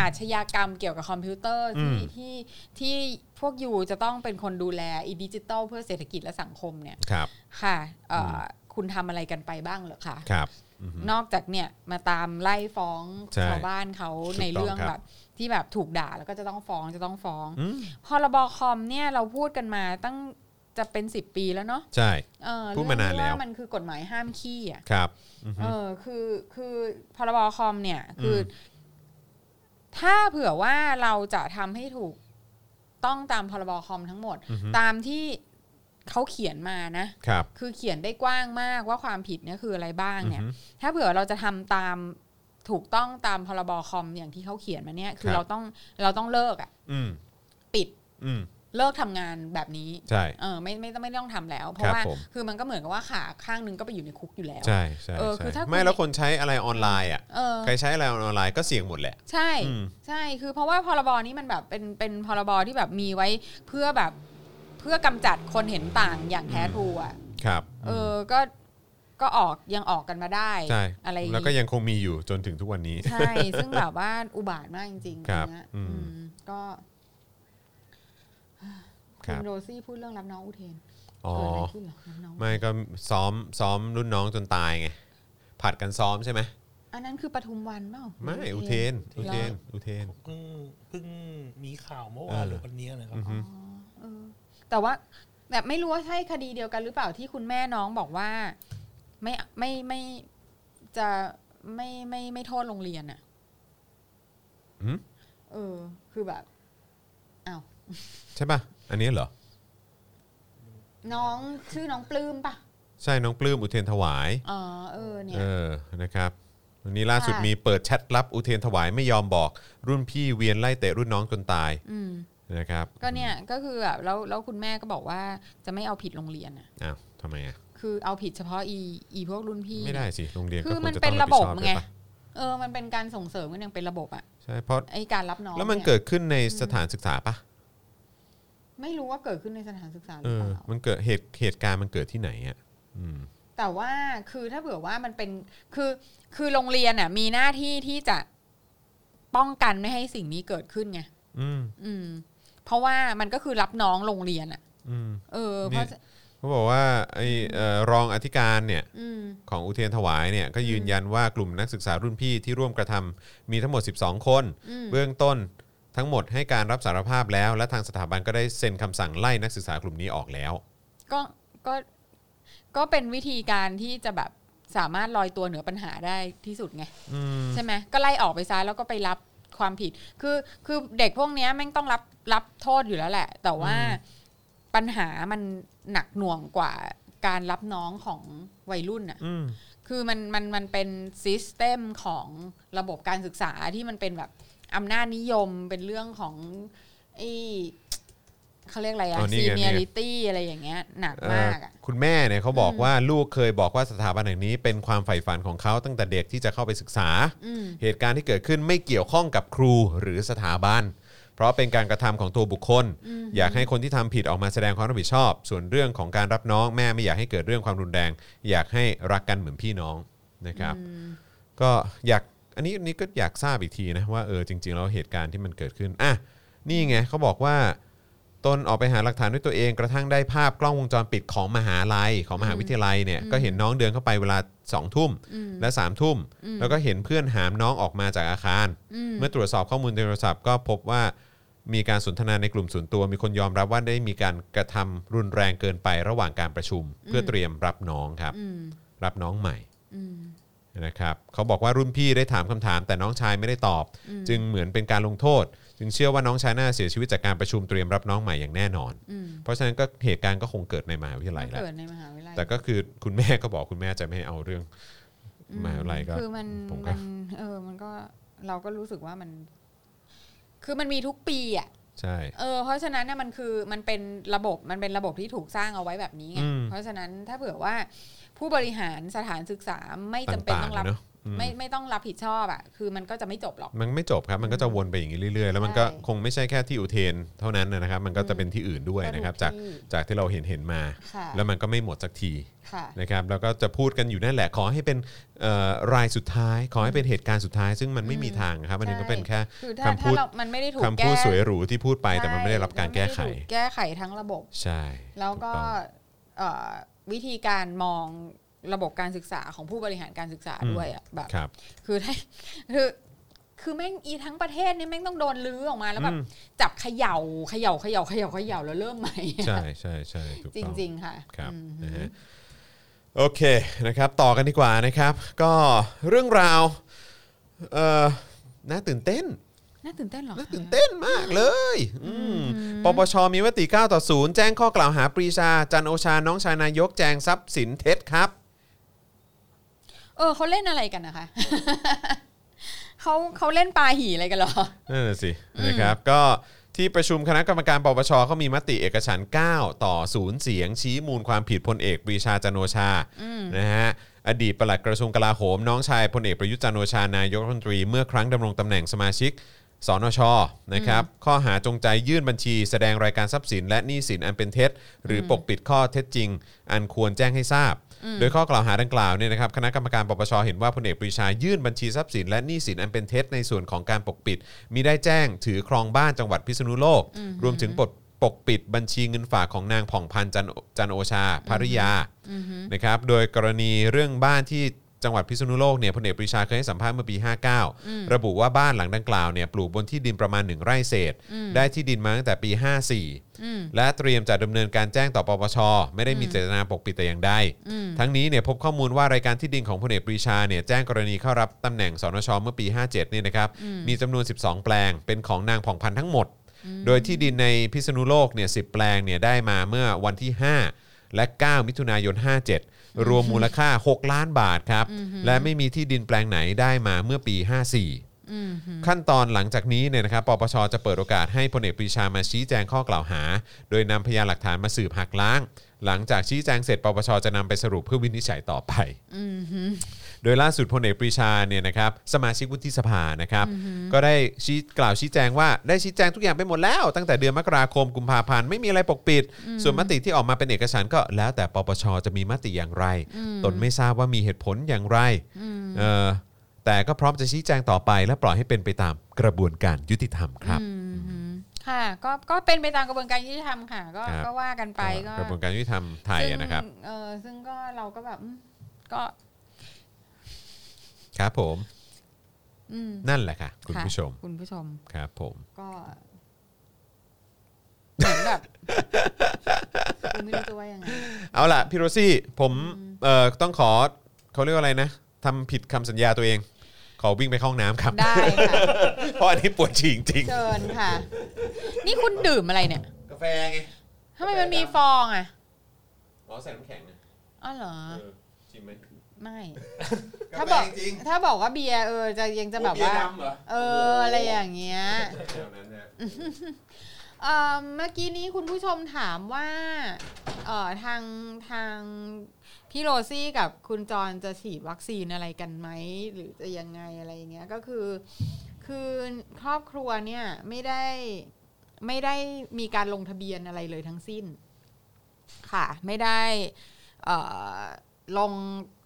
C: อาชญากรรมเกี่ยวกับคอมพิวเตอร์ที่
B: อืม
C: ที่ที่พวกยูจะต้องเป็นคนดูแลอีดิจิตอลเพื่อเศรษฐกิจและสังคมเนี่ย
B: ครับ
C: ค่ะเอ่ออคุณทำอะไรกันไปบ้างเหรอคะ
B: ครับอือฮึ
C: นอกจากเนี่ยมาตามไล่ฟ้อง
B: ใช่
C: ชาวบ้านเขา
B: ถูก
C: ในเรื่อง
B: ต้องค
C: แบ
B: รับ
C: บที่แบบถูกด่าแล้วก็จะต้องฟ้องจะต้องฟ้อง
B: อืม
C: พรบคอมเนี่ยเราพูดกันมาตั้งจะเป็นสิบปีแล้วเนาะ
B: ใช่
C: เออ
B: พูดมานานแล้ว
C: เรื่องที่มันคือกฎหมายห้ามขี้อ่ะ
B: ครับอือฮึ
C: เออคือคือพรบคอมเนี่ยคืออ
B: ม
C: ถ้าเผื่อว่าเราจะทำให้ถูกต้องตามพรบคอมทั้งหมด ตามที่เขาเขียนมานะ
B: ครับ
C: คือเขียนได้กว้างมากว่าความผิดเนี่ยคืออะไรบ้าง
B: อือ
C: เนี่ย
B: ฮึ
C: ถ้าเผื่อเราจะทำตามถูกต้องตามพรบคอมอย่างที่เขาเขียนมาเนี่ย คื
B: ครั
C: อบ เราต้องเราต้องเลิกอะ
B: อืม
C: ปิด
B: อืม
C: เลิกทำงานแบบนี้
B: ใช่
C: เออไม่ไม่ต้องไม่ต้องทำแล้ว เพ
B: ครั
C: ราะ
B: บ
C: ว่า
B: ผม
C: คือมันก็เหมือนกับว่าขาข้างหนึงก็ไปอยู่ในคุกอยู่แล้ว
B: ใช่ใช่
C: เออ
B: ใช่
C: คือถ้าคุณ
B: ไม่แล้วคนใช้อะไรออนไลน์อ่ะ
C: เออ
B: ใครใช้อะไรออนไลน์ก็เสี่ยงหมดแหละ
C: ใช่
B: อืม
C: ใช่คือเพราะว่าพรบนี้มันแบบเป็นเป็นพรบที่แบบมีไว้เพื่อแบบเพื่อกำจัดคนเห็นต่างอย่างแท้ทรูอ่ะ
B: ครับ
C: เออก็ก็ออกยังออกกันมาได้
B: ใช่
C: อะไรอย่าง
B: แล้ว
C: งี้
B: ก็ยังคงมีอยู่จนถึงทุกวันนี้
C: ใช่ ซึ่งแบบว่าอุบาทมากจริงๆ
B: ครับ
C: เนี้ย
B: อืม
C: อืมก็
B: ครั
C: คุ
B: บ
C: ณโรซี่พูดเรื่องรับน้องอุเทน
B: อ๋อ
C: เกิดอะไรขึ้นเหรอรับน้อง
B: ไม่ก็ซ้อมซ้อมรุ่นน้องจนตายไงผัดกันซ้อมใช่ไหม
C: อันนั้นคือปทุมวันเปล่า
B: ไม่อุเทนอุเทนอุเทน
D: เพิ่งเพิ่งมีข่าวเมื่อวาน
B: เออ
D: หรือวันนี้นะครับ
B: อือฮึ
C: เออแต่ว่าแบบไม่รู้ว่าใช่คดีเดียวกันหรือเปล่าที่คุณแม่น้องบอกว่า ไม่ไม่ไม่จะไม่ไม่ไม่โทษโรงเรียนอ่ะ
B: หืม
C: เออ คือแบบอ้าว
B: ใช่ป่ะ อันนี้เหรอ
C: น้องชื่อน้องปลื้มปะ
B: ใช่น้องปลื้มอุเทนถวาย
C: อ๋อเออเนี่ย
B: เออ นะครับ วันนี้ล่าสุด
C: ค่ะ
B: มีเปิดแชทลับอุเทนถวายไม่ยอมบอก รุ่นพี่เวียนไล่เตะรุ่นน้องจนตาย
C: อืม
B: นะครับ
C: ก็เนี่ยก็คือแบบแล้วแล้วคุณแม่ก็บอกว่าจะไม่เอาผิดโรงเรียนอ่ะ
B: อ้าวทำไมอ่ะ
C: คือเอาผิดเฉพาะอีอีพวกรุ่นพี่
B: ไม่ได้
C: เนี่ย
B: สิ โรงเรียนก็
C: คื
B: ว
C: อมั
B: ร
C: น
B: จะ
C: เป็น
B: ต้อง
C: ระบบ
B: ผิดชอ
C: ไง
B: ด้วยป
C: เออ มันเป็นการส่งเสริมกันอย่างเป็นระบบอ่ะ
B: ใช่ เพราะ
C: ไอการรับน้อง
B: แล้วมัน
C: ย
B: เกิดขึ้นในสถานศึกษาปะ
C: ไม่รู้ว่าเกิดขึ้นในสถานศึกษาห
B: เอ
C: รือ
B: อ
C: เปล่า
B: มันเกิดเหตุเหตุการณ์มันเกิดที่ไหนอ่ะ อืม
C: แต่ว่าคือถ้าเผื่อว่ามันเป็นคือคือโรงเรียนอ่ะ มีหน้าที่ที่จะป้องกันไม่ให้สิ่งนี้เกิดขึ้นไง
B: อืม
C: อืม เพราะว่ามันก็คือรับน้องโรงเรียนอ่ะ
B: อืม
C: เออเพราะ
B: นี่ เขาบอกว่าไอ้เอ่อรองอธิการเนี่ย
C: อืม
B: ของอุเทรนถวายเนี่ยก็ยืนยันว่ากลุ่มนักศึกษารุ่นพี่ที่ร่วมกระทำมีทั้งหมด 12 คน
C: อืม
B: เบื้องต้นทั้งหมดให้การรับสารภาพแล้ว และทางสถาบันก็ได้เซ็นคำสั่งไล่นักศึกษากลุ่มนี้ออกแล้ว
C: ก็ก็ก็เป็นวิธีการที่จะแบบสามารถลอยตัวเหนือปัญหาได้ที่สุดไง
B: อืม
C: ใช่ไหมก็ไล่ออกไปซะแล้วก็ไปรับความผิด คือคือเด็กพวกเนี้ยแม่งต้องรับรับโทษอยู่แล้วแหละ แต่ว่า
B: อืม
C: ปัญหามันหนักหน่วงกว่าการรับน้องของวัยรุ่นน่ะ
B: อืม
C: คือมันมันมันเป็นซิสเต็มของระบบการศึกษาที่มันเป็นแบบอำนาจนิยมเป็นเรื่องของไอ้เขาเรียกอะไรอะ
B: อ๋อนี่
C: ซี
B: ไงนี่ไง
C: เนียริตี้อะไรอย่างเงี้ยหนัก
B: เอ่
C: มา
B: อก
C: อะ
B: คุณแม่เนี่ยเขาบอกว่าลูกเคยบอกว่าสถาบันแห่งนี้เป็นความใฝ่ฝันของเขาตั้งแต่เด็กที่จะเข้าไปศึกษา
C: อืม
B: เหตุการณ์ที่เกิดขึ้นไม่เกี่ยวข้องกับครูหรือสถาบัน เพราะเป็นการกระทำของตัวบุคคล
C: อืม
B: อยากให้คนที่ทำผิดออกมาแสดงความรับผิดชอบ ส่วนเรื่องของการรับน้องแม่ไม่อยากให้เกิดเรื่องความรุนแรง อยากให้รักกันเหมือนพี่น้องนะครับ
C: อืม
B: ก็อยากอันนี้อันนี้ก็อยากทราบอีกทีนะว่าเออจริงๆแล้วเหตุการณ์ที่มันเกิดขึ้นอ่ะนี่ไงเขาบอกว่าตนออกไปหาหลักฐานด้วยตัวเองกระทั่งได้ภาพกล้องวงจรปิดของมหาลัยของมหาวิทยาลัยเนี่ยก็เห็นน้องเดินเข้าไปเวลา2องทุ่ม
C: อืม
B: และ3ามทุ่ม
C: อืม
B: แล้วก็เห็นเพื่อนหามน้องออกมาจากอาคาร
C: อืม
B: เมื่อตรวจสอบข้อมูลในโทรศัพท์ก็พบว่ามีการสนทนาในกลุ่มส่วนตัว มีคนยอมรับว่าได้มีการกระทำรุนแรงเกินไประหว่างการประชุม เพื่อเตรียมรับน้องครับ
C: อืม
B: รับน้องใหม่
C: อืม
B: นะครับเขาบอกว่ารุ่นพี่ได้ถามคำถาม แต่น้องชายไม่ได้ตอบ จึงเหมือนเป็นการลงโทษ จึงเชื่อว่าน้องชายน่าเสียชีวิตจากการประชุมเตรียมรับน้องใหม่อย่างแน่นอน
C: อืม
B: เพราะฉะนั้นก็เหตุการณ์ก็คงเกิดในมหาวิทยาลัยแหละ
C: เกิดในมหาวิทยาลัย
B: แต่ก็คือคุณแม่ก็บอกคุณแม่จะไม่เอาเรื่อง
C: อื
B: มหาวิทยาลัยก็
C: คือมัน
B: ผมก็
C: มันเออ มันก็เราก็รู้สึกว่ามัน คือมันมีทุกปีอ่ะ
B: ใช่
C: เออเพราะฉะนั้นเนี่ยมันคือมันเป็นระบบมันเป็นระบบที่ถูกสร้างเอาไว้แบบนี้ไง
B: อืม
C: เพราะฉะนั้นถ้าเผื่อว่าผู้บริหารสถานศึกษาไม่จำเป็น
B: ต่า
C: ต้อง ง
B: ๆ
C: รับ
B: เนอะ
C: ไม่ไม่ต้องรับผิดชอบอ่ะ คือมันก็จะไม่จบหรอก
B: มันไม่จบครับ มันก็จะวนไปอย่างนี้เรื่อยๆ แล้วมันก็
C: ใช่
B: คงไม่ใช่แค่ที่อุเทนเท่านั้นนะครับ มันก็จะเป็นที่อื่นด้วยนะครับจา
C: ก็
B: ก
C: ทุกที่
B: จากที่เราเห็นเห็นๆมา
C: ค่ะ
B: แล้วมันก็ไม่หมดสักที
C: ค่ะ
B: นะครับแล้วก็จะพูดกันอยู่นั่นแหละขอให้เป็นเอ่อรายสุดท้าย ขอให้เป็นเหตุการณ์สุดท้าย ซึ่งมันไม่มีทางครับมัน
C: ใช่
B: นี้ก็เป็นแค่
C: คือถ้า
B: คำพู
C: ถ้า
B: ด
C: เรามันไม่ได้ถูก
B: คำ
C: แก้
B: พูดสวยหรูที่พูดไปแต่มันไม่ได้รับการแก้ไข
C: มันม่ด้ถูแก้ไขทั้งระบบ
B: ใช่
C: แล้วก็
B: ถูต้อง
C: เอ่อวิธีการมองระบบการศึกษาของผู้บริหารการศึกษา
B: อืม
C: ด้วยอ่ะแบบ
B: ครับ
C: คือถ้า คือคือแม่งอีทั้งประเทศเนี่ยแม่งต้องโดนลื้อออกมาแล้วแบ
B: อื
C: บ
B: ม
C: จับเขย่าเขย่าเขย่าเขย่าเขย่าแล้วเริ่มใหม่
B: ใช่ใช่ใช่ถูก
C: จ
B: ต้อง
C: ริง ๆ ค่ะ
B: ครับ
C: อืม
B: นะฮะโอเคนะครับ ต่อกันดีกว่านะครับ ก็เรื่องราวเอ่อน่าตื่นเต้น
C: น่าตื่นเต้นเหรอ
B: น่า
C: คะ
B: ตื่นเต้นมากเลยอืมปปช มีมติ 9 ต่อ 0 แจ้งข้อกล่าวหาปรีชา จันทร์โอชา น้องชายนายก แจงทรัพย์สินเท็จครับ
C: เออเขาเล่นอะไรกันนะคะ เขาเขาเล่นปลาหี่อะไรกันเหรอ
B: นั่นนะสินะครับก็ที่ประชุมคณะกรรมการปปชเขามีมติเอกฉันท์9ต่อ 0 เสียง ชี้มูลความผิดพลเอกปรีชาจันทร์โอชานะฮะอดีตปลัดกระทรวงกลาโหม น้องชายพลเอกประยุทธ์จันทร์โอชานายกรัฐมนตรีเมื่อครั้งดำรงตำแหน่งสมาชิกสนชนะครับข้อหาจงใจยื่นบัญชี แสดงรายการทรัพย์สิน และหนี้สินอันเป็นเท็จ หรือปกปิดข้อเท็จจริง อันควรแจ้งให้ทราบ โดยข้อกล่าวหาดังกล่าวเนี่ยนะครับคณะกรรมการปปชเห็นว่าพลเอกปรีชายื่นบัญชีทรัพย์สินและหนี้สินอันเป็นเท็จในส่วนของการปกปิดมิได้แจ้งถือครองบ้านจังหวัดพิษณุโลก รวมถึงปลดปกปิดบัญชีเงินฝากของนางผ่องพันธ์จันจันโอชาภริยานะครับโดยกรณีเรื่องบ้านที่จังหวัดพิษณุโลกเนี่ยพลเอกปรีชาเคยให้สัมภาษณ์เมื่อปี 59 ระบุว่าบ้านหลังดังกล่าวเนี่ยปลูกบนที่ดินประมาณหนึ่งไร่เศษ ได้ที่ดินมาตั้งแต่ปี 54 และเตรียมจะดำเนินการแจ้งต่อปปช ไม่ได้มีเจตนาปกปิดแต่อย่างใด ทั้งนี้เนี่ยพบข้อมูลว่ารายการที่ดินของพลเอกปรีชาเนี่ยแจ้งกรณีเข้ารับตำแหน่งสนชเมื่อปี 57เนี่ยนะครับมีจำนวน 12 แปลง เป็นของนางผ่องพันธ์ทั้งหมด โดยที่ดินในพิษณุโลกเนี่ยสิแปลงเนี่ยได้มาเมื่อวันที่ 5 และ 9 มิถุนายน 57 รวมมูลค่า 6 ล้านบาทครับและไม่มีที่ดินแปลงไหนได้มาเมื่อปี 54 ขั้นตอนหลังจากนี้เนี่ยนะครับปปชจะเปิดโอกาสให้พลเอกปรีชามาชี้แจงข้อกล่าวหา โดยนำพยานหลักฐานมาสืบหักล้าง หลังจากชี้แจงเสร็จปปชจะนำไปสรุปเพื่อวินิจฉัยต่อไปโดยล่าสุดพลเอกปรีชาเนี่ยนะครับสมาชิกวุฒิสภานะครับ ก็ได้ชี้กล่าวชี้แจงว่าได้ชี้แจงทุกอย่างไปหมดแล้ว ตั้งแต่เดือนมกราคมกุมภาพันธ์ไม่มีอะไรปกปิด ส่วนมติที่ออกมาเป็นเอกสารก็แล้วแต่ปปชจะมีมติอย่างไร ตนไม่ทราบว่ามีเหตุผลอย่างไรเออ แต่ก็พร้อมจะชี้แจงต่อไปและปล่อยให้เป็นไปตามกระบวนการยุติธรรมครับ
C: ค่ะ ก็ก็เป็นไปตามกระบวนการยุติธรรมค่ะ ก็
B: ครับ
C: ก็ว่ากันไปก็
B: กระบวนการยุติธรรมไทยอะนะครับ
C: ซึ่งเออซึ่งก็เราก็แบบอืมก็
B: ครับผม
C: อืม
B: นั่นแหละค่ะ คุณ
C: ะ
B: ผู้ชม
C: คุณผู้ชม
B: ครับผม
C: ก็เหมือนแบบคือไม่รู้จะว่ายังไง
B: เอาล่ะพี่โรซี่ผมเอ่อต้องขอเขาเรียกว่าอะไรนะทำผิดคำสัญญาตัวเอง ขอวิ่งไปเข้าห้องน้ำครับ
C: ได้ค่ะ
B: เพราะอันนี้ปวดฉี่จริง
C: เชิญค่ะ นี่คุณดื่มอะไรเนี่ย
B: กาแฟไง
C: ทำไมมันมีฟองอ่ะ
B: อ๋อใส่น้ำแข็งนะ
C: อ้าวเหรอ
B: จริงไหม
C: ไม่ ถ้าบอกถ้าบอกว่าเบียร์เออจะยังจะแบบว่า เออ อะไรอย่างเงี้ย
B: นั้นนะ
C: เอ่อเมื่อกี้นี้คุณผู้ชมถามว่าเอ่อทางทางพี่โรซี่กับคุณจรจะฉีดวัคซีนอะไรกันไหม หรือจะยังไงอะไรอย่างเงี้ยก็คือ คือครอบครัวเนี่ยไม่ได้ไม่ได้มีการลงทะเบียนอะไรเลยทั้งสิ้น ค่ะ ไม่ได้เอ่อลง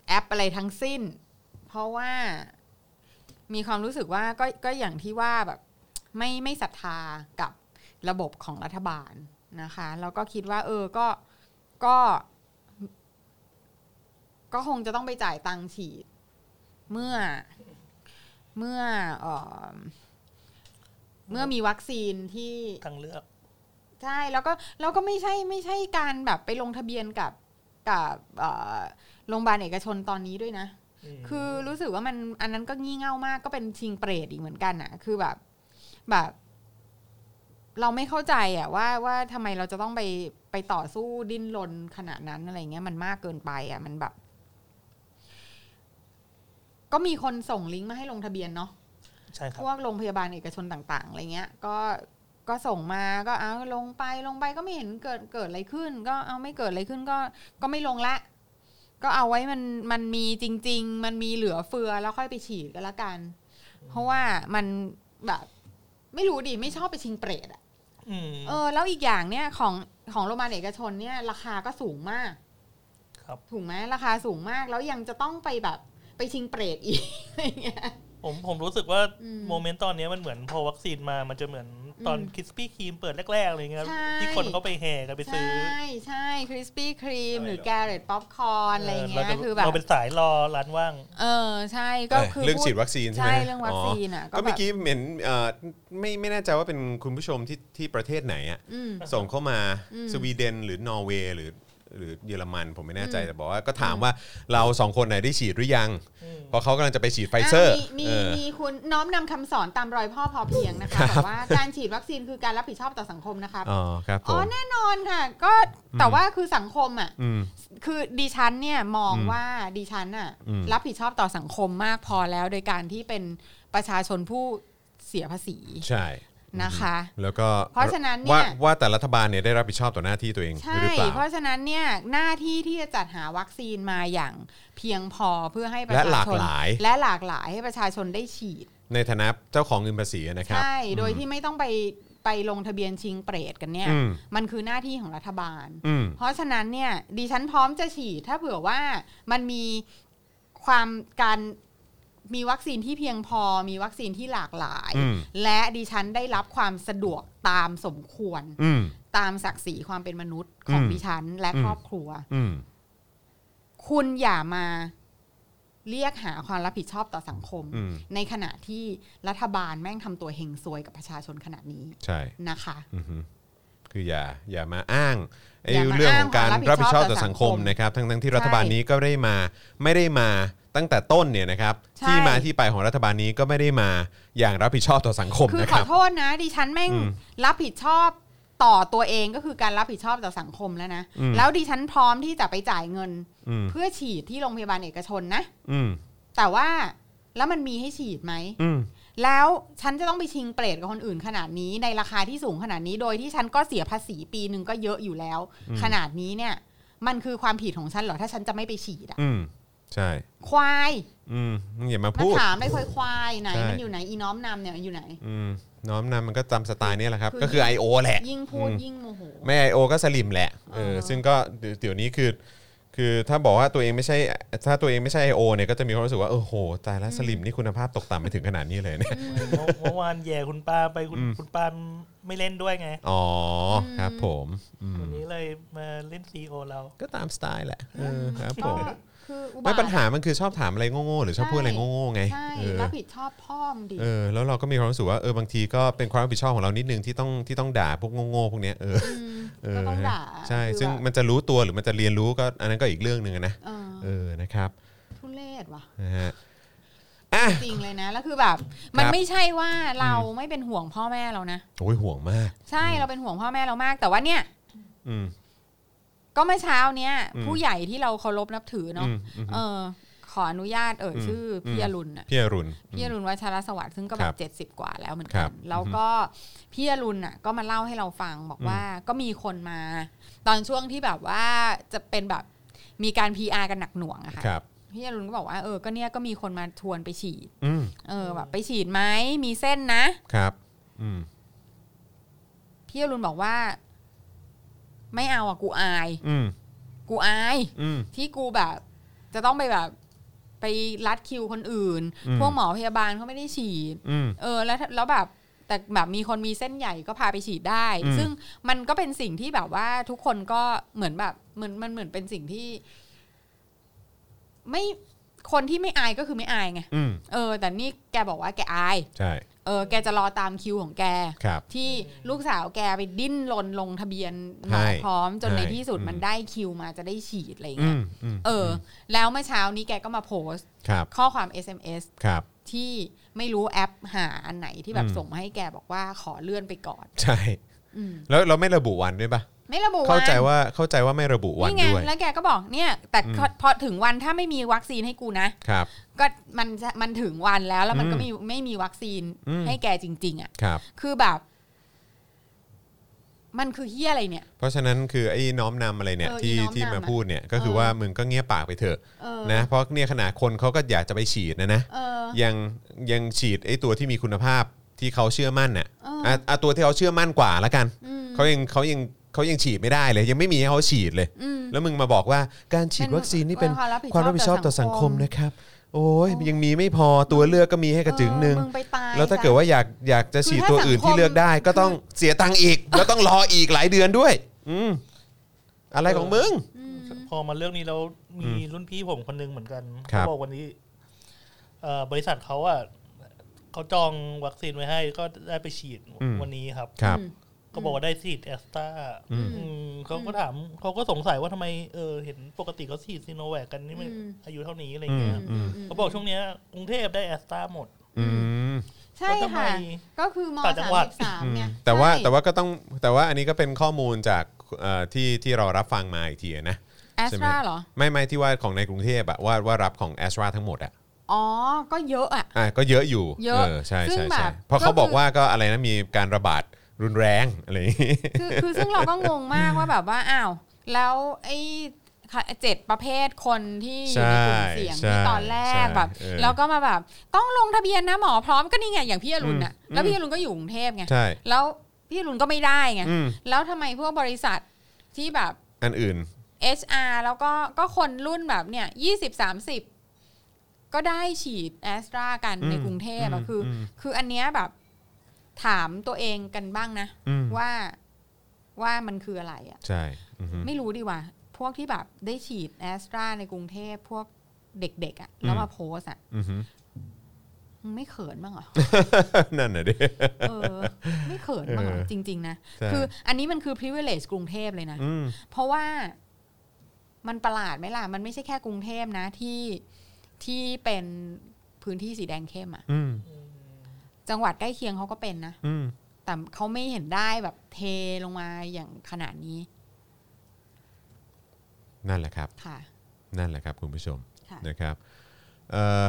C: แอปอะไรทั้งสิ้น เพราะว่ามีความรู้สึกว่าก็ก็อย่างที่ว่าแบบไม่ไม่ศรัทธากับ ระบบของรัฐบาลนะคะ แล้วก็คิดว่า เออก็ก็ ก็คงจะต้องไปจ่ายตังค์ฉีด เมื่อเมื่อเออเมื่อมีวัคซีนที่
D: ทางเลือก
C: ใช่แล้วก็แล้วก็ไม่ใช่ไม่ใช่การแบบไปลงทะเบียนกับกับเอ่อโรงพยาบาลเอกชนตอนนี้ด้วยนะ
D: อืม
C: คือรู้สึกว่ามันอันนั้นก็งี่เง่ามากก็เป็นชิงเปรตอีกเหมือนกันน่ะ คือแบบแบบ เราไม่เข้าใจอะว่าว่าทำไมเราจะต้องไปไปต่อสู้ดิ้นรนขนาดนั้นอะไรเงี้ยมันมากเกินไปอะมันแบบ ก็มีคนส่งลิงก์มาให้ลงทะเบียนเนาะ
D: ใช่ครั
C: พ
D: บ
C: วกโรงพยาบาลเอกชนต่างๆอะไรเงี้ย ก็ก็ส่งมาก็เอาลงไปลงไปก็ไม่เห็นเกิดเกิดอะไรขึ้น ก็เอาไม่เกิดอะไรขึ้นก็ก็ไม่ลงละ ก็เอาไว้มันมันมีจริง ๆ มันมีเหลือเฟือแล้วค่อยไปฉีดก็แล้วกัน เพราะว่ามันแบบไม่รู้ดิไม่ชอบไปชิงเปรตอะ
D: อืม
C: เออแล้วอีกอย่างเนี่ยของของโรงพยาบาลเอกชนเนี่ยราคาก็สูงมาก
D: ครับ
C: ถูกไหมราคาสูงมากแล้วยังจะต้องไปแบบไปชิงเปรตอีก อะไรเงี้ย
D: ผมผมรู้สึกว่า
C: อืม
D: โมเมนต์ตอนเนี้ยมันเหมือนพอวัคซีนมามันจะเหมือนตอน
C: อืม
D: คิสปี้ครีมเปิดแรกๆอะไรเงี้ย
C: ใช่
D: ที่คนเขาไปแห่กันไป
C: ใช
D: ซื้อ่
C: ใช่คริสปี้ครีม
A: อะไร
C: หรื
A: ห
C: อ
A: รอ
C: แกเรตป๊อปคอร์นอะไรเงี้ย
D: เาจะ
C: คือแบบ
D: เราเป็นสายรอร้านว่าง
C: เออใช่ก็
B: เอ้ย
C: คือ
B: เรื่อง
C: พูด
B: ฉีดวัคซีนใช่ไหม
C: ใช่เรื่องวัคซีนอ่ะก็
B: ก็
C: แบบ
B: เมื่อกี้เหม็นเอ่อไม่ไม่แน่ใจว่าเป็นคุณผู้ชมที่ที่ประเทศไหนอ่ะ
C: อืม
B: ส่งเข้ามา
C: อืม
B: สวีเดนหรือนอร์เวย์หรือหรือเยอรมันผมไม่แน่ใจ
C: อืม
B: แต่บอกว่าก็ถามว่าเราสองคนไหนยได้ฉีดหรือยัง
D: อืม
B: เพราะเขากำลังจะไปฉีดไฟเซอร์
C: อ่ะมี
B: เอ
C: มี
B: อ
C: มีคุณน้อมนำคำสอนตามรอยพ่อพอเพียงนะคะ
B: ครับ
C: บอกว่าการฉีดวัคซีนคือการรับผิดชอบต่อสังคมนะครับ
B: อ๋อครับผ
C: อ๋อ
B: ม
C: แน่นอนค่ะ ก็แต่ว่าคือสังคมอ่ะ
B: อืม
C: คือดิฉันเนี่ยมอง
B: อืม
C: ว่าดิฉันอ่ะ
B: อืม
C: รับผิดชอบต่อสังคมมากพอแล้ว โดยการที่เป็นประชาชนผู้เสียภาษี
B: ใช่
C: นะคะ
B: แล้วก็
C: เพราะฉะนั้นเนี่ย
B: ว่าว่าแต่รัฐบาลเนี่ยได้รับผิดชอบต่อหน้าที่ตัวเอง
C: ใช่
B: หรือเปล่า
C: เพราะฉะนั้นเนี่ยหน้าที่ที่จะจัดหาวัคซีนมาอย่างเพียงพอเพื่อให้ประ
B: และ
C: ชา
B: หลาก
C: ชน
B: หลาย
C: และหลากหลายให้ประชาชนได้ฉีด
B: ในฐานะเจ้าของเงินภาษีนะครับ
C: ใช่ โดยที่ไม่ต้องไปไปลงทะเบียนชิงเปรตกันเนี่ย
B: อืม
C: มันคือหน้าที่ของรัฐบาล
B: อืม
C: เพราะฉะนั้นเนี่ยดิฉันพร้อมจะฉีด ถ้าเผื่อว่ามันมีความการมีวัคซีนที่เพียงพอ มีวัคซีนที่หลากหลาย
B: อืม
C: และดิฉันได้รับความสะดวกตามสมควร
B: อืม
C: ตามศักดิ์ศรีความเป็นมนุษย์ของ
B: อืม
C: ดิฉันและ
B: อืม
C: ครอบครัว
B: อืม
C: คุณอย่ามาเรียกหาความรับผิดชอบต่อสังคม
B: อืม
C: ในขณะที่รัฐบาลแม่งทำตัวเฮงซวยกับประชาชนขนาดนี้
B: ใช่
C: นะคะ
B: อือฮึคืออย่าอย่ามาอ้างไอ้
C: อย่ามา
B: เรื่องของการ
C: อ้างความรั
B: รับบ
C: ผิ
B: ผิด
C: ด
B: ช
C: ช
B: อ
C: อ
B: บบ ต่อ
C: ต่อสั
B: สัง
C: ง
B: ค
C: ค
B: ม
C: ม
B: นะครับ ทั้งทั้งที่
C: ใช่
B: รัฐบาลนี้ก็ไม่ได้มาไม่ได้มาตั้งแต่ต้นเนี่ยนะครับ
C: ใช่
B: ที่มาที่ไปของรัฐบาลนี้ก็ไม่ได้มาอย่างรับผิดชอบต่อสังคม
C: คือ
B: นะ
C: ข
B: ค
C: อ
B: รับ
C: โทษนะ ดิฉันแม่ง
B: อืม
C: รับผิดชอบต่อตัวเองก็คือการรับผิดชอบต่อสังคมแล้วนะ
B: อืม
C: แล้วดิฉันพร้อมที่จะไปจ่ายเงิน
B: อืม
C: เพื่อฉีดที่โรงพยาบาลเอกชนนะ
B: อืม
C: แต่ว่าแล้วมันมีให้ฉีดไหม
B: อืม
C: แล้วฉันจะต้องไปชิงเปรตกับคนอื่นขนาดนี้ ในราคาที่สูงขนาดนี้โดยที่ฉันก็เสียภาษีปีหนึ่งก็เยอะอยู่แล้ว ขนาดนี้เนี่ย มันคือความผิดของฉันเหรอ ถ้าฉันจะไม่ไปฉีดอะ
B: อืมใช่
C: ควาย
B: อืมมึงอย่ามา
C: มา
B: พูด
C: ถามได้ควายควายไหน
B: ใช่
C: มันอยู่ไหนอีน้อมนำเนี่ยมันอยู่ไหน
B: อืมน้อมนำมันก็จำสไตล์เนี้แหละครับ
C: คือ
B: ก็คือ I.O. แหละ
C: ยิ่งพูด
B: อืม
C: ยิ่งโมโห
B: ไม่ I.O. ก็สลิมแหละเออ
C: เออ
B: ซึ่งก็เดี๋ยวเดี๋ยวนี้คือ คือถ้าบอกว่าตัวเองไม่ใช่ ถ้าตัวเองไม่ใช่ I.O. เนี่ยก็จะมีความรู้สึกว่าเออโหตายแล้วสลิมนี่คุณภาพตกต่ำไปถึงขนาดนี้เลยเนี่ย
D: เมื่อเมื่อวานแย่คุณป้าไปคุณ
B: อืม
D: คุณป้าไม่เล่นด้วยไง
B: อ๋ออ
C: ม
B: ครับผมอืม
D: วันนี้เลยมาเล่นซีโอเรา
B: ก็ตามสไตล์แหละเออครับผ
C: ก็
B: ม
C: คืออุบา
B: ไม่
C: ท
B: ปัญหามันคือชอบถามอะไรโง่ๆหรือชอบ
C: ใช่
B: พูดอะไรโง่ๆไง
C: ใช่
B: เออ
C: รับผิดชอบพ่อมงดิ
B: เออแล้วเราก็มีความรู้สึกว่าเออบางทีก็เป็นความรับผิดชอบของเรานิดนึงที่ต้องที่ต้องด่าพวกโง่ๆพวกเนี้ยเออ
C: ม
B: เออ
C: ก็ต้องด่า
B: ใช่
C: คือ
B: ซึ่ง
C: แบบ
B: มันจะรู้ตัวหรือมันจะเรียนรู้ก็อันนั้นก็อีกเรื่องหนึ่งอะนะ
C: เออ
B: เออนะครับ
C: ทุเรศว่ะ
B: นะฮะอ่ะ
C: จริงเลยนะ แล้วคือแบบ มั
B: คน รับ
C: ไม่ใช่ว่าเราไม่เป็นห่วงพ่อแม่เรานะ
B: โอ้ยห่วงมาก
C: ใช่เราเป็นห่วงพ่อแม่เรามาก แต่ว่าเนี่ย
B: อืม
C: ก็เมื่อเช้าเนี้ย
B: อืม
C: ผู้ใหญ่ที่เราเคารพนับถือเนาะ
B: อืมอืม
C: เออ ขออนุญาตเอ่ย
B: อืม
C: ชื่ออ
B: ม
C: พี่อรุณน่ะ
B: พี่อรุณ
C: พี่อรุณวัชรสวัสดิ์ซึ่งก็
B: ค
C: แบ
B: รับบ
C: เจ็ดสิบ70 กว่าแล้วเหมือน
B: ครั
C: กับ น แล้วก็พี่อรุณน่ะ ก็มาเล่าให้เราฟังบอก
B: อืม
C: ว่าก็มีคนมา ตอนช่วงที่แบบว่าจะเป็นแบบมีการ PR กันหนักหน่วงอะค่ะ
B: ครับ
C: พี่อรุณก็บอกว่าเออ ก็เนี่ยก็มีคนมาชวนไปฉีด
B: อืม
C: เออแบบไปฉีดไหมมีเส้นนะครับ
B: อืม
C: พี่อรุณบอกว่า ไม่เอาอ่ะกูอาย
B: อืม
C: กูอาย
B: อืม
C: ที่กูแบบ จะต้องไปแบบ ไปรัดคิวคนอื่น
B: อืม
C: พวกหมอพยาบาลเขาไม่ได้ฉีด
B: อืม
C: เออ แล้วแล้วแบบ แต่แบบมีคนมีเส้นใหญ่ก็พาไปฉีดได้
B: อืม
C: ซึ่งมันก็เป็นสิ่งที่แบบว่าทุกคนก็เหมือนแบบเหมือนมันเหมือนเป็นสิ่งที่ ไม่คนที่ไม่อายก็คือไม่อายไง
B: อืม
C: เออ แต่นี่แกบอกว่าแกอาย
B: ใช่
C: เออแกจะรอตามคิวของแก
B: ครับ
C: ที่ลูกสาวแกไปดิ้นรนลงทะเบียนหมอ
B: ใช่
C: พร้อมจนใน
B: ใช่
C: ที่สุด
B: อืม
C: มันได้คิวมาจะได้ฉีดอะไรอย่าง
B: อื
C: เงี้ย
B: มอืม
C: เอออ แล้วเมื่อเช้านี้แกก็มาโพสต์
B: ครับ
C: ข้อความ SMS
B: ครับ
C: ที่ไม่รู้แอปหาอันไหนที่แบ
B: อื
C: บ
B: ม
C: ส่งมาให้แกบอกว่าขอเลื่อนไปก่อน
B: ใช่
C: อืม
B: แล้วเราไม่ระบุวันด้วยปะ
C: ไม่ระบุวัน
B: เข้าใจว่าเข้าใจว่าไม่ระบุวัน
C: นี่ไง
B: ด้วย
C: แล้วแกก็บอกเนี่ย แต่
B: อืม
C: พอถึงวันถ้าไม่มีวัคซีนให้กูนะ
B: ครับ
C: ก็มันจะมันถึงวันแล้วแล้วมันก็
B: อืม
C: มีไม่มีวัคซีน
B: อืม
C: ให้แกจริง ๆ อ่ะ
B: ครับ
C: คือแบบ มันคือเฮียอะไรเนี่ย
B: เพราะฉะนั้นคือไอ้น้อมนำอะไรเนี่ย
C: เออ
B: ที่
C: อีน้อมนำ
B: ที่มา
C: อะ
B: พูดเนี่ยก็คือ
C: เออ
B: ว่ามึงก็เงียบปากไปเถอะ
C: เออ
B: นะเพราะเนี่ยขนาดคนเขาก็อยากจะไปฉีดนะนะ
C: เออ
B: ยังยังฉีดไอ้ตัวที่มีคุณภาพที่เขาเชื่อมั่นน่ะ
C: เอออ่
B: ะอ่ะตัวที่เขาเชื่อมั่นกว่าละกัน
C: อืม
B: เขายังเขายังเขายังฉีดไม่ได้เลย ยังไม่มีให้เขาฉีดเลย
C: อืม
B: แล้วมึงมาบอกว่าการฉีด
C: เป็น
B: วัคซีนนี่เป็น
C: ความรับผิดชอบ
B: ความรับผิดชอบ
C: ต่
B: ต่อ
C: อสั
B: สัง
C: ง
B: ค
C: ค
B: ม
C: ม
B: นะครับ โอ้ยยังมีไม่พอตัวเลือกก็มีให้กระจึงหนึ่ง
C: เออมึงไปตาย
B: แล้วถ้าเกิด
C: ซะ
B: ว่าอยากอยากจะฉีด
C: คือถ้า
B: ตัวอื่น
C: สังคม
B: ที่เลือกได้ ก็ต้องเสียตังค์อีก แล้วต้องรออีกหลายเดือนด้วย อืมอะไรของมึง
D: พอมาเรื่องนี้แล้วมีรุ่นพี่ผมคนหนึงเหมือนกัน
B: ครับ
D: เขาบอกวันนี้เอ่อบริษัทเขาอ่ะเขาจองวัคซีนไว้ให้ก็ได้ไปฉีดวันนี้ครับ
B: ครับ
C: อืม
D: ก็บอกว่าได้ฉีดแอสตรา
B: อืม
D: เขาก็ถามเขาก็สงสัยว่าทำไมเออเห็นปกติเขาฉีดซีโนแวคกันนี่มัน
C: อืม
D: อายุเท่านี้อะไร
B: อืม
D: เงี้ย
B: อืม
D: เขาบอกช่วงเนี้ยกรุงเทพได้แอสตราหมด
B: อืม
C: ใช่ค่ะ
D: แล้วทำไม
C: ก็คือม
D: ต่างจังหวัด
C: สาม
B: อืม
C: เนี่ย
B: แต่ว่า
C: ใช่
B: แต่ว่าก็ต้องแต่ว่าอันนี้ก็เป็นข้อมูลจากเอ่อที่ที่เรารับฟังมาอีกทีนะ
C: แอส
B: ใช่ไห
C: ต
B: ม
C: ราเหรอ
B: ไม่ไม่ที่ว่าของในกรุงเทพอะว่าว่ารับของแอสตราทั้งหมดอะ
C: อ๋อ ก็เยอะอ่ะ
B: อ่ะก็เยอะอยู่
C: เยอะ
B: ใช่
C: ซึ่ง
B: ใช่
C: แบบ
B: ใช่เพราะเขา
C: ก็คือ
B: บอกว่าก็อะไรนะมีการระบาดรุนแรงอะไรอย่างงี้
C: คือ คือซึ่งเราก็งงมากว่าแบบว่า อ้าว แล้วไอ้ค่ะเจ็ดประเภทคนที่อยู่ในกลุ่มเสี่ยง
B: ใช่
C: ที่ตอนแร
B: ใช่
C: กแบบ
B: เออ
C: แล้วก็มาแบบ ต้องลงทะเบียนนะหมอพร้อมก็นี่ไงอย่างพี่อรุณน่ะ
B: อืม
C: แล้วพี่อรุณก็อยู่กรุงเทพไง
B: ใช่
C: แล้วพี่อรุณก็ไม่ได้ไง
B: อืม
C: แล้วทำไมพวกบริษัทที่แบบ
B: อันอื่น
C: HR แล้วก็ก็คนรุ่นแบบเนี่ยยี่สิบสามสิบก็ได้ฉีดแอสตรากัน
B: อืม
C: ในกรุงเทพอะ
B: อืม
C: คืออ
B: ม
C: คืออันเนี้ยแบบถามตัวเองกันบ้างนะ
B: อืม
C: ว่าว่ามันคืออะไรอะ
B: ใช่อือฮึ
C: ไม่รู้ดีว่า พวกที่แบบได้ฉีดแอสตราในกรุงเทพพวกเด็กๆอะแล้ว
B: อืม
C: มาโพสอะ
B: อือฮึ
C: มึงไม่เขินบ้างเหรอ
B: นั่นน่ะดิ
C: เออ ไม่เขินบ้างเหรอ
B: เออ
C: จริง ๆ นะ
B: ใช่
C: คืออันนี้มันคือ privilege กรุงเทพเลยนะ
B: อืม
C: เพราะว่ามันประหลาดไหมล่ะ มันไม่ใช่แค่กรุงเทพนะที่ที่เป็นพื้นที่สีแดงเข้มอะ
B: อืม
C: จังหวัดใกล้เคียงเขาก็เป็นนะ
B: อืม
C: แต่เขาไม่เห็นได้แบบเทลงมาอย่างขนาดนี้
B: นั่นแหละครับ
C: ค่ะ
B: นั่นแหละครับคุณผู้ชม
C: ค่ะ
B: นะครับเอ่อ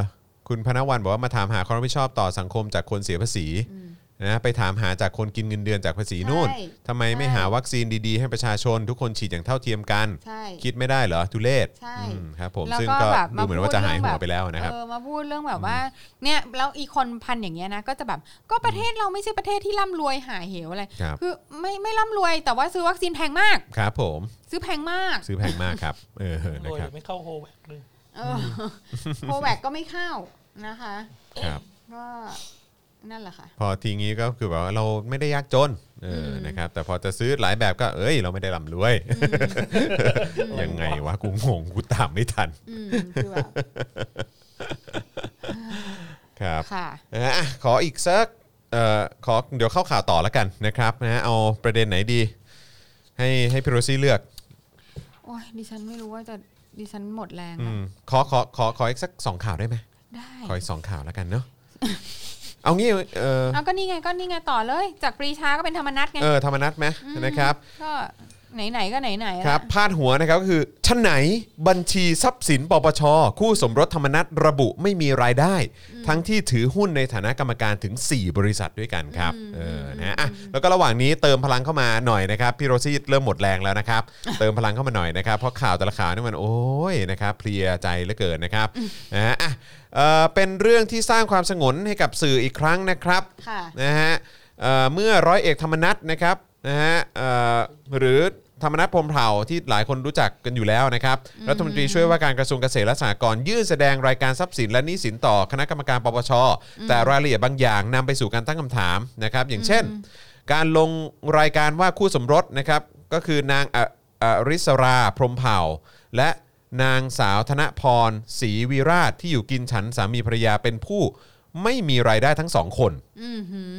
B: คุณพนวันบอกว่ามาถามหาความรับผิดชอบต่อสังคมจากคนเสียภาษี
C: อืม
B: นะไปถามหาจากคนกินเงินเดือนจากภาษีนู่น
C: ใช่
B: ทำไมไม่
C: ใช่
B: หาวัคซีนดีๆ ให้ประชาชนทุกคนฉีดอย่างเท่าเทียมกัน
C: ใช่
B: คิดไม่ได้เหรอทุเลศ
C: ใช่
B: อืมครับผม
C: แล้วก็
B: ซึ่งก็
C: แบบ
B: ดูเหมือนว่า
C: มาพูด
B: จะหายหัว
C: เรื่องแบบ
B: ไปแล้วนะครับ
C: เออมาพูดเรื่องแบบว่าเนี่ยแล้วอีกคนพันอย่างเงี้ยนะก็จะแบบก็ประเทศเราไม่ใช่ประเทศที่ร่ำรวยหาเหวอะไร
B: ครับ
C: อไม่ไม่ร่ำรวยแต่ว่าซื้อวัคซีนแพงมาก
B: ครับผม
C: ซื้อแพงมาก
B: ซื้อแพงมากครับเออ
D: ร
B: นะ
D: วย
B: ครับ
D: ไม่เข้าโฮแวกเลย
C: เออ โคแวกก็ไม่เข้านะคะ
B: ครับ
C: ก็นั่นแหละค่ะ
B: พอทีงี้ก็คือแบบว่าเราไม่ได้ยากจนเอออ
C: ม
B: นะครับแต่พอจะซื้อหลายแบบก็เอ้ยเราไม่ได้ร่ำรวยยังไงวะกูงงกูตามไม่ทัน
C: อืมคือแบบ
B: ครับ
C: ค่ะ
B: นะฮะอ่ะขออีกสักเอ่อขอเดี๋ยวเข้าข่าวต่อแล้วกันนะครับนะฮะเอาประเด็นไหนดี ให้ให้พี่โรซี่เลือก
C: โอ้ยดิฉันไม่รู้ว่าจะดิฉันหมดแรง
B: อื
C: แล้ว
B: มขอขอขอขออีกสักสองข่าวได้ไหม
C: ได้
B: ขออีกสองข่าวแล้วกันเนาะ เอางี้เออ
C: เอาก็นี่ไงก็นี่ไงต่อเลย จากปรีชาก็เป็นธรรมนัตไง
B: เออธรรมนัตไหมนะครับ
C: ก็ไหนๆก็ไหนๆอะ
B: ครับพาดหัวนะครับก็คือชั้นไหนบัญชีทรัพย์สินปปช คู่สมรสธรรมนัตระบุไม่มีรายได้ ทั้งที่ถือหุ้นในฐานะกรรมการถึง 4 บริษัทด้วยกันครับเออนะอ่ะแล้วก็ระหว่างนี้เติมพลังเข้ามาหน่อยนะครับพี่โรซี่เริ่มหมดแรงแล้วนะครับ เติมพลังเข้ามาหน่อยนะครับเพราะข่าวแต่ละข่าวนี่มันโอ้ยนะครับเพลียใจเหลือเกินนะครับนะฮะอ่ะเอ่อเป็นเรื่องที่สร้างความสงนให้กับสื่ออีกครั้งนะครับ
C: ค่ะ
B: นะฮะเอ่อเมื่อร้อยเอกธรรมนัฐนะครับนะฮะเอ่อหรือธรรมนัฐพรหมเผ่าที่หลายคนรู้จักกันอยู่แล้วนะครับรัฐมนตรีช่วยว่าการกระทรวงเกษตรและสหกรณ์ยื่นแสดงรายการทรัพย์สินและหนี้สินต่อคณะกรรมการปปช แต่รายละเอียดบางอย่างนำไปสู่การตั้งคำถามนะครับอย่างเช่น การลงรายการว่าคู่สมรสนะครับก็คือนางออริสราพรหมเผ่า และนางสาวธนพรศรีวีราชที่อยู่กินฉันสามีภรรยาเป็นผู้ไม่มีรายได้ทั้งสองคน
C: อือหือ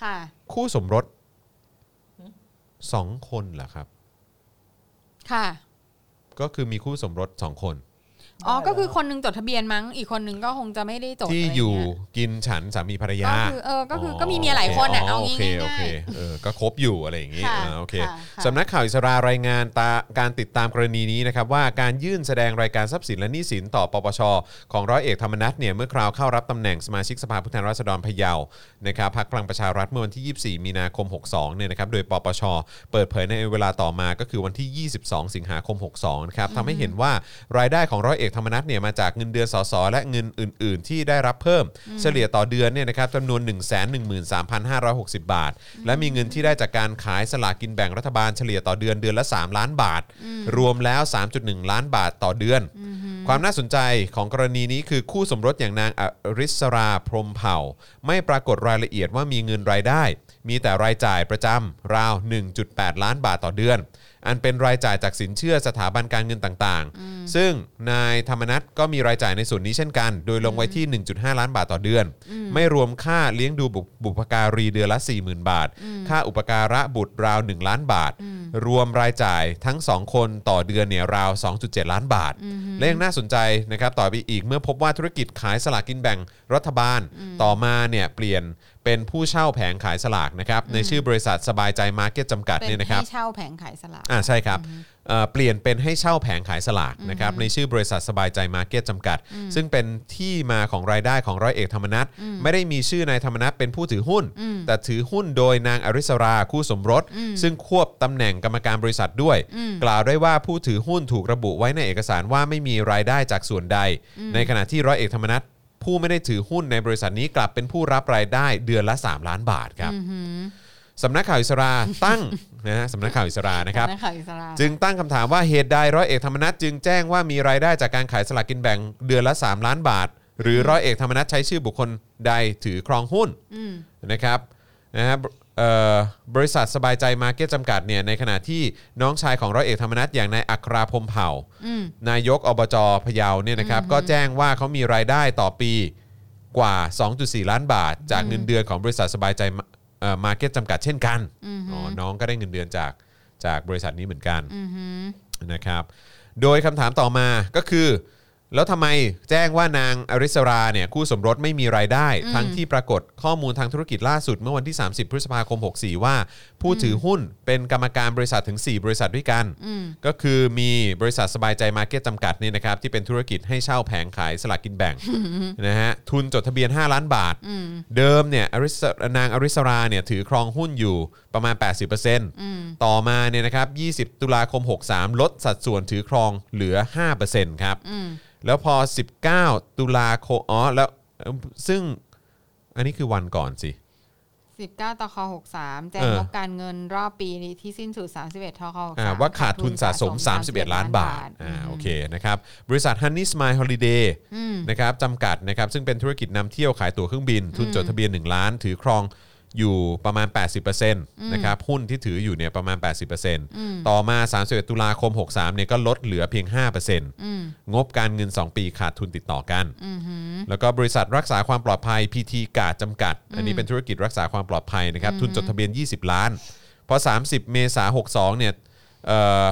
C: ค่ะ
B: คู่สมรสสองคนเหรอครับ
C: ค่ะ
B: ก็คือมีคู่สมรสสองคน
C: อ๋อ
D: ได้เหรอ
C: ก็คือคนหนึงจดทะเบียนมั้ง อีกคนหนึงก็คงจะไม่ได้จด
B: ที่
C: อะไร
B: อยู่
C: เงี้ย
B: กินฉันสามีภรรยา
C: ก็คือเออก็คือก็มีเมียหลายคนน่ะเอา
B: โอ
C: งี้
B: เค
C: ง่ายๆ
B: โอเคเออก็ครบอยู่อะไรอย่างงี้
C: ค่ะ
B: อ่าโอเค
C: ค่ะค่ะ
B: สำนักข่าวอิสรารายงานตาการติดตามกรณีนี้นะครับว่าการยื่นแสดงรายการทรัพย์สินและหนี้สินต่อปปช ของร้อยเอกธรรมนัฐเนี่ยเมื่อคราวเข้ารับตำแหน่งสมาชิกสภาผู้แทนราษฎรพะเยานะครับพักพลังประชารัฐเมื่อวันที่ 24 มีนาคม 62เนี่ยนะครับโดยปปช เปิดเผยในเวลาต่อมาก็คือวันที่ 22 สิงหาคม 62นะครับทำให้เห็นว่ารายได้ของร้อยเอกธรรมนัฐเนี่ยมาจากเงินเดือนสสและเงินอื่น ๆ ที่ได้รับเพิ่ม เฉลี่ยต่อเดือนเนี่ยนะครับจำนวน 1 1 3 5 6 0 บาท และมีเงินที่ได้จากการขายสลากกินแบ่งรัฐบาลเฉลี่ยต่อเดือนเดือนละ 3 ล้านบาท รวมแล้ว 3.1 ล้านบาทต่อเดือน ความน่าสนใจของกรณีนี้คือคู่สมรสอย่างนางอริสราพรหมเผ่า ไม่ปรากฏรายละเอียดว่ามีเงินรายได้ มีแต่รายจ่ายประจำราว 1.8 ล้านบาทต่อเดือน อันเป็นรายจ่ายจากสินเชื่อสถาบันการเงินต่างๆ ซึ่งนายธรรมนัฐก็มีรายจ่ายในส่วนนี้เช่นกัน โดยลงไว้ที่ 1.5 ล้านบาทต่อเดือน ไม่รวมค่าเลี้ยงดูบุบุพการีเดือนละ 40,000 บาท ค่าอุปการะบุตรราว 1 ล้านบาท รวมรายจ่ายทั้ง 2 คนต่อเดือนเนี่ยราว 2.7 ล้านบาท และยังน่าสนใจนะครับต่อไปอีกเมื่อพบว่าธุรกิจขายสลากกินแบ่งรัฐบาล ต่อมาเนี่ยเปลี่ยนเป็นผู้เช่าแผงขายสลากนะครับในชื่อบริษัทสบายใจมาร์เก็ตจำกัด
C: เป็น
B: เนี่ยนะครับ
C: ให้เช่าแผงขายสลาก
B: อ่าใช่ครับเอ่อเปลี่ยนเป็นให้เช่าแผงขายสลากนะครับในชื่อบริษัทสบายใจมาร์เก็ตจำกัด ซึ่งเป็นที่มาของรายได้ของร้อยเอกธรรมนัฐไม่ได้มีชื่อนายธรรมนัฐเป็นผู้ถือหุ้น แต่ถือหุ้นโดยนางอริสราคู่สมรส ซึ่งควบตำแหน่งกรรมการบริษัทด้วย กล่าวได้ว่าผู้ถือหุ้นถูกระบุไว้ในเอกสารว่าไม่มีรายได้จากส่วนใด ในขณะที่ร้อยเอกธรรมนัฐผู้ไม่ได้ถือหุ้นในบริษัทนี้กลับเป็นผู้รับรายได้เดือนละ 3 ล้านบาทครับสำนักข่าวอิสราตั้ง นะฮะสำนักข่าวอิสรานะครับ
C: นักข่าวอิสระ
B: จึงตั้งคำถามว่าเหตุใดร้อยเอกธรรมนัฐจึงแจ้งว่ามีรายได้จากการขายสลากกินแบ่งเดือนละ 3 ล้านบาท หรือร้อยเอกธรรมนัฐใช้ชื่อบุคคลใดถือครองหุ้นนะครับนะฮะเอ่อบริษัทสบายใจมาร์เก็ตจำกัดเนี่ยในขณะที่น้องชายของร้อยเอกธรรมนัฐอย่างนายอัคราพรหมเผ่า นายกอบจพะเยาเนี่ยนะครับก็แจ้งว่าเขามีรายได้ต่อปีกว่า 2.4 ล้านบาท จากเงินเดือนของบริษัทสบายใจมาร์เก็ตจำกัดเช่นกันอ๋อน้องก็ได้เงินเดือนจากจากบริษัทนี้เหมือนกัน นะครับ โดยคำถามต่อมาก็คือ แล้วทำไมแจ้งว่านางอริสราเนี่ยคู่สมรสไม่มีรายได้ ทั้งที่ปรากฏข้อมูลทางธุรกิจล่าสุดเมื่อวันที่ 30 พฤษภาคม 64 ว่า ผู้ถือหุ้นเป็นกรรมการบริษัทถึง 4 บริษัทด้วยกัน ก็คือมีบริษัทสบายใจมาร์เก็ตจำกัดเนี่ยนะครับที่เป็นธุรกิจให้เช่าแผงขายสลากกินแบ่งนะฮะทุนจดทะเบียน 5 ล้านบาท เดิมเนี่ยอริสนางอริสราเนี่ยถือครองหุ้นอยู่ประมาณ 80%ต่อมาเนี่ยนะครับ 20 ตุลาคม 63 ลดสัดส่วนถือครองเหลือ 5%ครับ แล้วพอ 19 ตุลาคมอ๋อแล้วเอิ่มซึ่งอันนี้คือวันก่อนสิ
C: สิบเก้าตคหกสามแจ้ง
B: เออง
C: บการเงินรอบปีที่สิ้นสุดสามสิบเอ็ดทคหก
B: อ่า
C: สาม
B: ว่าขาดทุนสะสม 31 ล้านบาทอ่าโอเคนะครับบริษัท Honey Smile Holiday นะครับจำกัดนะครับซึ่งเป็นธุรกิจนำเที่ยวขายตั๋วเครื่องบิน ทุนจดทะเบียน 1 ล้าน ถือครองอยู่ประมาณ 80%นะครับหุ้นที่ถืออยู่เนี่ยประมาณ 80%ต่อมา31ตุลาคม 63เนี่ยก็ลดเหลือเพียง 5%งบการเงิน 2 ปีขาดทุนติดต่อกัน แล้วก็บริษัทรักษาความปลอดภัย PT กาดจำกัด อันนี้เป็นธุรกิจรักษาความปลอดภัยนะครับทุนจดทะเบียน 20 ล้าน พอ 30 เมษา62เนี่ยเอ่อ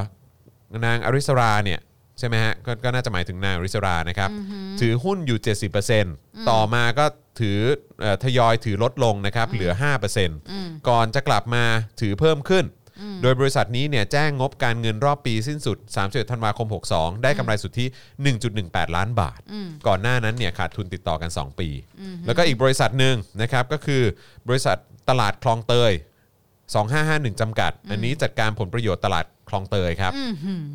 B: นางอริสราเนี่ยใช่ไหมฮะกก็น่าจะหมายถึงนางอริสรานะครับ ถือหุ้นอยู่ 70%ต่อมาก็ถือเออทยอยถือลดลงนะครับเหลือ 5%ก่อนจะกลับมาถือเพิ่มขึ้น โดยบริษัทนี้เนี่ยแจ้งงบการเงินรอบปีสิ้นสุด 31 ธันวาคม 62 ได้กำไรสุทธิ 1.18 ล้านบาท ก่อนหน้านั้นเนี่ยขาดทุนติดต่อกัน 2 ปี แล้วก็อีกบริษัทหนึ่งนะครับก็คือบริษัทตลาดคลองเตย 2551 จำกัด อันนี้จัดการผลประโยชน์ตลาดคลองเตยครับ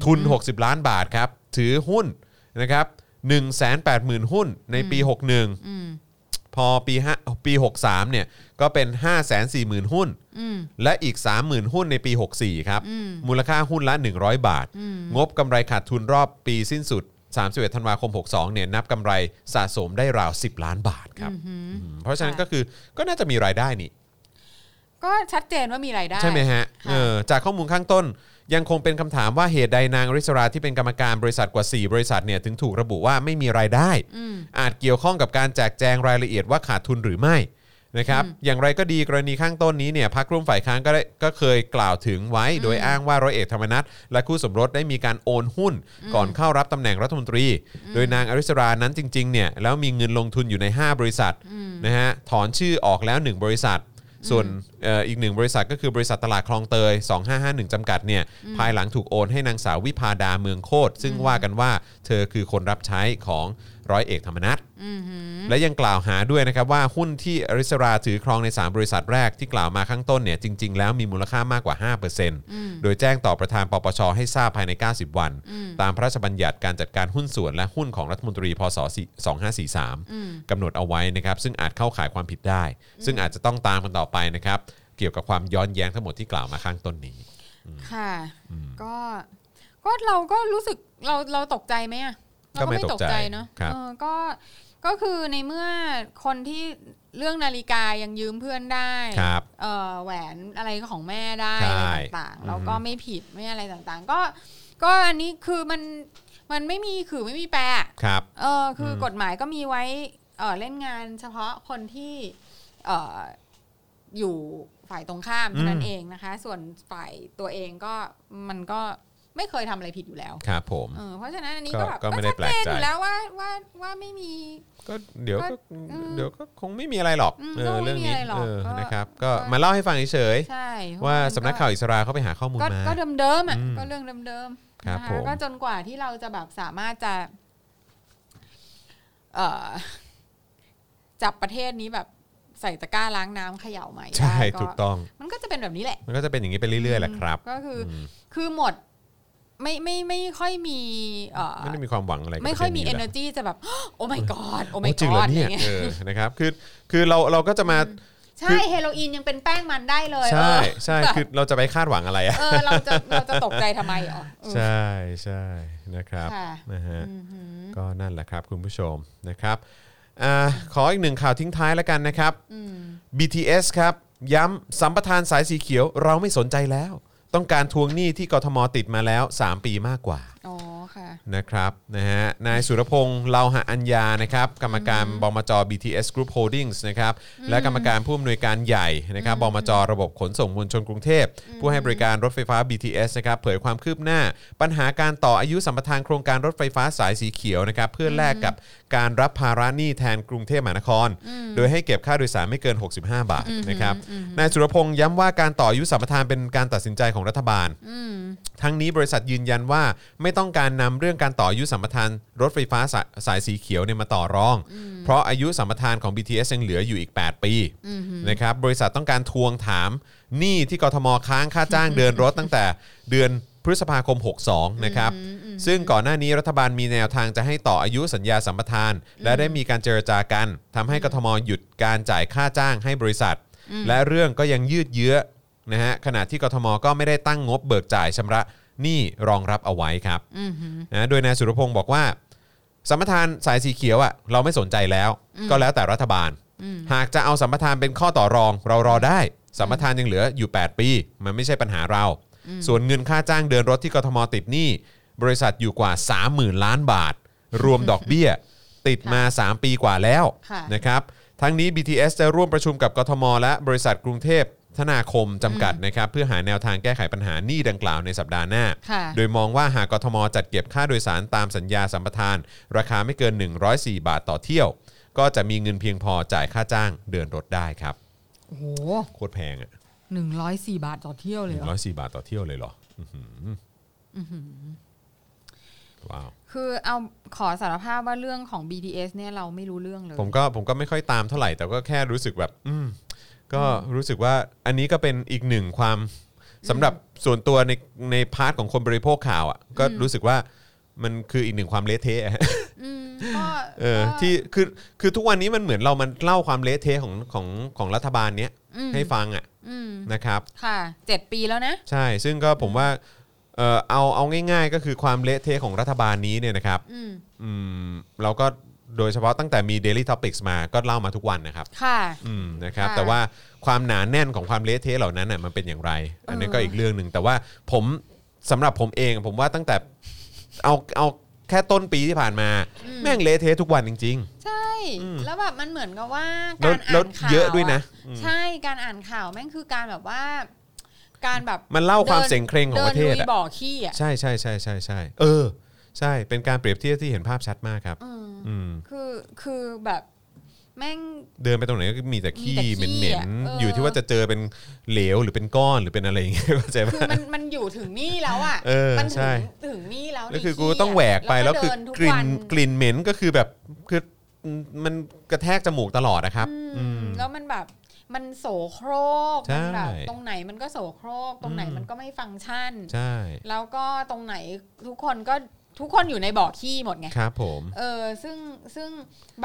B: ทุน 60 ล้านบาทครับ ถือหุ้นนะครับ180,000 หุ้นในปี 61 พอปี5ปี 63 เนี่ย ก็เป็น 540,000 หุ้น และอีก 30,000 หุ้นในปี 64 ครับ มูลค่าหุ้นละ 100 บาท งบกำไรขาดทุนรอบปีสิ้นสุด 31 ธันวาคม 62 เนี่ย นับกำไรสะสมได้ราว 10 ล้านบาทครับอืมเพราะฉะนั้นก็คือก็น่าจะมีรายได้นี่
C: ก็ชัดเจนว่ามีรายได้
B: ใช่ไหมฮะ
C: ค่ะ
B: เออจากข้อมูลข้างต้นยังคงเป็นคำถามว่าเหตุใดนางอริสราที่เป็นกรรมการบริษัทกว่า 4 บริษัทเนี่ยถึงถูกระบุว่าไม่มีรายได้ อาจเกี่ยวข้องกับการแจกแจงรายละเอียดว่าขาดทุนหรือไม่ นะครับอย่างไรก็ดีกรณีข้างต้นนี้เนี่ยพรรคร่วมฝ่ายค้านก็ได้ก็เคยกล่าวถึงไว้โดยอ้างว่าร้อยเอกธรรมนัฐและคู่สมรสได้มีการโอนหุ้น ก่อนเข้ารับตำแหน่งรัฐมนตรี โดยนางอริสรานั้นจริงๆเนี่ยแล้วมีเงินลงทุนอยู่ใน 5 บริษัทนะฮะถอนชื่อออกแล้ว 1 บริษัท ส่วนเอ่ออีกหนึ่งบริษัทก็คือบริษัทตลาดคลองเตย 2551 จำกัดเนี่ยภายหลังถูกโอนให้นางสาววิพาดาเมืองโคตรซึ่งว่ากันว่าเธอคือคนรับใช้ของร้อยเอกธรรมนัฐ และยังกล่าวหาด้วยนะครับว่าหุ้นที่อริสราถือครองใน 3 บริษัทแรกที่กล่าวมาข้างต้นเนี่ยจริง ๆ แล้วมีมูลค่ามากกว่า 5%โดยแจ้งต่อประธานปปชให้ทราบภายใน 90 วัน ตามพระราชบัญญัติการจัดการหุ้นส่วนและหุ้นของรัฐมนตรี พศ 2543 กำหนดเอาไว้นะครับ ซึ่งอาจเข้าข่ายความผิดได้ ซึ่งอาจจะต้องตามกันต่อไปนะครับ เกี่ยวกับความย้อนแย้งทั้งหมดที่กล่าวมาข้างต้นนี้
C: ค่ะ ก็ก็เราก็รู้สึกเราเราตกใจไหมอะเรา
B: ก็ไม่ตกใจ
C: เนาะ
B: ครับ
C: เออก็ก็คือในเมื่อคนที่เรื่องนาฬิกายังยืมเพื่อนได้
B: ครับ
C: เอ่อแหวนอะไรของแม่ได้
B: ใช่
C: อะไรต่างๆแล้วก็
B: อือฮึ
C: ไม่ผิดไม่อะไรต่างๆ ก็ก็อันนี้คือมันมันไม่มีคือไม่มีแปรอะ
B: ครับ
C: เออคืออ
B: ม
C: กฎหมายก็มีไว้เออเล่นงานเฉพาะคนที่เอออยู่ฝ่ายตรงข้ามเท่านั้นเองนะคะ ส่วนฝ่ายตัวเองก็มันก็ไม่เคยทำอะไรผิดอยู่แล้ว
B: ครับผม
C: เออเพราะฉะนั้นอันนี้
B: ก็
C: ก็แบบ
B: ก็ไม่ได้
C: ชัด
B: แปลก
C: เจ
B: ใจ
C: นอยู่แล้วว่าว่าว่าไม่มี
B: ก็เดี๋ยวก็
C: อืม
B: เดี๋ยวก็คงไม่มีอะไรหรอก
C: อืม
B: เอ
C: ก็
B: อ
C: ไม่
B: เรื่อง
C: มี
B: นี้
C: อะไรหรอก
B: เออ
C: ก็
B: นะครับ ก็
C: ก็
B: มาเล่าให้ฟังเฉยๆ
C: ใช่เพระ
B: ว่า
C: มัน
B: สำนัก
C: ก็
B: ข่าวอิสราเขาไปหาข้อมูล
C: ก็
B: มา
C: ก็เดิมๆอ่ะ
B: อืม
C: ก็เรื่องเดิมๆ
B: ครับ
C: นะ
B: ผ
C: คะ
B: ม
C: ก็จนกว่าที่เราจะแบบสามารถจะเอ่อจับประเทศนี้แบบใส่ตะกร้าล้างน้ำเขย่าใหม่
B: ใช่
C: ได้
B: ถูกต้อง
C: มันก็จะเป็นแบบนี้แหละ
B: มันก็จะเป็นอย่างนี้ไปเรื่อยๆแหละครับ
C: ก็คืออ
B: ม
C: คือหมดไม่ไม่ไม่ค่อยมีเอ่อ
B: ไม่ได้มีความหวังอะไรกับ
C: ไม่ค่อยมี
B: ประด็นนี้
C: energy จะแบบ โอ้ my god โอ้
B: โอ้
C: my
B: จริงเหรอ
C: god อะไร
B: เนี่ย
C: เงี้ย
B: เออนะครับคือคือเราเราก็จะมา
C: ใช่เฮโรอีนยังเป็นแป้งมันได้เลย
B: ใช่
C: เออ
B: ใช่คือเราจะไปคาดหวังอะไรอ่ะ
C: เออเราจะเราจะตกใจทำไมอ๋อเออ
B: ใช่ใช่นะครับ
C: ค่ะ
B: นะฮะ
C: อือหือ
B: ก็นั่นแหละครับคุณผู้ชมนะครับอาขออีกหนึ่งข่าวทิ้งท้ายแล้วกันนะครับ BTS ครับ ย้ำสัมปทานสายสีเขียวเราไม่สนใจแล้ว ต้องการทวงหนี้ที่กทมติดมาแล้ว 3 ปีมากกว่า
C: อ๋อค่ะ
B: นะครับนะฮะนายสุรพงษ์เลาหะอัญญานะครับกรรมการบมจ BTS Group Holdings นะครับและกรรมการผู้อำนวยการใหญ่นะครับบมจ ระบบขนส่งมวลชนกรุงเทพ ผู้ให้บริการรถไฟฟ้า BTS นะครับเผยความคืบหน้า ปัญหาการต่ออายุสัมปทานโครงการรถไฟฟ้าสายสีเขียวนะครับเพื่อแลกกับการรับภาระหนี้แทนกรุงเทพมหานคร โดยให้เก็บค่าโดยสารไม่เกิน 65 บาทนะครับนายสุรพงษ์ย้ำว่าการต่ออายุสัมปทานเป็นการตัดสินใจของรัฐบาล ทั้งนี้บริษัทยืนยันว่าไม่ต้องการนำเรื่องการต่ออายุสัมปทานรถไฟฟ้าสายสายสีเขียวเนี่ยมาต่อรอง เพราะอายุสัมปทานของ BTS ยังเหลืออยู่อีก 8 ปีนะครับบริษัทต้องการทวงถามหนี้ที่กทมค้างค่าจ้างเดินรถตั้งแต่เดือนพฤษภาคม 62 นะครับ ซึ่งก่อนหน้านี้รัฐบาลมีแนวทางจะให้ต่ออายุสัญญาสัมปทาน และได้มีการเจรจากันทำให้กทมหยุดการจ่ายค่าจ้างให้บริษัท และเรื่องก็ยังยืดเยื้อ นะฮะขณะที่กทมก็ไม่ได้ตั้งงบเบิกจ่ายชำระหนี้รองรับเอาไว้ครับนะโดยนายสุรพงศ์บอกว่า สัมปทานสายสีเขียวอ่ะเราไม่สนใจแล้ว ก็แล้วแต่รัฐบาล หากจะเอาสัมปทานเป็นข้อต่อรอง เรารอได้ สัมปทานยังเหลืออยู่ 8 ปี มันไม่ใช่ปัญหาเรา ส่วนเงินค่าจ้างเดินรถที่กทมติดหนี้บริษัทอยู่กว่า 30,000 ล้านบาท รวมดอกเบี้ย ติดมา 3 ปีกว่าแล้ว
C: ค่ะ
B: นะครับทั้งนี้ BTS จะร่วมประชุมกับกทม และบริษัทกรุงเทพธนาคมจำกัดนะครับเพื่อหาแนวทางแก้ไขปัญหาหนี้ดังกล่าวในสัปดาห์หน้า
C: ค่ะ
B: โดยมองว่าหากกทม จัดเก็บค่าโดยสารตามสัญญาสัมปทาน ราคาไม่เกิน 104 บาทต่อเที่ยว ก็จะมีเงินเพียงพอจ่ายค่าจ้างเดินรถได้ครับ
C: โอ้โห
B: โคตรแพงอ่ะ
C: หนึ่งร้อยสี่บาทต่อเที่ยวเลยเหรอ
B: 104 บาทต่อเที่ยวเลยเหรออื้อหือว้าว
C: คือเอาขอสารภาพว่าเรื่องของ BTS เนี่ยเราไม่รู้เรื่องเลย
B: ผมก็ผมก็ไม่ค่อยตามเท่าไหร่แต่ก็แค่รู้สึกแบบ อืมก็รู้สึกว่าอันนี้ก็เป็นอีกหนึ่งความสำหรับส่วนตัวในในพาร์ทของคนบริโภคข่าวอ่ะก็รู้สึกว่ามันคืออีกหนึ่งความเละเทะอะ
C: อืมก็
B: เออ
C: ก็
B: ที่คือคือทุกวันนี้มันเหมือนเรามันเล่าความเละเทะของของของรัฐบาลเนี้ย
C: อืม
B: ให้ฟังอ่ะ
C: อืม
B: นะครับ
C: ค่ะเจ็ดปีแล้วนะ
B: ใช่ซึ่งก็ผมว่าเออเอาเอาง่าย ๆ ก็คือความเละเทะของรัฐบาลนี้เนี่ยนะครับ
C: อืม
B: อืมเราก็โดยเฉพาะตั้งแต่มี Daily Topics มาก็เล่ามาทุกวันนะครับ
C: ค่ะ
B: อืมนะครับ
C: ค่ะ
B: แต่ว่าความหนาแน่นของความเละเทะเหล่านั้นน่ะมันเป็นอย่างไร อันนั้นก็อีกเรื่องหนึ่งแต่ว่าผมสำหรับผมเองผมว่าตั้งแต่เอาเอาแค่ต้นปีที่ผ่านมา
C: อืม
B: แม่งเละเทะทุกวันจริง
C: ใช่
B: อืม
C: แล้วแบบมันเหมือนกับว่า
B: แล้ว
C: การอ่า
B: แล้ว
C: นข่าว
B: เยอะด้วยนะ
C: อ
B: อืม
C: ใช่การอ่านข่าวแม่งคือการแบบว่า การแบบ
B: มันเล่าความ
C: เดิน
B: เสียงเคร่งของ
C: เดิ
B: ป
C: น
B: ระเท
C: ลุ
B: ศ
C: ย
B: อะ
C: บ่อขี้อ่ะ
B: ใช่ใช่ใช่ใช่ใช่เออ ใช่เป็นการเปรียบเทียบที่เห็นภาพชัดมากครับ
C: อืม
B: อืม
C: คือคือแบบแม่ง
B: เดินไปตรงไหนก็มีแต่ขี้
C: มีแต่ขี้
B: เหม็น
C: อะ
B: ๆ
C: เออ
B: อ
C: อ
B: ยู่ที่ว่าจะเจอเป็นเหลวหรือเป็นก้อนหรือเป็นอะไรอย่างเงี้ยเข้าใจปะ
C: คือมันมันอยู่ถึงนี่แล้วอ่ะ
B: เออ
C: มัน
B: ใช่
C: ถึงถึงนี่แล้ว
B: แล้วคือ
C: ดิ
B: กู
C: ขี้ะ
B: ต้องแหวกไปแล้วคื
C: เดิ
B: อน
C: ทุ
B: กลิ่น
C: วั
B: กลิ่นเหม็นก็คือแบบคือมันกระแทกจมูกตลอดนะครับอื
C: อืม
B: ม
C: แล้วมันแบบมันโสโครก
B: ใช่
C: มันแบบตรงไหนมันก็โสโครกตรงไหน
B: อืม
C: มันก็ไม่ฟังก์ชัน
B: ใช่
C: แล้วก็ตรงไหนทุกคนก็ทุกคนอยู่ในบ่อขี้หมดไง
B: ครับผม
C: เออซึ่งซึ่ง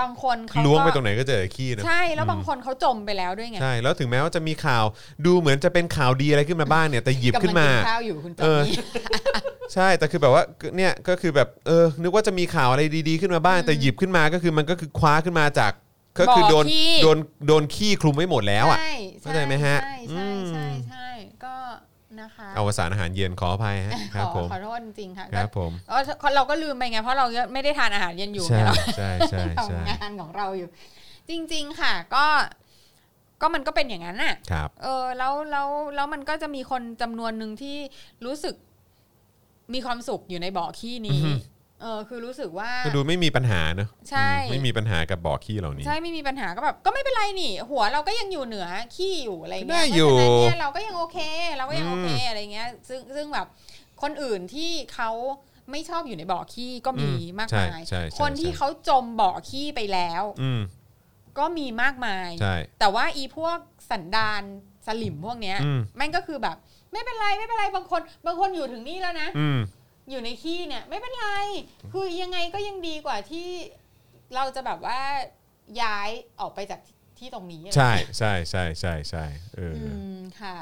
C: บางคนเขา
B: ล้วงไปต
C: ก็
B: รงไหนก็เจอขี้นะ
C: ใช่แล้ว
B: อืม
C: บางคนเขาจมไปแล้วด้วยไง
B: ใช่ แล้วถึงแม้ว่าจะมีข่าวดูเหมือนจะเป็นข่าวดีอะไรขึ้นมาบ้างเนี่ยแต่หยิบ
C: กำลัง
B: ขึ้นมา
C: กิข้าวอยู่คุณจอ
B: เออ
C: มนี่
B: ใช่แต่คือแบบว่าเนี่ยก็คือแบบเออนึกว่าจะมีข่าวอะไรดีๆขึ้นมาบ้าง แต่หยิบขึ้นมาก็คือมันก็คือคว้าขึ้นมาจาก ก็คือโดน
C: บ่อขี้
B: โดนโดนขี้คลุมไว้หมดแล้วอ่ะ
C: ใช่
B: เข้าใจไหมฮะ
C: ใช่ใช่
B: อื
C: ใช่
B: ม
C: ใช่ก็นะคะ
B: เอาวสารอาหารเย็นขออภัยฮะค
C: ข
B: รับ
C: อ
B: ผม
C: ขอโทษจริงๆค่ะ
B: ครับผม
C: ก็ก็เราก็ลืมไปไงเพราะเราไม่ได้ทานอาหารเย็นอยู่
B: ใช่
C: ไงเรา
B: ใช่ใช่ใช่
C: ทำงานของเราอยู่ จริง ๆค่ะ ก็ ก็มันก็เป็นอย่างนั้นน่ะ
B: ครับ
C: เออแล้วแล้วแล้วมันก็จะมีคนจำนวนหนึ่งที่รู้สึกมีความสุขอยู่ในบ่อขี้
B: อื
C: นี้
B: อฮึ
C: เออคือรู้สึกว่า
B: ก็ดูไม่มีปัญหาเนอะ
C: ใช่
B: อืมไม่มีปัญหากับบ่อขี้เหล่านี้
C: ใช่ไม่มีปัญหาก็แบบก็ไม่เป็นไรนี่ หัวเราก็ยังอยู่เหนือขี้อยู่อะไรเงี้ย
B: ได้อยู่
C: เพราะฉะนั้นเนี่ยเราก็ยังโอเค เราก็ยัง
B: อืม
C: โอเคอะไรเงี้ย ซึ่งซึ่งแบบคนอื่นที่เขาไม่ชอบอยู่ในบ่อขี้ก็มีมาก
B: ใช่
C: มาย
B: ใช่ใช่
C: คนที่เขาจมบ่อขี้ไปแล้ว
B: อืม
C: ก็มีมากมาย
B: ใช่
C: แต่ว่าอีพวกสันดานสลิมพวกเนี้ย
B: อืม
C: แม่งก็คือแบบ ไม่เป็นไรไม่เป็นไรบางคน บางคนอยู่ถึงนี่แล้วนะ
B: อืม
C: อยู่ในขี้เนี่ย ไม่เป็นไร คือยังไงก็ยังดีกว่าที่เราจะแบบว่าย้ายออกไปจากที่ตรงนี้
B: ใช่ใช่ใช่ใช่ใช่เออ
C: อื
B: อ
C: มค่ะ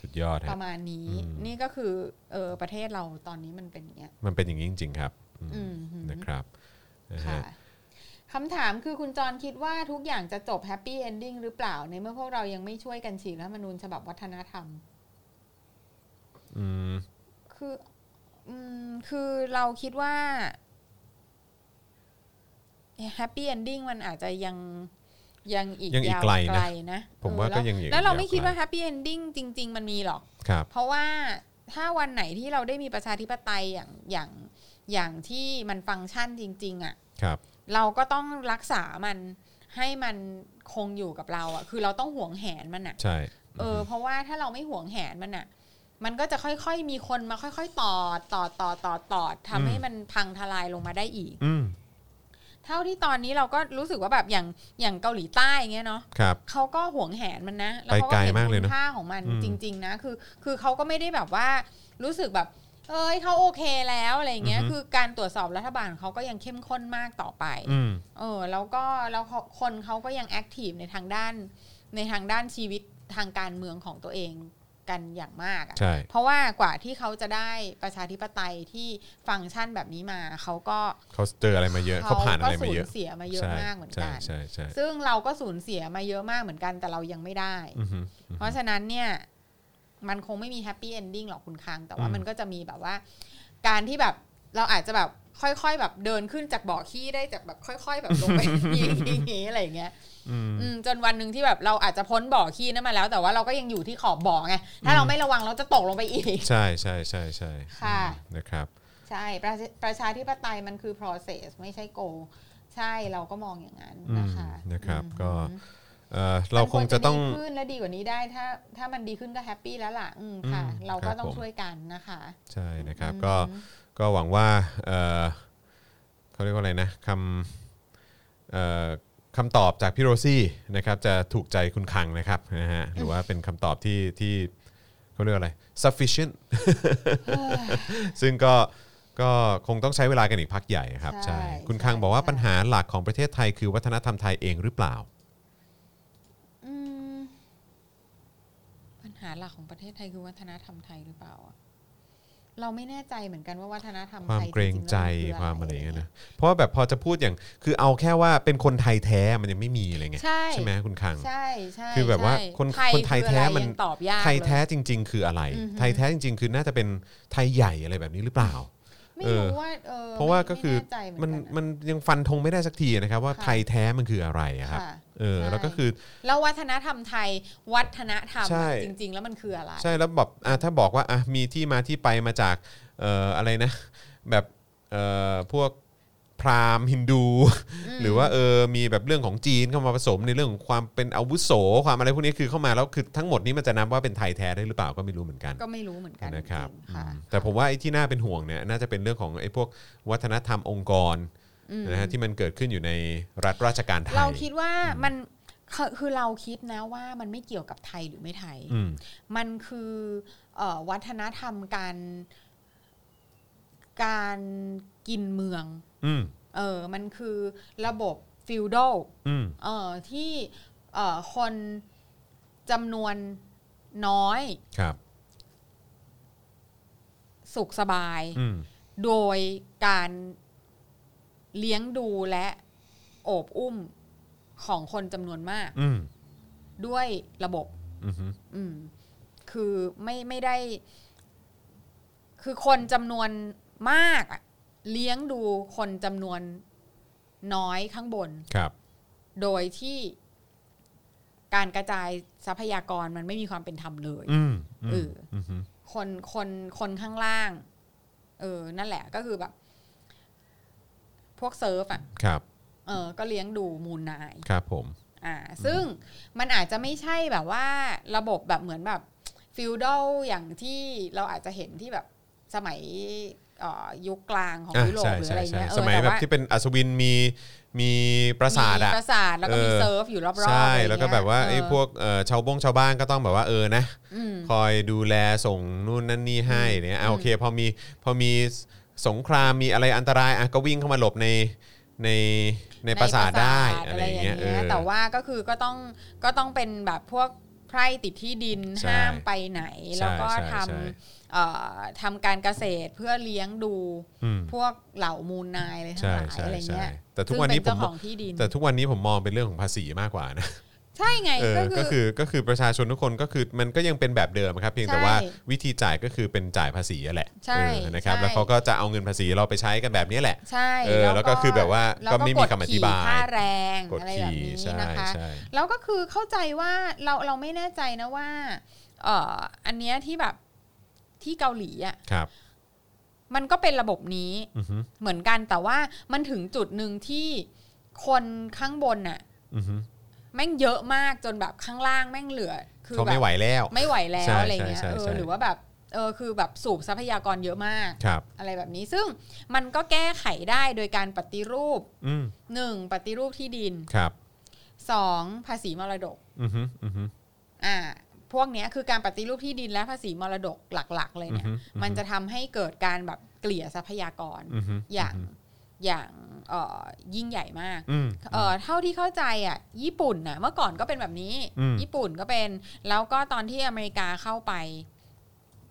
B: สุดยอด
C: ป
B: ฮะ
C: ระมาณนี้
B: อืม
C: นี่ก็คือเออประเทศเราตอนนี้มันเป็นอย่างเงี้ย
B: มันเป็นอย่างนี้จริง ๆ ครับอืม
C: อืมหืม
B: นะครับนะ
C: ค่ะ
B: ฮะ
C: คำถามคือคุณจรคิดว่าทุกอย่างจะจบแฮปปี้เอนดิ้งหรือเปล่า ในเมื่อพวกเรายังไม่ช่วยกันฉีกรัฐธรรมนูญฉบับวัฒนธรรม
B: อืม
C: คืออืมคือเราคิดว่าแฮปปี้เอนดิ้งมันอาจจะยังยังอีก
B: ยังอีก
C: ยาว
B: ไกลนะ
C: นะ
B: ผมว่า
C: เออ
B: ก็
C: แล้
B: ยังอีก
C: แล้วเรา
B: ย
C: ไม่
B: ไกล
C: คิดว่าแฮปปี้เอนดิ้งจริง ๆ มันมีหรอก
B: ครับ
C: เพราะว่าถ้าวันไหนที่เราได้มีประชาธิปไตยอย่างอย่างอย่างที่มันฟังก์ชันจริง ๆ อ่ะ
B: ครับ
C: เราก็ต้องรักษามันให้มันคงอยู่กับเราอ่ะ คือเราต้องหวงแหนมันอ่ะ
B: ใช่
C: เออเพราะว่าถ้าเราไม่หวงแหนมันอ่ะ มันก็จะค่อยๆ มีคนมาค่อยๆ ต่อต่อต่อต่อต่อทำให้มันพังทลายลงมาได้อีก
B: อืม
C: เท่าที่ตอนนี้เราก็รู้สึกว่าแบบอย่างอย่างเกาหลีใต้เงี้ยเนาะ
B: ครับ
C: เขาก็หวงแหนมันนะ
B: ไปไกลมากเลยเนอะ
C: คุณค่าของมัน
B: อืม
C: จริง ๆ นะ คือ คือเขาก็ไม่ได้แบบว่ารู้สึกแบบ เอ้ยเขาโอเคแล้วอะไรเงี้ย
B: อือฮึ
C: คือการตรวจสอบรัฐบาลของเขาก็ยังเข้มข้นมากต่อไป
B: อืม
C: เออแล้วก็แล้วเขาคนเขาก็ยังแอคทีฟในทางด้านในทางด้านชีวิตทางการเมืองของตัวเองกันอย่างมากอะ
B: ใช่
C: เพราะว่ากว่าที่เขาจะได้ประชาธิปไตยที่ฟังก์ชันแบบนี้มาเขาก็
B: เขาเจออะไรมาเยอะเขาผ่านอะไร
C: ก็
B: มา
C: สู
B: เย
C: ญ
B: อะ
C: เสียมาเยอะมากเหมือน
B: ใช่
C: กัน
B: ใช่ใช่ใช่
C: ซึ่งเราก็สูญเสียมาเยอะมากเหมือนกันแต่เรายังไม่ได้
B: อือฮึ
C: เพราะฉะนั้นเนี่ยมันคงไม่มีแฮปปี้เอนดิ้งหรอกคุณคัง แต่ว่า
B: อืม
C: มันก็จะมีแบบว่า การที่แบบเราอาจจะแบบค่อยๆแบบเดินขึ้นจากบ่อขี้ได้จากแบบค่อยๆ แบบลงไป อย่างนี้อะไรอย่างเงี้ย
B: อืม
C: อืมจนวันหนึ่งที่แบบเราอาจจะพ้นบ่อขี้นั้นมาแล้ว แต่ว่าเราก็ยังอยู่ที่ขอบบ่อไงถ้าเรา
B: อืม
C: ไม่ระวังเราจะตกลงไปอีก
B: ใช่ใช่ใช่ใช่
C: ค่ะ
B: อืมนะครับ
C: ใช่ประชาประชาธิปไตยมันคือ process ไม่ใช่ goal ใช่เราก็มองอย่างนั้นนะคะ
B: อืมนะครับ
C: อืม
B: ก็ เออเราคงจะต้อง
C: มันควรจะดีขึ้นและดีกว่านี้ได้ถ้า ถ้ามันดีขึ้นก็แฮปปี้แล้วล่ะอืมค่ะ
B: อืม
C: เรา
B: ค
C: ก็
B: รับ
C: ต้อง
B: ผม
C: ช่วยกันนะคะ
B: ใช่นะครับ
C: อืม
B: ก็ก็หวังว่าเอ่อเขาเรียกว่าอะไรนะคำเอ่อคำตอบจากพี่โรซี่นะครับจะถูกใจคุณคังนะครับนะ ฮะหรือว่าเป็นคำตอบที่ที่เขาเรียกว่าอะไร sufficient ซึ่งก็ก็คงต้องใช้เวลากันอีกพักใหญ่ครับ
C: ใช่
B: ใช่
C: ใช่
B: คุณคังบอกว่า
C: ใช่
B: ปัญหาหลักของประเทศไทยคือวัฒนธรรมไทยเองหรือเปล่า
C: อืมปัญหาหลักของประเทศไทยคือวัฒนธรรมไทยหรือเปล่าอะเราไม่แน่ใจเหมือนกันว่าวัฒนธรรม
B: ความ
C: ไทย
B: เกรงใจ
C: ริๆแล้ว
B: คาม
C: น
B: อะไร
C: คื
B: เงี้ยนะเพราะว่าแบบพอจะพูดอย่างคือเอาแค่ว่าเป็นคนไทยแท้มันยังไม่มีอะไรเงี้ย
C: ใช่
B: ใช่ไหมคุณคัง
C: ใช่ใช่
B: คือแบบว่า
C: ใช่
B: คน
C: ไทย
B: คนไทย
C: ออะร
B: แท้มัน
C: ยังตอบยาก
B: ไทยแท้
C: เลย
B: จริง ๆ คืออะไร
C: อือฮึ
B: ไทยแท้จริง ๆ คือน่าจะเป็นไทยใหญ่อะไรแบบนี้หรือเปล่า
C: ไม่
B: เออ
C: รู้ว่าเออ
B: เพราะว่าก็คือ
C: ไแใจเห
B: มัน
C: กัะ
B: มันยังฟันธงไม่ได้สักทีนะครับว่า
C: ค่ะ
B: ไทยแท้มันคืออะไรอะครับ
C: ค่ะ
B: เออ
C: ใช่
B: แล้วก็คือ
C: แล้ววัฒนธรรมไทย วัฒนธรรม
B: ใช่
C: อะจริง ๆ แล้วมันคืออะไร
B: ใช่แล้วแบบอ่ะถ้าบอกว่าอ่ะมีที่มาที่ไปมาจากเอ่ออะไร นะ แบบเอ่อพวกพราหมณ์ฮินดู หรือว่าเออมีแบบเรื่องของจีนเข้ามาผสมในเรื่องของความเป็นอาวุโสความอะไรพวกนี้คือเข้ามาแล้วคือทั้งหมดนี้มันจะนับว่าเป็นไทยแท้ได้หรือเปล่าก็ไม่รู้เหมือนกัน
C: ก็ไม่รู้เหมือนกัน
B: นะครับ
C: จงๆค่ะ
B: อืมแต่ผมว่าไอ้ที่น่าเป็นห่วงเนี่ยน่าจะเป็นเรื่องของไอ้พวกวัฒนธรรมองค์กรนะฮะที่มันเกิดขึ้นอยู่ในรัฐราชการไทย
C: เราคิดว่ามันคือคือเราคิดนะว่ามันไม่เกี่ยวกับไทยหรือไม่ไทย
B: อืม
C: มันคือเอ่อวัฒนธรรมการ การกินเมือง
B: อืม
C: เออมันคือระบบฟิวดอล
B: อืม
C: เออที่เอ่อคนจำนวนน้อย
B: ครับ
C: สุขสบาย
B: อืม
C: โดยการเลี้ยงดูและโอบอุ้มของคนจำนวนมาก
B: อืม
C: ด้วยระบบ
B: อืมฮึ
C: อืม คือไม่ไม่ได้ คือคนจำนวนมากอะเลี้ยงดูคนจำนวนน้อยข้างบน
B: ครับ
C: โดยที่การกระจายทรัพยากรมันไม่มีความเป็นธรรมเลย
B: อืม
C: เอ
B: อืม
C: อ
B: อืมฮึ
C: คนคนคนข้างล่าง เออ นั่นแหละก็คือแบบ พวกเซิร์ฟอ่ะ
B: ครับ
C: เออ ก็เลี้ยงดูมูลนาย
B: ครับผม
C: อ่า ซึ่งมันอาจจะไม่ใช่แบบว่า ระบบแบบเหมือนแบบฟิวดอลอย่างที่เราอาจจะเห็นที่แบบสมัยเอ่อยุคกลางของ
B: อ่ะ
C: ยุโรป
B: ใช่
C: หรือ
B: ใช่
C: อะไร
B: ใช่
C: เงี้ยเอ
B: ส
C: อ
B: มัย
C: แต่
B: แบบ
C: ว่า
B: ที่เป็นอัศวินมีมีปราสาทอ่ะ
C: ปราสาทแล้วก็มี
B: เออ
C: เซิร์ฟอยู่รอบๆ
B: ใช่
C: อะไรเงี้ย
B: แล้วก็แบบว่าไอ้
C: เ
B: พวกเอ่อชาวบงชาวบ้านก็ต้องแบบว่าเออนะ
C: อืม
B: คอยดูแลส่งนู่นนั่นนี่ให้เนี่ยอ่ะโอเคพอมีพอมีสงครามมีอะไรอันตรายอ่ะก็วิ่งเข้ามาหลบในในในปราสาทได้อะไรอย่างเงี้ยเออ
C: แต่ว่าก็คือก็ต้องก็ต้องเป็นแบบพวกไพร่ติดที่ดิน
B: ใช่
C: ห้ามไปไหน แล้วก็
B: ใช่ใช่
C: ท
B: ใช่
C: ำเอ่อทำการเกษตรเพื่อเลี้ยงดู
B: อืม
C: พวกเหล่ามูลนายอะไรทั้ง
B: ใช่
C: หลาย
B: ใช่
C: อะไร
B: ใช่
C: เงี้ย
B: แต่ทุกวันนี้ผ
C: ซึ่งเป็
B: ม
C: เจ้าของที่ดิน
B: แต่ทุกวันนี้ผมมองเป็นเรื่องของภาษีมากกว่านะ
C: ใช่ไง
B: เออก็
C: ก็
B: คื
C: คือ
B: อก็คือประชาชนทุกคนก็คือมันก็ยังเป็นแบบเดิมครับ เพียงแต่
C: ใช่
B: ว่าวิธีจ่ายก็คือเป็นจ่ายภาษีอะแหละ
C: ใช่
B: เออนะครับ
C: ใช่
B: แล้วเขาก็จะเอาเงินภาษีเราไปใช้กันแบบนี้แหละ
C: ใช่
B: เออแล้วก็คือแบบว่าก็ไม่มีคำอธิบาย
C: แล้วก็กดขี่ค่าแรง
B: กด
C: อะไรแบ
B: ขี่
C: บนี้
B: ใช่
C: นะคะ
B: ใช่
C: แล้วก็คือเข้าใจว่าเราเราไม่แน่ใจนะว่าเอ่ออันเนี้ยที่แบบที่เกาหลีอ่ะ
B: ครับ
C: มันก็เป็นระบบนี้
B: อือฮึ
C: เหมือนกันแต่ว่ามันถึงจุดหนึ่งที่คนข้างบนน่ะ
B: อือฮึ
C: แม่งเยอะมากจนแบบข้างล่างแม่งเหลือ คือ
B: เขา
C: แบ
B: ไม่
C: บ
B: ไหวแล้ว
C: ไม่ไหวแล้
B: ใช่
C: วอะไรเงี้ย
B: ใช่
C: เอ
B: ใช่
C: อหรือว่าแบบเออคือแบบสูบทรัพยากรเยอะมาก
B: ครับ
C: อะไรแบบนี้ซึ่งมันก็แก้ไขได้โดยการปฏิรูป
B: อืม
C: หนึ่งปฏิรูปที่ดิน
B: ครับ
C: สองภาษีมรดก
B: อือฮึอือฮึ
C: อ่าพวกเนี้ยคือการปฏิรูปที่ดินและภาษีมรดกหลัก ๆ เลยเนี่ย
B: อือฮึอือฮึ
C: มันจะทำให้เกิดการแบบเกลี่ยทรัพยากร
B: อือฮึ
C: อย่างอย่างเอ่อยิ่งใหญ่มาก
B: อืม
C: เอ่อเท่าที่เข้าใจอ่ะญี่ปุ่นน่ะเมื่อก่อนก็เป็นแบบนี้
B: อืม
C: ญี่ปุ่นก็เป็น แล้วก็ตอนที่อเมริกาเข้าไป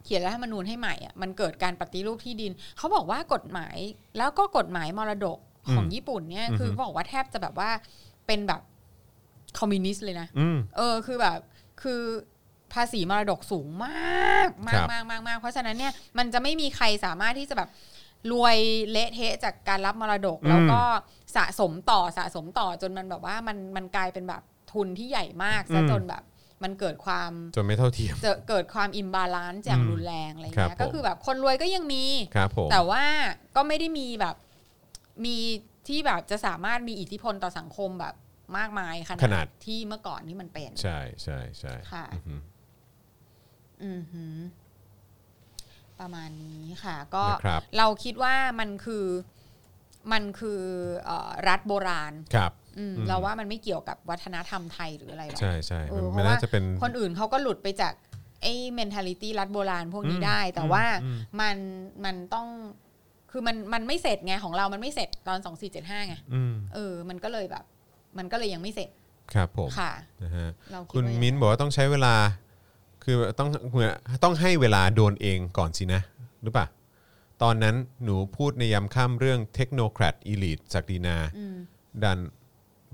C: เขียนรัฐธรรมนูญให้ใหม่อ่ะมันเกิดการปฏิรูปที่ดิน เขาบอกว่ากฎหมายแล้วก็กฎหมายมรดกของญี่ปุ่นเนี่ยคือบอกว่าแทบจะแบบว่าเป็นแบบคอมมิวนิสต์เลยนะ
B: อืม
C: เออคือแบบคือภาษีมรดกสูงมากมา
B: ครั
C: ก
B: บ
C: มากมากมากเพราะฉะนั้นเนี่ยมันจะไม่มีใครสามารถที่จะแบบรวยเละเทะจากการรับมรดก แล้วก็สะสมต่อสะสมต่อจนมันแบบว่ามันมันกลายเป็นแบบทุนที่ใหญ่มากซะจนแบบ มันเกิดความ
B: จนไม่เท่าเทียม
C: เจอเกิดความอิมบาลานซ์อย่างรุนแรงอะไร
B: ครับ
C: เงี้ยก็
B: ผม
C: คือแบบคนรวยก็ยังมี
B: ครับผม
C: แต่ว่าก็ไม่ได้มีแบบมีที่แบบจะสามารถมีอิทธิพลต่อสังคมแบบมากมายขนาดที่เมื่อก่อนนี่มันเป็น
B: ใช่ใช่ใช่
C: ค่ะ
B: อือฮึ
C: อือหือ ประมาณนี้ค่ะ ก็
B: นะครับ
C: เราคิดว่ามันคือมันคือเออรัฐโบราณ
B: ครับ
C: อืม
B: อืม
C: เราว่ามันไม่เกี่ยวกับวัฒนธรรมไทยหรืออะไรหรอก
B: ใช่ใช่
C: เอ
B: มัน
C: อเพ
B: มัน
C: ราะว่า
B: น่าจะเป็น
C: คนอื่นเขาก็หลุดไปจากไอ้ mentality รัฐโบราณพวกนี้
B: อืม
C: ได้ แต่
B: อืม
C: ว่า
B: อืม
C: มันมันต้องคือมันมันไม่เสร็จไงของเรามันไม่เสร็จตอนสองสี่เจ็ดห้าไง
B: อืม
C: เออ มันก็เลยแบบ มันก็เลยยังไม่เสร็จ
B: ครับผม
C: ค่ะ
B: นะฮะ
C: เราคิด
B: คุณ
C: ว่าอย่าง
B: มิ้นบอกว่าต้องใช้เวลา คือต้องเหมือนต้องให้เวลาโดนเองก่อนสินะ หรือเปล่า ตอนนั้นหนูพูดในยามค่ำเรื่องเทคโนแครดอีลิทศักดินา
C: อืม
B: ดัน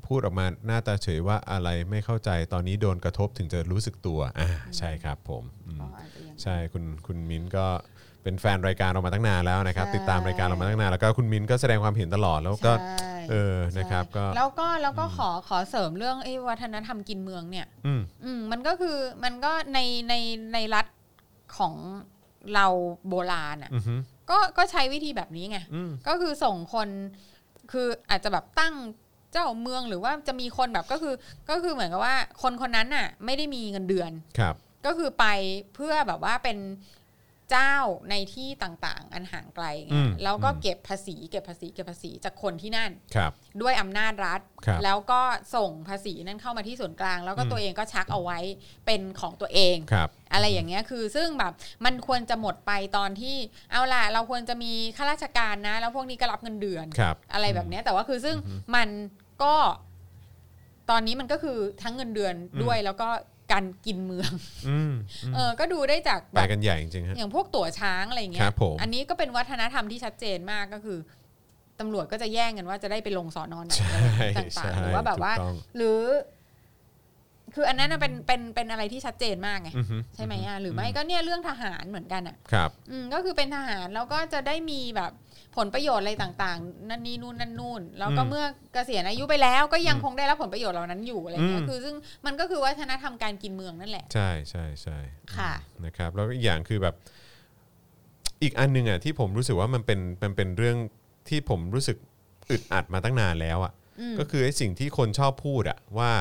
B: พูดออกมาหน้าตาเฉยว่าอะไรไม่เข้าใจตอนนี้โดนกระทบถึงจะรู้สึกตัว อ่า ใช่ครับผมอืม
C: ก็อาจจะยัง
B: ใช่คุณคุณมิ้นก็ เป็นแฟนรายการเรามาตั้งนานแล้วนะครับ
C: ใช่
B: ติดตามรายการเรามาตั้งนานแล้วก็คุณมิ้นก็แสดงความเห็นตลอดแล้วก็
C: ใช่
B: เออนะครับก็
C: แล้วก็แล้วก็ขอขอเสริมเรื่องไอ้วัฒนธรรมกินเมืองเนี่ย
B: อืม
C: อืมมันก็คือมันก็ในในในรัฐของเราโบราณอ่ะ
B: อือหือ
C: ก็ก็ใช้วิธีแบบนี้ไง
B: อืม
C: ก็คือส่งคนคืออาจจะแบบตั้งเจ้าเมืองหรือว่าจะมีคนแบบก็คือก็คือเหมือนกับว่าคนคนนั้นน่ะ ไม่ได้มีเงินเดือน
B: ครับ
C: ก็คือไปเพื่อแบบว่าเป็นเจ้าในที่ต่างๆ อันห่างไกลไง
B: อืม
C: แล้วก็เก็บภาษี เก็บภาษีเก็บภาษีจากคนที่นั่น
B: ครับ
C: ด้วยอำนาจรัฐ
B: ครับ
C: แล้วก็ส่งภาษีนั่นเข้ามาที่ส่วนกลาง แล้วก็
B: อืม
C: ตัวเองก็ชักเอาไว้เป็นของตัวเอง
B: ครับ
C: อะไรอย่างเงี้ยคือซึ่งแบบมันควรจะหมดไปตอนที่เอาล่ะเราควรจะมีข้าราชการนะ แล้วพวกนี้ก็รับเงินเดือน
B: ครับ
C: อะไรแบบเนี้ยแต่ว่าคือซึ่งมันก็ตอนนี้มันก็คือทั้งเงินเดือนด้วยแล้วก็การกินเมือง
B: อืมอืม
C: เออก็ดูได้จาก
B: ไป
C: แบบ
B: กันใหญ่จริงๆฮะ
C: อย่างพวกตั๋วช้างอะไรเงี้
B: ครั
C: ย
B: บผม
C: อันนี้ก็เป็นวัฒนธรรมที่ชัดเจนมากก็คือตำรวจก็จะแย่งกันว่าจะได้ไปลงสอนอนไหนอะไรต่างๆหรือว่าแบบว่า
B: ถูกต้อง
C: หรือ คืออันนั้นนะเป็นเป็นเป็นอะไรที่ชัดเจนมากไง
B: อือหือ
C: ใช่ไหมอ่ะหรือไม่ก็เนี่ยเรื่องทหารเหมือนกันอ่ะ
B: ครับ
C: อืมก็คือเป็นทหารแล้วก็จะได้มีแบบผลประโยชน์อะไรต่างๆ นั่นนี่นู่นนั่นนู่นแล้วก็
B: อืม
C: เมื่อเกษียณอายุไปแล้วก็ยัง
B: อืม
C: คงได้รับผลประโยชน์เหล่านั้นอยู่อะไรเงี้
B: อื
C: ย
B: ม
C: คือ ซึ่งมันก็คือวัฒนธรรมการกินเมืองนั่นแหละ
B: ใช่ใช่ใช่
C: ค่ะ
B: นะครับแล้วก็อีกอย่างคือแบบอีกอันหนึ่งอ่ะที่ผมรู้สึกว่ามันเป็นมันเป็นเรื่องที่ผมรู้สึกอึดอัดมาตั้งนานแล้วอ่ะ
C: อืม
B: ก็คือไอ้สิ่งที่คนชอบพูดอ่ะว่า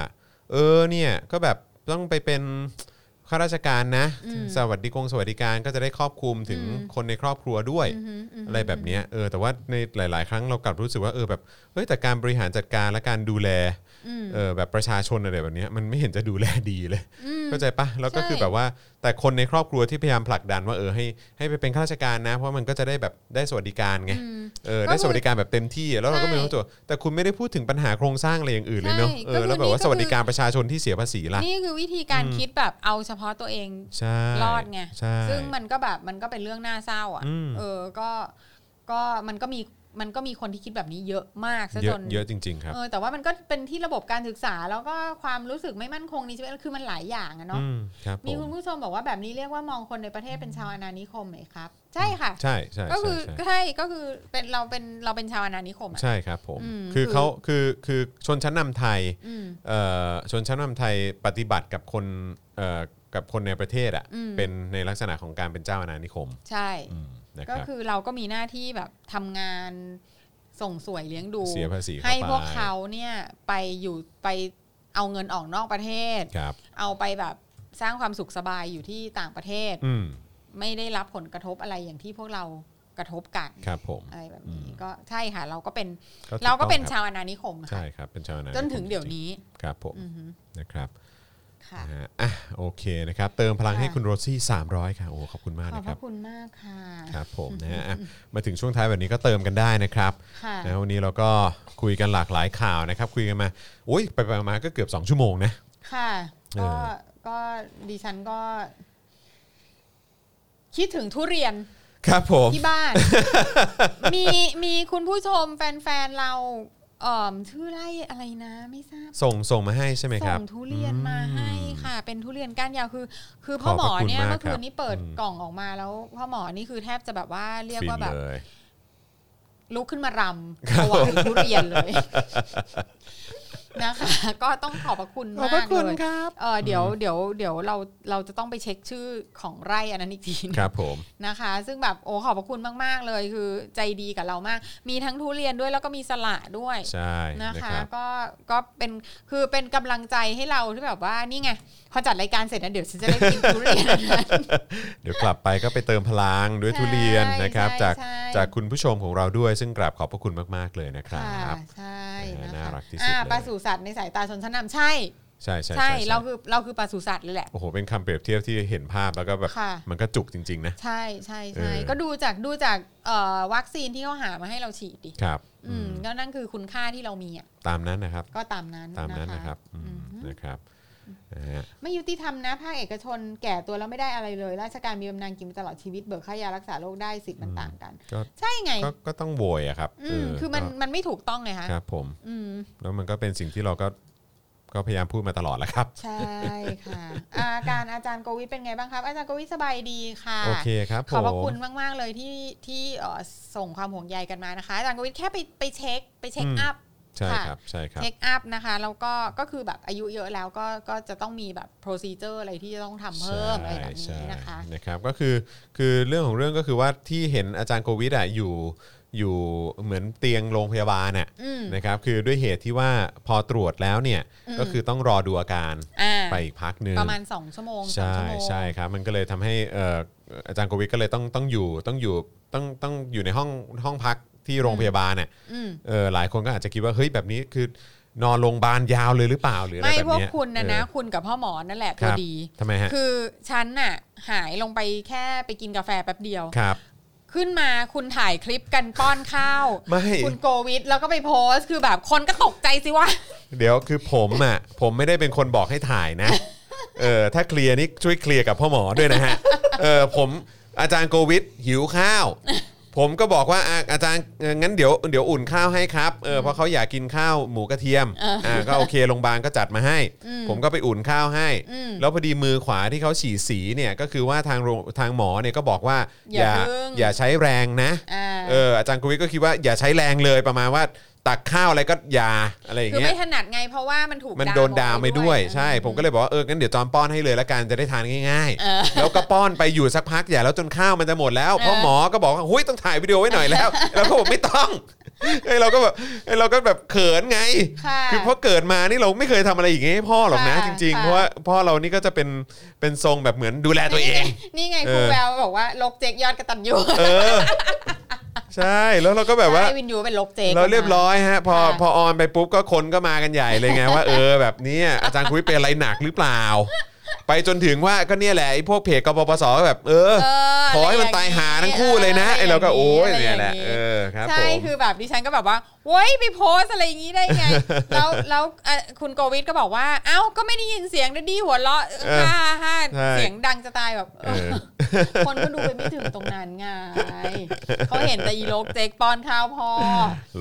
B: เออเนี่ยก็แบบต้องไปเป็นข้าราชการนะ สวัสดิกงสวัสดิการก็จะได้ครอบคลุมถึงคนในครอบครัวด้วย
C: อืมอืม
B: อะไรแบบเนี้ยเออแต่ว่าในหลาย ๆ ครั้งเรากลับรู้สึกว่าเออแบบเฮ้ยแต่การบริหารจัดการและการดูแล
C: อืม
B: เออแบบประชาชนอะไรแบบเนี้ยมันไม่เห็นจะดูแลดีเลย
C: ม
B: เข้าใจปะแล้วก็
C: ใช่
B: คือแบบว่าแต่คนในครอบครัวที่พยายามผลักดันว่าเออให้ให้ไปเป็นข้าราชการนะ เพราะมันก็จะได้แบบได้สวัสดิการไง
C: อืม
B: เออ
C: ก็คือ
B: ได้สวัสดิการแบบเต็มที่อะแล้วเราก็
C: ใช่
B: ไม่รู้ตัว แต่คุณไม่ได้พูดถึงปัญหาโครงสร้างอะไรอย่างอื่นเลยเนาะ
C: ใช่
B: เอ
C: ก็
B: อ
C: คือ
B: แล้วแบบว่า
C: นี่ก็คือ
B: สวัสดิการประชาชนที่เสียภาษีล่ะ
C: นี่คือวิธีการคิดแบบเอาเฉพาะตัวเอง
B: ใช่
C: รอดไง
B: ใช่
C: ซึ่งมันก็แบบมันก็เป็นเรื่องน่าเศร้าอ่ะ
B: อืม
C: เออ ก็ ก็มันก็มีมันก็มีคนที่คิดแบบนี้เยอะมากซะ
B: เย
C: จ
B: อะ
C: น
B: เยอะจริง ๆ ครับ
C: เออแต่ว่ามันก็เป็นที่ระบบการศึกษาแล้วก็ความรู้สึกไม่มั่นคงในชีวิตคือมันหลายอย่างอะเนาะ
B: อืมครับผ
C: มี
B: ม
C: คุณผู้ชมบอกว่าแบบนี้เรียกว่ามองคนในประเทศเป็นชาวอนานิคมไหมครับ ใช่ค่ะ
B: ใช่ใช่
C: ก็
B: ใช่
C: คือ
B: ใช่
C: ใช่ก็คือเป็นเราเป็นเราเป็นชาวอนานิคมอะ
B: ใช่ครับผม
C: อืม
B: คือ
C: คือ
B: เขาคือคือชนชั้นนำไทย
C: อืม
B: เอ่อชนชั้นนำไทยปฏิบัติกับคนเอ่อกับคนในประเทศอ่ะ
C: อืม
B: เป็นในลักษณะของการเป็นเจ้าอาณานิคม
C: ใช่
B: อืมนะค
C: ก็
B: รับ
C: คือเราก็มีหน้าที่แบบทำงานส่งสวยเลี้ยงดู
B: เสียภาษีเข้า
C: ให้
B: ไป
C: พวกเขาเนี่ยไปอยู่ไปเอาเงินออกนอกประเทศ
B: ครับ
C: เอาไปแบบสร้างความสุขสบายอยู่ที่ต่างประเทศ
B: อืม
C: ไม่ได้รับผลกระทบอะไรอย่างที่พวกเรากระทบกัน
B: ครับผม
C: อะไรแบบนี้ก็ใช่ค่ะ เราก็เป็น
B: ถู
C: เราก็เป็น
B: ต้องคบ
C: ชาวอาณานิคมค่ะ
B: ใช่ครับเป็นชาวอาณาคม
C: จนถึงเดี๋ยวนี้
B: ครับผม
C: อือฮึ
B: นะครับ
C: ค่ะ
B: นะฮะอ่ะโอเคนะครับ เติมพลัง
C: ค่ะ
B: ให้คุณโรซี่ 300 ค่ะโอ้ขอบคุณมาก
C: ขอบ
B: นะ
C: พ
B: ครับ
C: ระคุณมากค่ะ
B: ครับผมนะฮะอ่ะมาถึงช่วงท้ายแบบนี้ก็เติมกันได้นะครับ
C: ค่ะ
B: นะวันนี้เราก็คุยกันหลากหลายข่าวนะครับ คุยกันมาโอ้ยไปไปมาๆก็เกือบ 2 ชั่วโมงนะ
C: ค่ะ
B: เอ
C: ก็
B: อ
C: ก็ดิฉันก็ คิดถึงทุเรียน
B: ครับผม
C: ที่บ้าน มีมีคุณผู้ชมแฟนๆเราเอ่อชื่อไร่อะไรนะไม่ทราบ
B: ส่งส่งมาให้ใช่ไหมครับ
C: ส่งทุเรียนมาให้ค่ะ เป็นทุเรียนก้านยาวคือ คือพ่
B: ข
C: อ
B: อบ
C: หม
B: พระ
C: อ
B: คุณ
C: เนี่ย
B: มาก
C: เมื่อ
B: ค
C: คื
B: รั
C: น
B: บ
C: นี้เปิด
B: อืม
C: กล่องออกมาแล้ว พ่อหมอนี่คือแทบจะแบบว่าเรียกว่าแบบ
B: ฟินเลย
C: ลุกขึ้นมารำถวายทุเรียนเลย นะคะ ก็ต้องขอบพระคุณ
B: ขอบ
C: มา
B: พระ
C: ก
B: คุ
C: เล
B: ณ
C: ย
B: ครับ
C: เออเดี๋ยวเดี๋ยวเดี๋ยวเราเราจะต้องไปเช็คชื่อของไร่อันนั้นอีกทีหนึ่ง
B: ครับผม
C: นะคะ ซึ่งแบบโอ้ขอบพระคุณมาก ๆ เลยคือใจดีกับเรามาก มีทั้งทุเรียนด้วยแล้วก็มีสละด้วย
B: ใช่นะ
C: นะ
B: ค
C: คะ
B: รับ
C: ก็ก็เป็นคือเป็นกำลังใจให้เราที่แบบว่านี่ไงพอจัดรายการเสร็จนะเดี๋ยวฉันจะได้กินทุเรี ยน
B: เดี๋ยวกลับไปก็ไปเติมพลังด้วย
C: ใช่
B: ทุเรียนนะครับ
C: ใช่
B: จาก
C: ใช่
B: จากคุณผู้ชมของเราด้วยซึ่งกราบขอบพระคุณมาก ๆ เลยนะครั
C: ค่ะ
B: บ
C: ใช่นะ
B: น่า
C: คะ
B: รักที่สุด
C: อ่า
B: เลย
C: ปศุสัตว์ในสายตาชนชั้นนำใช่
B: ใช่ใช่
C: ใช่เราคือเราคือปศุสัตว์เลยแหละ
B: โอ้โหเป็นคำเปรียบเทียบที่เห็นภาพแล้วก็แบบ
C: ค่ะ
B: มันก็จุกจริง ๆ นะ
C: ใช่ใช่ใช่
B: เออ
C: ก็ดูจากดูจากเอ่อวัคซีนที่เขาหามาให้เราฉีดดิ
B: ครับ
C: อืมก็นั่นคือคุณค่าที่เรามีอ่ะ
B: ตามนั้นนะครับ
C: ก็ตามนั้น
B: ตามนั้น
C: นะ
B: นะคะ ครับอืม
C: อืม
B: นะครับนะฮะ
C: ไม่ยุติธรรมนะภาคเอกชนแก่ตัวแล้วไม่ได้อะไรเลย ราชการมีบำนาญกินไปตลอดชีวิตเบิกค่ายารักษาโรคได้สิทธิ์มัน
B: อืม
C: ต่างกัน
B: ก็
C: ใช่ไง
B: ก็ก็ต้องโวยอะครับ
C: อื
B: เ
C: มคือมัน
B: ก็
C: มันไม่ถูกต้องไงคะ
B: ครับผม
C: อืม
B: แล้วมันก็เป็นสิ่งที่เราก็ ก็พยายามพูดมาตลอดแหล้วครับ
C: ใช่ค่ะอาการอาจารย์โกวิทเป็นไงบ้างครับ อาจารย์โกวิทสบายดีค่ะ
B: โอเคครับ
C: ข
B: ผ
C: อบพระ
B: ม
C: คุณมาก ๆ เลยที่ที่เอ่อส่งความห่วงใยกันมานะคะอาจารย์โกวิทแค่ไปไปเช็คไปเช็ค
B: อืม
C: อัพ
B: ใช่
C: ค่ะ
B: ครับใช่ครับ
C: เช็คอัพนะคะแล้วก็ก็คือแบบอายุเยอะแล้วก็ก็จะต้องมีแบบ procedure อะไรที่จะต้องทำเพิ่มอะไรแบบ
B: ใช่
C: นี้นะคะ
B: ใช่นะครับก็คือคือเรื่องของเรื่องก็คือว่าที่เห็นอาจารย์โควิดอ่ะอยู่อยู่เหมือนเตียงโรงพยาบาลน่ะ
C: อืม
B: นะครับคือด้วยเหตุที่ว่าพอตรวจแล้วเนี่ย
C: อืม
B: ก็คือต้องรอดูอาการ
C: อ่า
B: ไปอีกพักหนึ่ง
C: ประมาณ 2 ชั่วโมงสาม
B: ใช่
C: ชั่วโมง
B: ใช่ครับมันก็เลยทำให้เอ่ออาจารย์โควิดก็เลยต้องต้องอยู่ต้องอยู่ต้องต้องอยู่ในห้องห้องพักที่โรงพยาบาลน่ะ
C: อืม
B: เออหลายคนก็อาจจะคิดว่าเฮ้ยแบบนี้คือนอนโรงพยาบาลยาวเลยหรือเปล่าหรืออะไร
C: ไม่
B: แบบ
C: พวก
B: เนี้ย
C: คุณนะนะ
B: เออ
C: คุณกับพ่อหมอนั่นแหละ
B: ค
C: ตัว
B: รับ
C: ดี
B: ทำไมฮะ
C: คือฉันน่ะหายลงไปแค่ไปกินกาแฟแป๊บเดียว
B: ครับ
C: ขึ้นมาคุณถ่ายคลิปกันป้อนข้าว
B: ไม่
C: คุณโกวิทแล้วก็ไปโพสต์คือแบบคนก็ตกใจสิว่า
B: เดี๋ยวคือผมอ่ะ ผมไม่ได้เป็นคนบอกให้ถ่ายนะ เออถ้าเคลียร์นี่ช่วยเคลียร์กับพ่อหมอด้วยนะฮะเออผมอาจารย์โควิดหิวข้าว ผมก็บอกว่าอ่ะอาจารย์เอองั้นเดี๋ยวเดี๋ยวอุ่นข้าวให้ครับเออเพราะเขาอยากกินข้าวหมูกระเทียม
C: เอออ่
B: ่าก็โอเคโรงพยาบาลก็จัดมาให้
C: อืม
B: ผมก็ไปอุ่นข้าวให้
C: อืม
B: แล้วพอดีมือขวาที่เขาฉีดสีเนี่ยก็คือว่าทางโรงทางหมอเนี่ยก็บอกว่า
C: อย่าพึ่ง
B: อย่าใช้แรงนะ
C: อ่า
B: เอออาจารย์โควิดก็คิดว่าอย่าใช้แรงเลยประมาณว่าตักข้าวอะไรก็อย่าอะไรอย่าง
C: คือ
B: เงี้ย
C: ไม่ถนัดไงเพราะว่ามันถูก
B: มันโดนด่าไปด้วย
C: ออกป
B: ใช่ ผมก็เลยบอกว่าเอองั้นเดี๋ยวจอมป้อนให้เลยละกันจะได้ทานง่าย
C: เออ
B: ๆ แล้วก็ป้อนไปอยู่สักพักอย่าแล้วจนข้าวมันจะหมดแล้วเพราะหมอก็บอกว่าหุ้ยต้องถ่ายวิดีโอไว้หน่อยแล้ว แล้วก็บอกไม่ต้อง ไอ้ยเราก็แบบไอ้ยเราก็แบบเขินไง
C: ค่ะ
B: อเพราะเกิดมานี่เราไม่เคยทำอะไรอย่างเงี้ยให้พ่อหรอกนะ
C: ค่ะ
B: จริง ๆ
C: ค่ะ
B: เพราะว่าพ่อเรานี่ก็จะเป็นเป็นทรงแบบเหมือนดูแลตัวเอง
C: นี่ไง
B: เออ
C: ครูแววบอกว่าลกเจ๊กยอดกระตันยู
B: เอ อ ใช่แล้วเราก็แบบว่า
C: ใช่วินยูเป็นลกเจ๊ก
B: เราเรียบร้อยฮะพอ
C: ค่ะ
B: พอออนไปปุ๊บก็คนก็มากันใหญ่เลยไงว่าเออ แบบเนี้ยอาจารย์คุยเป็นอะไรหนักหรือเปล่ า ไปจนถึงว่าก็เนี่ยแหละไอ้พวกเพจกปปสก็แบบ เออ
C: เ
B: ขอให้มันตายหาทั้งคู่เลยนะไอ้เราก็โอ้ยเนี่ยแหละเออครับผ
C: ใช่
B: ม
C: คือแบบดิฉันก็แบบว่าโว้ยไปโพสอะไรอย่างนี้ได้ ไง แล้วแล้วเอ่อคุณโกวิทก็บอกว่า เอ้าก็ไม่ได้ยินเสียงนะดีหัวเราะ
B: เออ
C: ฮ่าฮ่า
B: ใช่
C: เสียงดังจะตายแบบ
B: เออ
C: คนก็ดูไปไม่ถึงตรงนั้นไงเขาเห็นแต่อีโลกเจ๊กป้อนข้าวพ่อ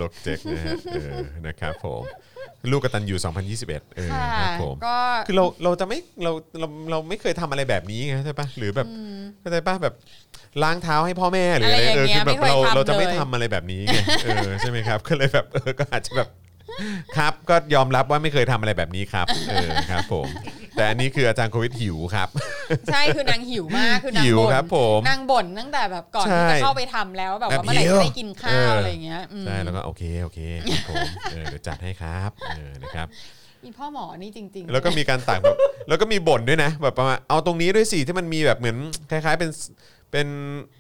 B: ลกเจ๊กนะฮะเออนะครับผมลูกกตันอยู่ 2021เออ
C: ค่ะ
B: ครับผม
C: ก็
B: คือเราเราจะไม่เราเราเราไม่เคยทำอะไรแบบนี้ไงใช่ปะหรือแบบเข้าใจปะแบบล้างเท้าให้พ่อแม่หรืออะไร
C: อะไรอย่าง
B: เออ
C: เงี้ย
B: คือแบบ
C: ไม่เคย
B: เรา
C: ทำ
B: เราจะไม่
C: เลย
B: ทำอะไรแบบนี้ไงเออใช่ไหมครับ ก็เลยแบบเออก็อาจจะแบบครับก็ยอมรับว่าไม่เคยทำอะไรแบบนี้ครับเออครับผม แต่อันนี้คืออาจารย์โควิดหิวครับ
C: ใช่คือนางหิวมากคือนาง
B: หิว
C: บ่น
B: ครับผม
C: นางบ่นตั้งแต่แบบก่อนที่
B: ใช่
C: จะเข้าไปทำแล้วแบบ
B: แบบ
C: ว่าเมื่อ
B: หิว
C: ไหร่จะได้กินข้าว
B: เอออ
C: อะไรอย่างเงี้ยอืม
B: ใช่แล้วก็โอเคโอเคครับผมเออเดี๋ยวจัดให้ครับเออนะครับ
C: อีพ่อหมอนี่จริง ๆ
B: แล้วก็มีการตักแบบ แล้วก็มีบ่นด้วยนะ แบบประมาณเอาตรงนี้ด้วยสิที่มันมีแบบเหมือนคล้าย ๆ เป็นเป็น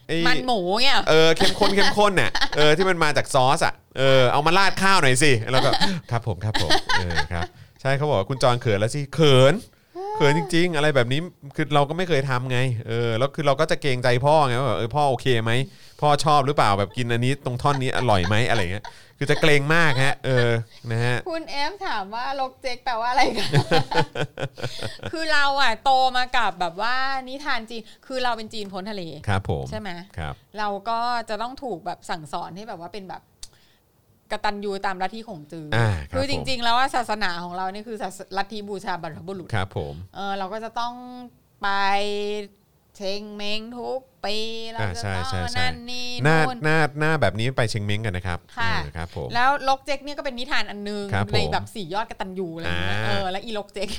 B: ไอ้
C: มันหมูเนี่ย
B: เออเข้มข้นเข้มข้นน่ะเออที่มันมาจากซอสอ่ะเออเอามาราดข้าวหน่อยสิแล้วก็ครับผมครับผมเออครับ ใช่เขาบอกว่าคุณจอนเขินแล้วสิเขินเขินจริง ๆ อะไรแบบนี้คือเราก็ไม่เคยทำไงเออแล้วคือเราก็จะเกรงใจพ่อไงว่าแบบเออพ่อโอเคไหมพ่อชอบหรือเปล่าแบบกินอันนี้ตรงท่อนนี้อร่อยไหมอะไรเงี้ยคือจะเกรงมากฮะ เออนะฮะ
C: คุณเอฟถามว่าลกเจ๊กแปลว่าอะไร กัน คือเราอ่ะโตมากับแบบว่านิทานจีน คือเราเป็นจีนพ้นทะเล
B: ครับผม
C: ใช่ไหม
B: ครับ
C: เราก็จะต้องถูกแบบสั่งสอนให้แบบว่าเป็นแบบกตัญญูตามลัทธิของจืออา
B: ครับ
C: คือจ
B: ผม
C: ริง ๆ แล้วว่าศาสนาของเราเนี่ยคือศาสลัทธิบูชาบรรพบุรุษ
B: ครับผม
C: เออเราก็จะต้องไปเชงเมงทุกปีเรา
B: อ่า
C: จะ
B: ใช่
C: ต้อง
B: ใช่ใช่
C: นั่นนี่
B: หน้า
C: นู่น
B: หน้าหน้าแบบนี้ไปเชียงเม้งกันนะครับ
C: ค่ะ
B: เออครับผม
C: แล้วลกเจ๊กเนี่ยก็เป็นนิทานอันนึง
B: ครับผม
C: ในแบบสี่ยอดกตัญญูอะไรอย่างเงี้ย
B: อ่า
C: เออแล้วอีลกเจ๊ก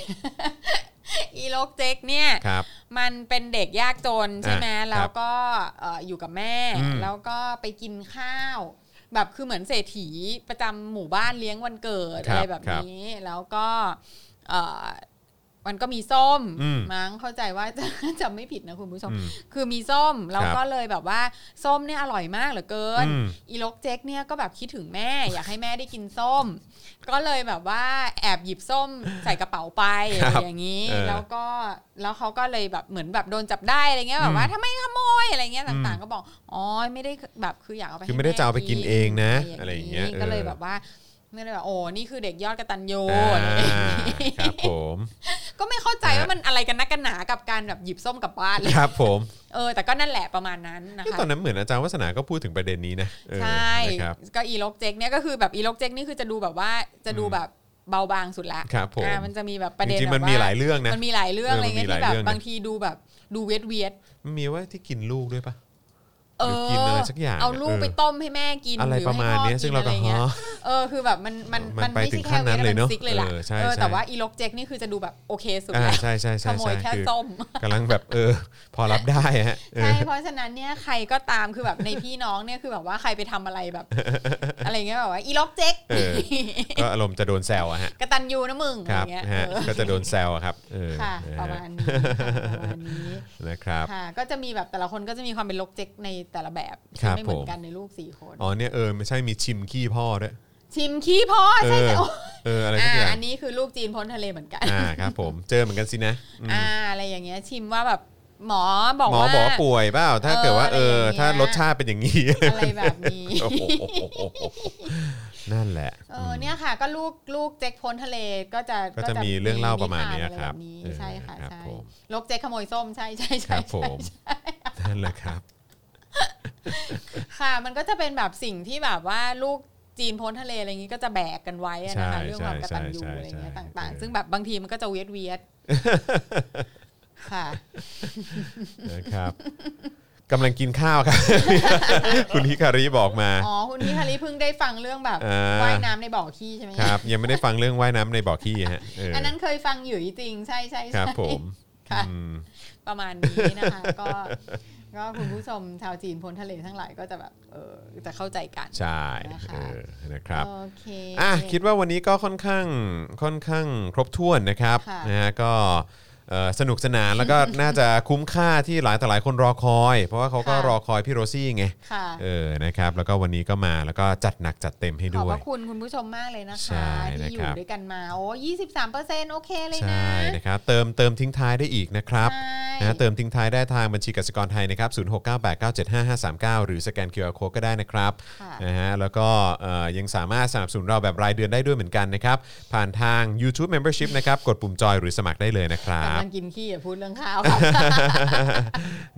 C: อีลกเจ๊กเนี่ย
B: ครับ
C: มันเป็นเด็กยากจนใช่ไหม
B: อ่า
C: แล้วก็เอ่ออยู่กับแม่
B: อืม
C: แล้วก็ไปกินข้าว แบบคือเหมือนเศรษฐีประจำหมู่บ้านเลี้ยงวันเกิด
B: ครับ
C: อะไรแบบนี้ แล้วก็เอ่อมันก็มีส้ม
B: อืม
C: มั้งเข้าใจว่า จะ จำไม่ผิดนะคุณผู้ชม
B: อืม
C: คือมีส้มแล้ว
B: ครับ
C: ก็เลยแบบว่าส้มเนี่ยอร่อยมากเหลือเกิน
B: อืม
C: อีลกเจ๊กเนี่ยก็แบบคิดถึงแม่ อยากให้แม่ได้กินส้ม ก็เลยแบบว่าแอบหยิบส้มใส่กระเป๋าไป
B: ครั
C: อะ
B: บ
C: ไรอย่างนี้
B: เออ
C: แล้วก็แล้วเขาก็เลยแบบเหมือนแบบโดนจับได้อะไรเงี้ยแบบว่าทำไมขโมยอะไรเงี้ย
B: อืม
C: ต่างๆ ก็บอกอ๋อไม่ได้แบบคืออยากเอาไป
B: คือไม่
C: ให้
B: ได้จะเอาไปกินเองนะอะไรอย่างเงี้ย
C: ก็เลย
B: เออ
C: แบบว่าไม่ได้แบบโอ้นี่คือเด็กยอดกระตันยู
B: อ่า
C: อะไรอย่างงี้
B: ครับผม
C: ก็ไม่เข้าใจว่ามันอะไรกันนักกันหนากับการแบบหยิบส้มกลับบ้านเลย
B: ครับผม
C: เออแต่ก็นั่นแหละประมาณนั้นนะ
B: นี่
C: คะ
B: ตอนนั้นเหมือนอาจารย์วัฒนาก็พูดถึงประเด็นนี้นะเออ
C: ใช่
B: นะครับ
C: ก็อีลกเจ๊กเนี่ยก็คือแบบอีลกเจ๊กนี่คือจะดูแบบว่าจะดู
B: อืม
C: แบบ เบาบางสุดละ
B: ครับผม
C: อ่ามันจะมีแบบประเด็น
B: จริงๆมัน
C: แบบว่า
B: มีหลายเรื่องนะ
C: มันมีหลายเรื่อง
B: เออ
C: อะไรเงี้ย
B: มันมี
C: ที่
B: หลาย
C: แบบ
B: เรื่องนะ
C: บางทีดูแบบดูเวทเวท
B: มันมีว่าที่กินลูกด้วยปะ
C: เอ
B: หรือ
C: อ
B: กินอะไรสักอย่าง
C: เอาลูก
B: เออ
C: ไปต้มให้แม่กิน
B: อะไร
C: ห
B: ประมาณเนี้ย
C: ให้พ่อ
B: ซึ่งเราก็
C: นอะ
B: ฮ
C: ไงี้
B: อ
C: ยเออคือแบบมันมัน
B: มัน
C: มัน
B: ไป
C: ไม่
B: ถึง
C: ใช่
B: ขั้
C: แค่
B: นนั้น
C: เวทอะ
B: เลย
C: มั
B: เนอะ
C: นซิกเลยล่ะ
B: เออใช่
C: เออแต่
B: ใช่
C: ว่าอีลกเจกนี่คือจะดูแบบโอเคสุด
B: อ่า
C: แล้ว
B: ใช่ใช่
C: ข
B: ใช่
C: โม
B: ใช่
C: ยแค่
B: คือ
C: ส้ม
B: กำลังแบบเออ พอรับได้ฮะเอ
C: ใช่
B: อ
C: เพราะฉะนั้นเนี่ยใครก็ตามคือแบบในพี่น้องเนี่ยคือแบบว่าใครไปทำอะไรแบบ อะไรเงี้ยแบบว่าอีลกเจก
B: เออ ก็อารมณ์จะโดนแซวอะฮะ
C: กระตันยูนะมึงอะ
B: ค
C: ไร
B: รับ
C: เงี้ย
B: ฮะ
C: เออ
B: ก็จะโดนแซวอะครับเออ
C: ค่ะ
B: นฮ
C: ประมาณนี้ค่ะประมาณนี้
B: นะครับ
C: ค่ะก็จะมีแบบแต่ละคนก็จะมีความเป็นลกเจ๊กในแต่ละแบบ
B: ครับ
C: ไม่เหมือ
B: ผม
C: นกันในลูกสี่คน
B: อ๋อเนี่ยเออไม่ใช่มีชิมขี้พ่อด้วย
C: ชิมขี้พอ
B: เอ
C: ใช่
B: อ
C: ไหมโอ้
B: เอออะไรสักอ
C: อ่า
B: ย่าง
C: อันนี้คือลูกจีนพ้นทะเลเหมือนกัน
B: อ่าครับผมเจอเหมือนกันสินะอืม
C: อ่าอะไรอย่างเงี้ยชิมว่าแบบหมอบอก
B: หมอ
C: ว่า
B: บอกว่าป่วยเปล่าถ้าเกิดว่าเอ
C: เออ
B: อ
C: อะไรอย่างเงี้ย
B: ถ้ารสชาติเป็นอย่างนี้
C: อะไรแบบนี้
B: โอ้โหนั่นแหละ
C: เออเนี่ยค่ะก็ลูกลูกเจ๊กพ้นทะเลก็จะ
B: ก็จะมีเรื่องเล่าประมาณเนี้ย
C: ท
B: ครับ
C: อะไแนี้
B: เออ
C: ใช่ค่ะ
B: ครับ
C: ใช่
B: ผม
C: ลกเจ๊กขโมยส้มใช่ใช่
B: ครั
C: ใช่
B: บผม
C: ใช่ใช่
B: นั่นแหละครับ
C: ค่ะ มันก็จะเป็นแบบสิ่งที่แบบว่าลูกจีนพ้นทะเลอะไรอย่างงี้ก็จะแบกกันไว้อะนะคะ
B: ใช่
C: เรื่องความกตัญญู
B: ใช่ใช่
C: อะไรเงี้ย
B: ใช่
C: ต่าง
B: เออ
C: ๆ ซึ่งแบบบางทีมันก็จะเวียดเวียดค่ะ
B: นะครับกำลังกินข้าวครับ คุณฮิคาริบอกมา
C: อ๋อคุณนิคาริเพิ่งได้ฟังเรื่องแบบ
B: อ่า
C: ว่ายน้ำในบ่อขี้ใช่ไหม
B: ครับ ยังไม่ได้ฟังเรื่องว่ายน้ำในบ่อขี้ฮะเอออ
C: อันนั้นเคยฟังอยู่จริงใช่ใช่
B: ค
C: ใช่
B: รับผม
C: ค่ะ
B: อืม
C: ประมาณนี้นะคะ ก็ก็คุณผู้ชมชาวจีนพ้นทะเลทั้งหลายก็จะแบบเออจะเข้าใจกัน
B: ใช่
C: นะคะ
B: เออนะครับ
C: โอเค
B: อ่ะคิดว่าวันนี้ก็ค่อนข้างค่อนข้างครบถ้วนนะครับ
C: ค่ะ
B: นะฮะก็เอ่อสนุกสนานแล้วก็ น่าจะคุ้มค่าที่หลายต่อหลายคนรอคอย เพราะว่าเขาก็รอคอยพี่โรซี่ไง
C: ค่ะ
B: เออนะครับแล้วก็วันนี้ก็มาแล้วก็จัดหนักจัดเต็มให้
C: ขอบ
B: ด้ว
C: พ
B: ย
C: ระคุณคุณผู้ชมมากเลยนะ
B: ใช่
C: คะ
B: นะ
C: ที่อ
B: ครั
C: ยู่
B: บ
C: ด้วยกันมาโอ้ยี่สิบสามเปอร์เซ็นต์โอเคเลยนะ
B: ใช่นะครับเติมเติมทิ้งท้ายได้อีกนะครับ
C: ใช่
B: นะเติมทิ้งท้ายได้ทางบัญชีกสิกรไทยนะครับ0698975539 หรือสแกน QR Code ก็ได้นะครับ
C: ค่ะ
B: นะฮะแล้วก็เอ่อยังสามารถสนับสนุนเราแบบรายเดือนได้ด้วยเหมือนกันนะครับ ผ่านทาง YouTube Membership นะครับ กดปุ่มจอยหรือสมัครได้เลยนะครับ
C: กำลังกินขี้อย่าพูดเรื่องข้าว ค่ะ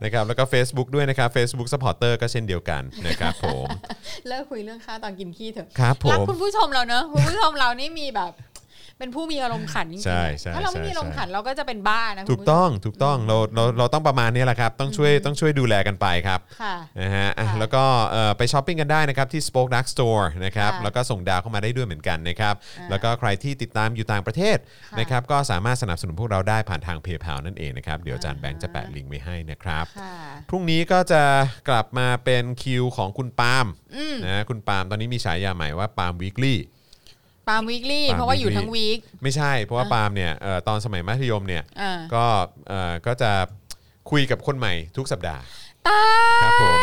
B: นะครับแล้วก็ Facebook ด้วยนะครับ Facebook Supporter ก็เช่นเดียวกันนะครับผม
C: เลิกคุยเรื่องข้าวตอนกินขี้เถอะ
B: ครับผม
C: รัคุณผู้ชมเราเนอะคุณผู้ชมเรานี่มีแบบ เป็นผู้มีอารมณ์ขันจริงๆ
B: ใช่
C: อะ
B: ใช่
C: ถ้าเราไม่มี
B: ใช่
C: อารมณ์ขันเราก็จะเป็นบ้านะคุณ
B: ถูก
C: ผู้ชม
B: ต้องถูกต้องเราเราเราต้องประมาณนี้แหละครับต้องช่วยต้องช่วยดูแลกันไปครับ
C: ค่ะ
B: นะฮะอ่ะ
C: ค่ะ
B: แล้วก็เอ่อไปช้อปปิ้งกันได้นะครับที่ Spoke Dark Store นะครับ
C: ค่ะ
B: แล้วก็ส่งดาวเข้ามาได้ด้วยเหมือนกันนะครับ
C: อ่า
B: แล้วก็ใครที่ติดตามอยู่ต่างประเทศ
C: ค่ะ
B: นะครับ ก็สามารถสนับสนุนพวกเราได้ผ่านทางเพย์เพานั่นเองนะครับ เดี๋ยวอาจารย์แบงค์จะแปะลิงก์ไว้ให้นะครับ
C: ค่ะ
B: พรุ่งนี้ก็จะกลับมาเป็นคิวของคุณปาล์มนะคุณปาล์มตอนนี้มีฉายาใหม่ว่าปาล์มวีคลี่
C: ปาล์มวีคลี่
B: ปาล์ม
C: เพราะว่าอยู่
B: weekly
C: ทั้งวีค
B: ไม่ใช่เพราะว่าปาล์มเนี่ยเอ่อตอนสมัยมัธยมเนี่ย
C: อ่า
B: ก็เอ่อก็จะคุยกับคนใหม่ทุกสัปดาห์
C: ตาย
B: ครับผม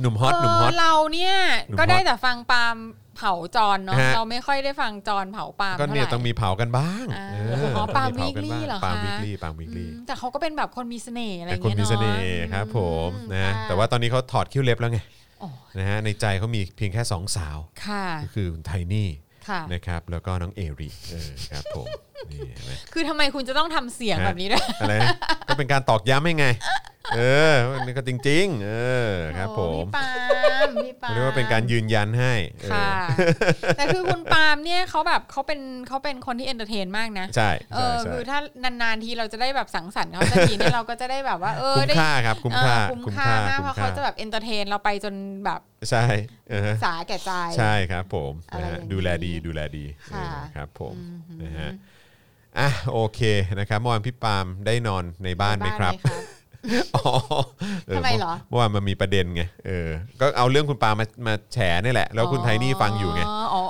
B: หนุ่มฮอตหนุ่มฮอต
C: เเราเนี่ย
B: หนุ่มฮอต
C: ก็ได้แต่ฟังปาล์มเผาจอนเนาะ
B: ฮะ
C: เราไม่ค่อยได้ฟังจอนเผาปาล์ม
B: ก็เนี่ยต้
C: ท่าไหร่
B: องมีเผากันบ้าง
C: อ่า
B: เ
C: อ๋อ
B: ต้งมีเผกั
C: ปาล์ม
B: นบ้าง
C: weekly เหรอคะ
B: ปาล์มวิกลี่ปาล์มวิกลี่
C: อืมแต่เขาก็เป็นแบบคนมีเสน่ห์อะไรอ
B: แต่
C: ย่าง
B: คน
C: เงี้ย
B: มี
C: เนาะ
B: เสน่ห์ครับผมนะ
C: ค่ะ
B: แต่ว่าตอนนี้เขาถอดคิ้วเล็บแล้วไง
C: โอ้
B: นะฮะในใจเขามีเพียงแค่สองสาว
C: ค่ะ
B: ก็คือคุณไทนี่
C: ค่ะ
B: นะครับแล้วก็น้องเอริเออครับผม นี่เห็นไหม
C: คือทำไมคุณจะต้องทำเสียงแบบนี้ด้วย
B: อะไรนะก็เป็นการตอกย้ำให้ไง เออวันนี่ก็จริง ๆ เออครับผ
C: โอ้
B: ม
C: พี่ปาล์มพี่ปาล์ม
B: เรียกว่าเป็นการยืนยันให้เออ
C: ค่ะ แต่คือคุณปาล์มเนี่ยเขาแบบเขาเป็นเขาเป็นคนที่เอนเตอร์เทนมากนะ
B: ใช่
C: เอ
B: ใช่
C: อ
B: ใช่
C: คือถ้านานๆทีเราจะได้แบบสังสรรค์เขาสักทีเนี่ยเราก็จะได้แบบว่า เออ
B: คุ้ม
C: ได้
B: ค่า ครับคุ้มค่า
C: เออคุ้มค่ามากเพราะเขาจะแบบเอนเตอร์เทนเราไปจนแบบ
B: ใช่เออ
C: สาแก่ใจ
B: ใช่ครับผม
C: อะไร
B: นะ
C: อ
B: ฮะ
C: ย่างนี้
B: ดูแลดีดูแลดี
C: ค่ะ
B: เออครับผมนะฮะอ่ะโอเคนะครับเมื่อวานพี่ปาล์มได้นอนในบ้านไหมครับ
C: บ้าน
B: อ๋อเออ
C: ทำไมเหรอ
B: เมื่อวานมันมีประเด็นไงเออก็เอาเรื่องคุณปาล์มมามาแฉนี่แหละ แล้วคุณไทนี่ฟังอยู่ไง
C: อ๋อ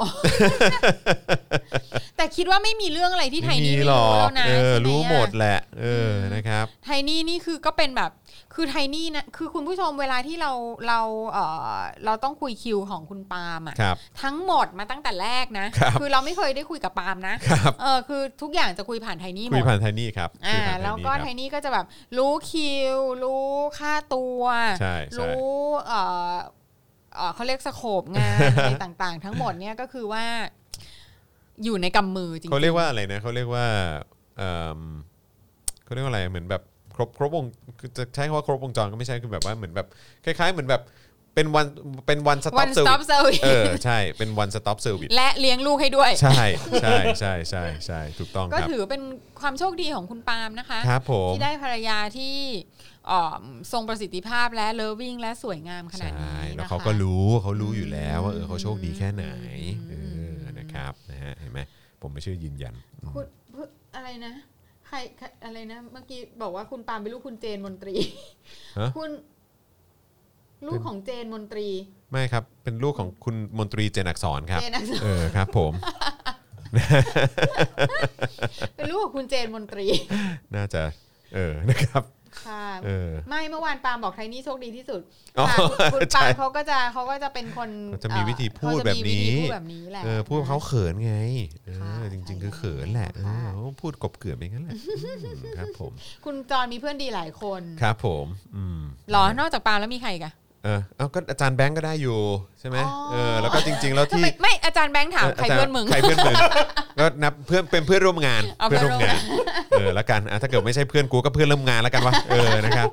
C: แต่คิดว่าไม่มีเรื่องอะไรที่ไทยนี่ไม่
B: หร
C: รู้
B: อ
C: แล้
B: ก
C: วนะ
B: เออ
C: ใช่ไอะ
B: รู้หมดแหละเออนะครับ
C: ไทยนี่นี่คือก็เป็นแบบ คือไทยนี่นะคือคุณผู้ชมเวลาที่เราเราเออเราต้องคุยคิวของคุณปาล์มอะ
B: ครับ
C: ทั้งหมดมาตั้งแต่แรกนะครับ อเราไม่เคยได้คุยกับปาล์มนะครับ เออคือทุกอย่างจะคุยผ่านไทยนี่ห
B: คุ
C: ม
B: ย
C: ด
B: ผ่านไทนี่ครับ
C: อ่า
B: คุยผ่านไท
C: แล้ว
B: นี่
C: ก็
B: ค
C: ไท
B: รับ
C: นี่ก็จะแบบรู้คิว รู้ค่าตัว
B: ใช่ใช่
C: รู้เอ่อเอ่อเขาเรียกสโคปงาน อะไรต่างๆ ทั้งหมดเนี่ยก็คือว่า อยู่ในกำมือจริงๆ
B: เขาเรียกว่าอะไรนะเขาเรียกว่าเอิ่มเขาเรียกว่าอะไรเหมือนแบบครบครบวงคือจะใช้คำว่าครบวงจรก็ไม่ใช่คือแบบว่าเหมือนแบบคล้ายๆ เหมือนแบบ เป็นวันเป็นวันสต็อป
C: One
B: เซอร์วิ
C: Stop
B: ส
C: Service
B: เออใช่เป็นวันสต็อปเซอร์วิส
C: และเลี้ยงลูกให้ด้วย
B: ใช่ใช่ใช่ใช่ใช่ถูกต้อง
C: ก็
B: ครับ
C: ถือเป็นความโชคดีของคุณปาล์มนะคะ
B: ครับผม
C: ที่ได้ภรรยาที่เอ่อทรงประสิทธิภาพและเลิฟวิ่งและสวยงามขนาด
B: ใช่
C: นี้นะคะ
B: แล้วเขาก็รู้เขารู้อยู่แล้วว่าเออเขาโชคดีแค่ไหนเออนะครับนะฮะเห็นไหมผมไม่เชื่อยืนยันอืม
C: คุณคุณอะไรนะ ใครใครอะไรนะ เมื่อกี้บอกว่าคุณปาล์มเป็นลูกคุณเจนมนตรี
B: ฮะ
C: คุณ ลูกของเจนมนตรี
B: ไม่ครับ เป็นลูกของคุณมนตรีเจนอักษรครับ
C: เจนอักษร
B: เออครับผม
C: เป็นลูกของคุณเจนมนตรี
B: น่าจะ เออ นะครับ
C: ค่ะ
B: เออ
C: ไม่เมื่อวานปาล์มบอกไทนี่โชคดีที่สุด
B: อ๋อ
C: ค่ะคุณคุณ
B: ใช่
C: ปาล์มเขาก็จะเขาก็จะเป็นคน
B: เขาจะมีวิธีพูด
C: เอ่อ
B: แบบนี้
C: เขาจะมีวิธีพูดแบบนี้แหละ
B: เออพูดเขาเขินไง เออ
C: ค่ะ
B: จริง ๆ
C: ใช่
B: คือเขินแหละ เอ
C: ค่ะ
B: อเขาพูดกบเกลื่อนไปงั้ นแหละอืมครับผม
C: คุณจอนมีเพื่อนดีหลายคน
B: ครับผม อืม
C: หรอนอกจากปาล์มแล้วมีใครอีกอะ
B: เออเอาก็อาจารย์แบงก์ก็ได้อยู่ใช่ไหม
C: อ๋อ
B: เออ แล้วก็จริง ๆ แล้ว
C: ทำ
B: ที่
C: ไมไม่อาจารย์แบงค์ถามใครา
B: จา
C: เพื่อนมึง
B: ใครเพื่อนมึง ก็นับเพื่อนเป็นเพื่อนร่วมงาน
C: เอาเพื่
B: เพื่อ
C: อน น
B: ร่วมงาน เออ แล้วกันอ่ะถ้าเกิดไม่ใช่เพื่อนกูก็เพื่อนร่วมงานแล้วกันวะ เออ นะครับ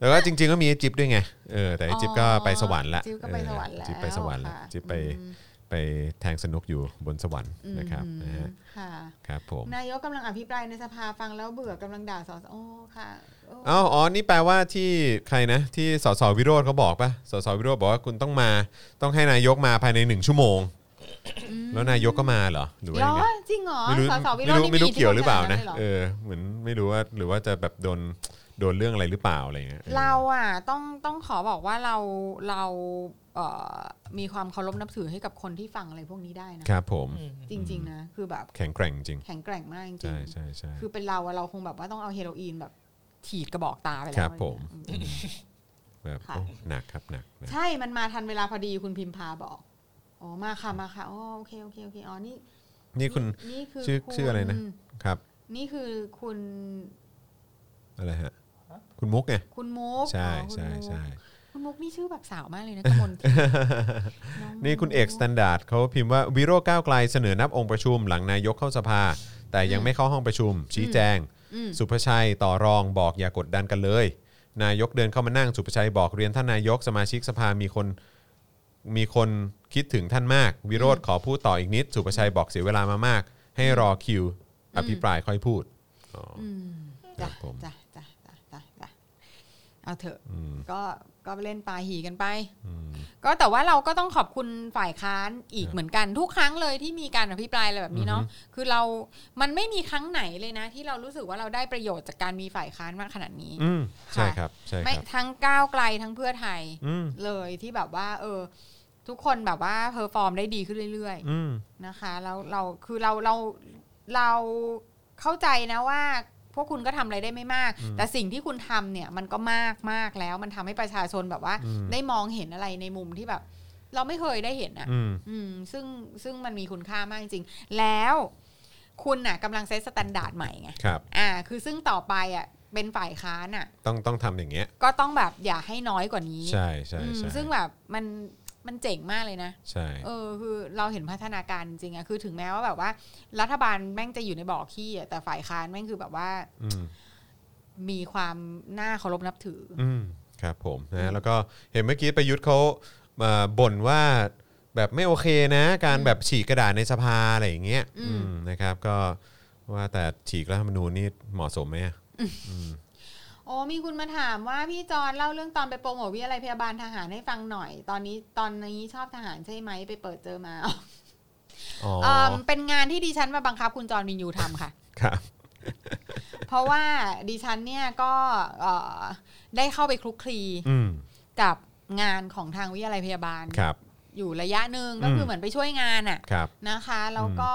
B: แล้วก็จริง ๆ ก็มีไอ้จิ๊บด้วยไง เออ แต่ไอ้จิ๊บก็ไปสวรรค์ละ
C: จิ๊บก็ไปสวรรค์แล้ว
B: เออจิ๊บไปสวรรค์ละ
C: ค่ะ
B: จิ๊บไป
C: อืม
B: ไปแทงสนุกอยู่บนสวรรค์นะครับ นะฮะ
C: ค่ะ
B: ครับผม
C: นายกกำลังอภิปรายในสภาฟังแล้วเบื่อกำลังด่าสสโอ้ค่ะโอ้
B: เอ้าอ๋อ นี่แปลว่าที่ใครนะ ที่สสวิโรธเขาบอกปะสสวิโรธบอกว่าคุณต้องมา ต้องให้นายกมาภายในหนึ่งชั่วโมง แล้วนายกก็มาเหรอ หรือว่า
C: เหร
B: ยัง
C: อ
B: ไง
C: จริงเหรอ
B: ไม่รู้
C: สสวิโร
B: ไม่
C: จ
B: รู้
C: น์นี่
B: ไม่รู้
C: อิทธิพ
B: เกี่ยวหรือเปล่านะ
C: ขด
B: เออเหมือนไม่รู้ว่าหรือว่าจะแบบโดนโดนเรื่องอะไรหรือเปล่าอะไรเงี้ยออ
C: เราอ่ะต้องต้องขอบอกว่าเราเราเอ่อมีความเคารพนับถือให้กับคนที่ฟังอะไรพวกนี้ได้นะ
B: ครับผม
D: อืม
C: จริง ๆ นะ คือแบบ
B: แข็งแกร่งจริง
C: แข็งแกร่งมากจริ
B: ใช่
C: ง
B: ใช่ใช่
C: ๆคือเป็นเราอะเราคงแบบว่าต้องเอาเฮโรอีนแบบฉีดกระบอกตาไปแล้ว
B: ครับผม
C: อะไอย่างเงี้ย
B: แบบ
C: ค่ะ
B: โอ้หนักครับหนักนะ
C: ใช่ มันมาทันเวลาพอดีคุณพิมพาบอก อ๋อ มาค่ะ มาค่ะ อ๋อ โอเค โอเค โอเค อ๋อ นี่
B: นี่คุณ
C: นี่คือ
B: ชื่อ
C: คุณ
B: ชื่ออะไรนะ ครับ
C: นี่คือคุณ
B: อะไรฮะคุณมุกไง
C: คุณมุก
B: ใช่
C: อ๋อคุณ
B: ใช่
C: มุก
B: ใช่
C: คุณมุกนี่ชื่อแบบสาวมาก เลยนะกมลทิพย์อง
B: นี่คุณเอกสแตนดาร์ดเขาพิมพ์ว่าวิโรจน์ก้าวไกลเสนอนับองค์ประชุมหลังนายกเข้าสภา แต่ยังไม่เข้าห้องประชุม ชี้แจง
C: อืม
B: สุภชัยต่อรองบอกอย่ากดดันกันเลย นายกเดินเข้ามานั่งสุภชัยบอกเรียนท่านนายกสมาชิกสภามีคนมีคนคิดถึงท่านมาก วิโรธขอพูดต่ออีกนิด สุภชัยบอกเสียเวลามามาก ให้รอคิว อภิปรายค่อยพูดอ๋ออ
C: อืม
B: ครั
C: จ้ะ
B: บผม
C: จ้ะจ้ะจ้ะจ้ะจ้ะเอาเถอะ
B: อืม
C: ก็ ก็เล่นปลาหีกันไป
B: อืม
C: ก็แต่ว่าเราก็ต้องขอบคุณฝ่ายค้านอีก
B: ครับ
C: เหมือนกันทุกครั้งเลยที่มีการอภิปรายอะไรแบบนี้เนาะคือเรา มันไม่มีครั้งไหนเลยนะ ที่เรารู้สึกว่าเราได้ประโยชน์จากการมีฝ่ายค้านมากขนาดนี้
B: อืม
C: ค่ะ
B: ใช่ครับใช่
C: ไม่
B: ครับ
C: ทั้งก้าวไกลทั้งเพื่อไทย
B: อืม
C: เลยที่แบบว่า เออ ทุกคนแบบว่าเพอร์ฟอร์มได้ดีขึ้นเรื่อย
B: อืม
C: ๆนะคะแล้วเราคือเราเราเราเข้าใจนะว่า พวกคุณก็ทำอะไรได้ไม่มาก แต่สิ่งที่คุณทำเนี่ย มันก็มากมากแล้ว มันทำให้ประชาชนแบบว่า
B: อืม
C: ได้มองเห็นอะไรในมุมที่แบบ เราไม่เคยได้เห็นอะ
B: อืม
C: อืมซึ่งซึ่งมันมีคุณค่ามากจริงๆ แล้วคุณน่ะกำลังเซตสแตนดาร์ดใหม่ไง
B: ครับ
C: อ่า คือซึ่งต่อไปอ่ะเป็นฝ่ายค้านอ่ะ
B: ต้องต้องทำอย่างเงี้ย
C: ก็ต้องแบบอย่าให้น้อยกว่านี้
B: ใช่ใช่
C: อืม
B: ใช่
C: ซึ่งแบบมันมันเจ๋งมากเลยนะ
B: ใช่
C: เออคือเราเห็นพัฒนาการจริงอะคือถึงแม้ว่าแบบว่า รัฐบาลแม่งจะอยู่ในบ่อขี้อะแต่ฝ่ายค้านแม่งคือแบบว่า
B: อืม
C: มีความน่าเคารพนับถืออ
B: อืมครับผมนะแล้วก็เห็นเมื่อกี้ประยุทธ์เขามาบ่นว่าแบบไม่โอเคนะ การแบบฉีกกระดาษในสภาอะไรอย่างเงี้ย
C: อืม
B: อืมนะครับ ก็ว่าแต่ฉีกรัฐธรรมนูญนี่เหมาะสมไหมอะ
C: โอ้มีคุณมาถามว่าพี่จอนเล่าเรื่องตอนไปโปรโมทวิทยาลัยพยาบาลทหารให้ฟังหน่อย ตอนนี้ตอนนี้ชอบทหารใช่ไหมไปเปิดเจอมาอ๋อ
B: อ๋อ
C: เอิ่มเป็นงานที่ดิฉันมาบังคับคุณจอนวินยูทำค่ะ
B: ครับ
C: เพราะว่าดิฉันเนี่ยก็เอ่อได้เข้าไปคลุกคลี
B: อืม
C: กับงานของทางวิทยาลัยพยาบาล
B: ครับ
C: อยู่ระยะหนึ่งก็
B: อืม
C: คือเหมือนไปช่วยงานอะ
B: ครับ
C: นะคะแล้วก็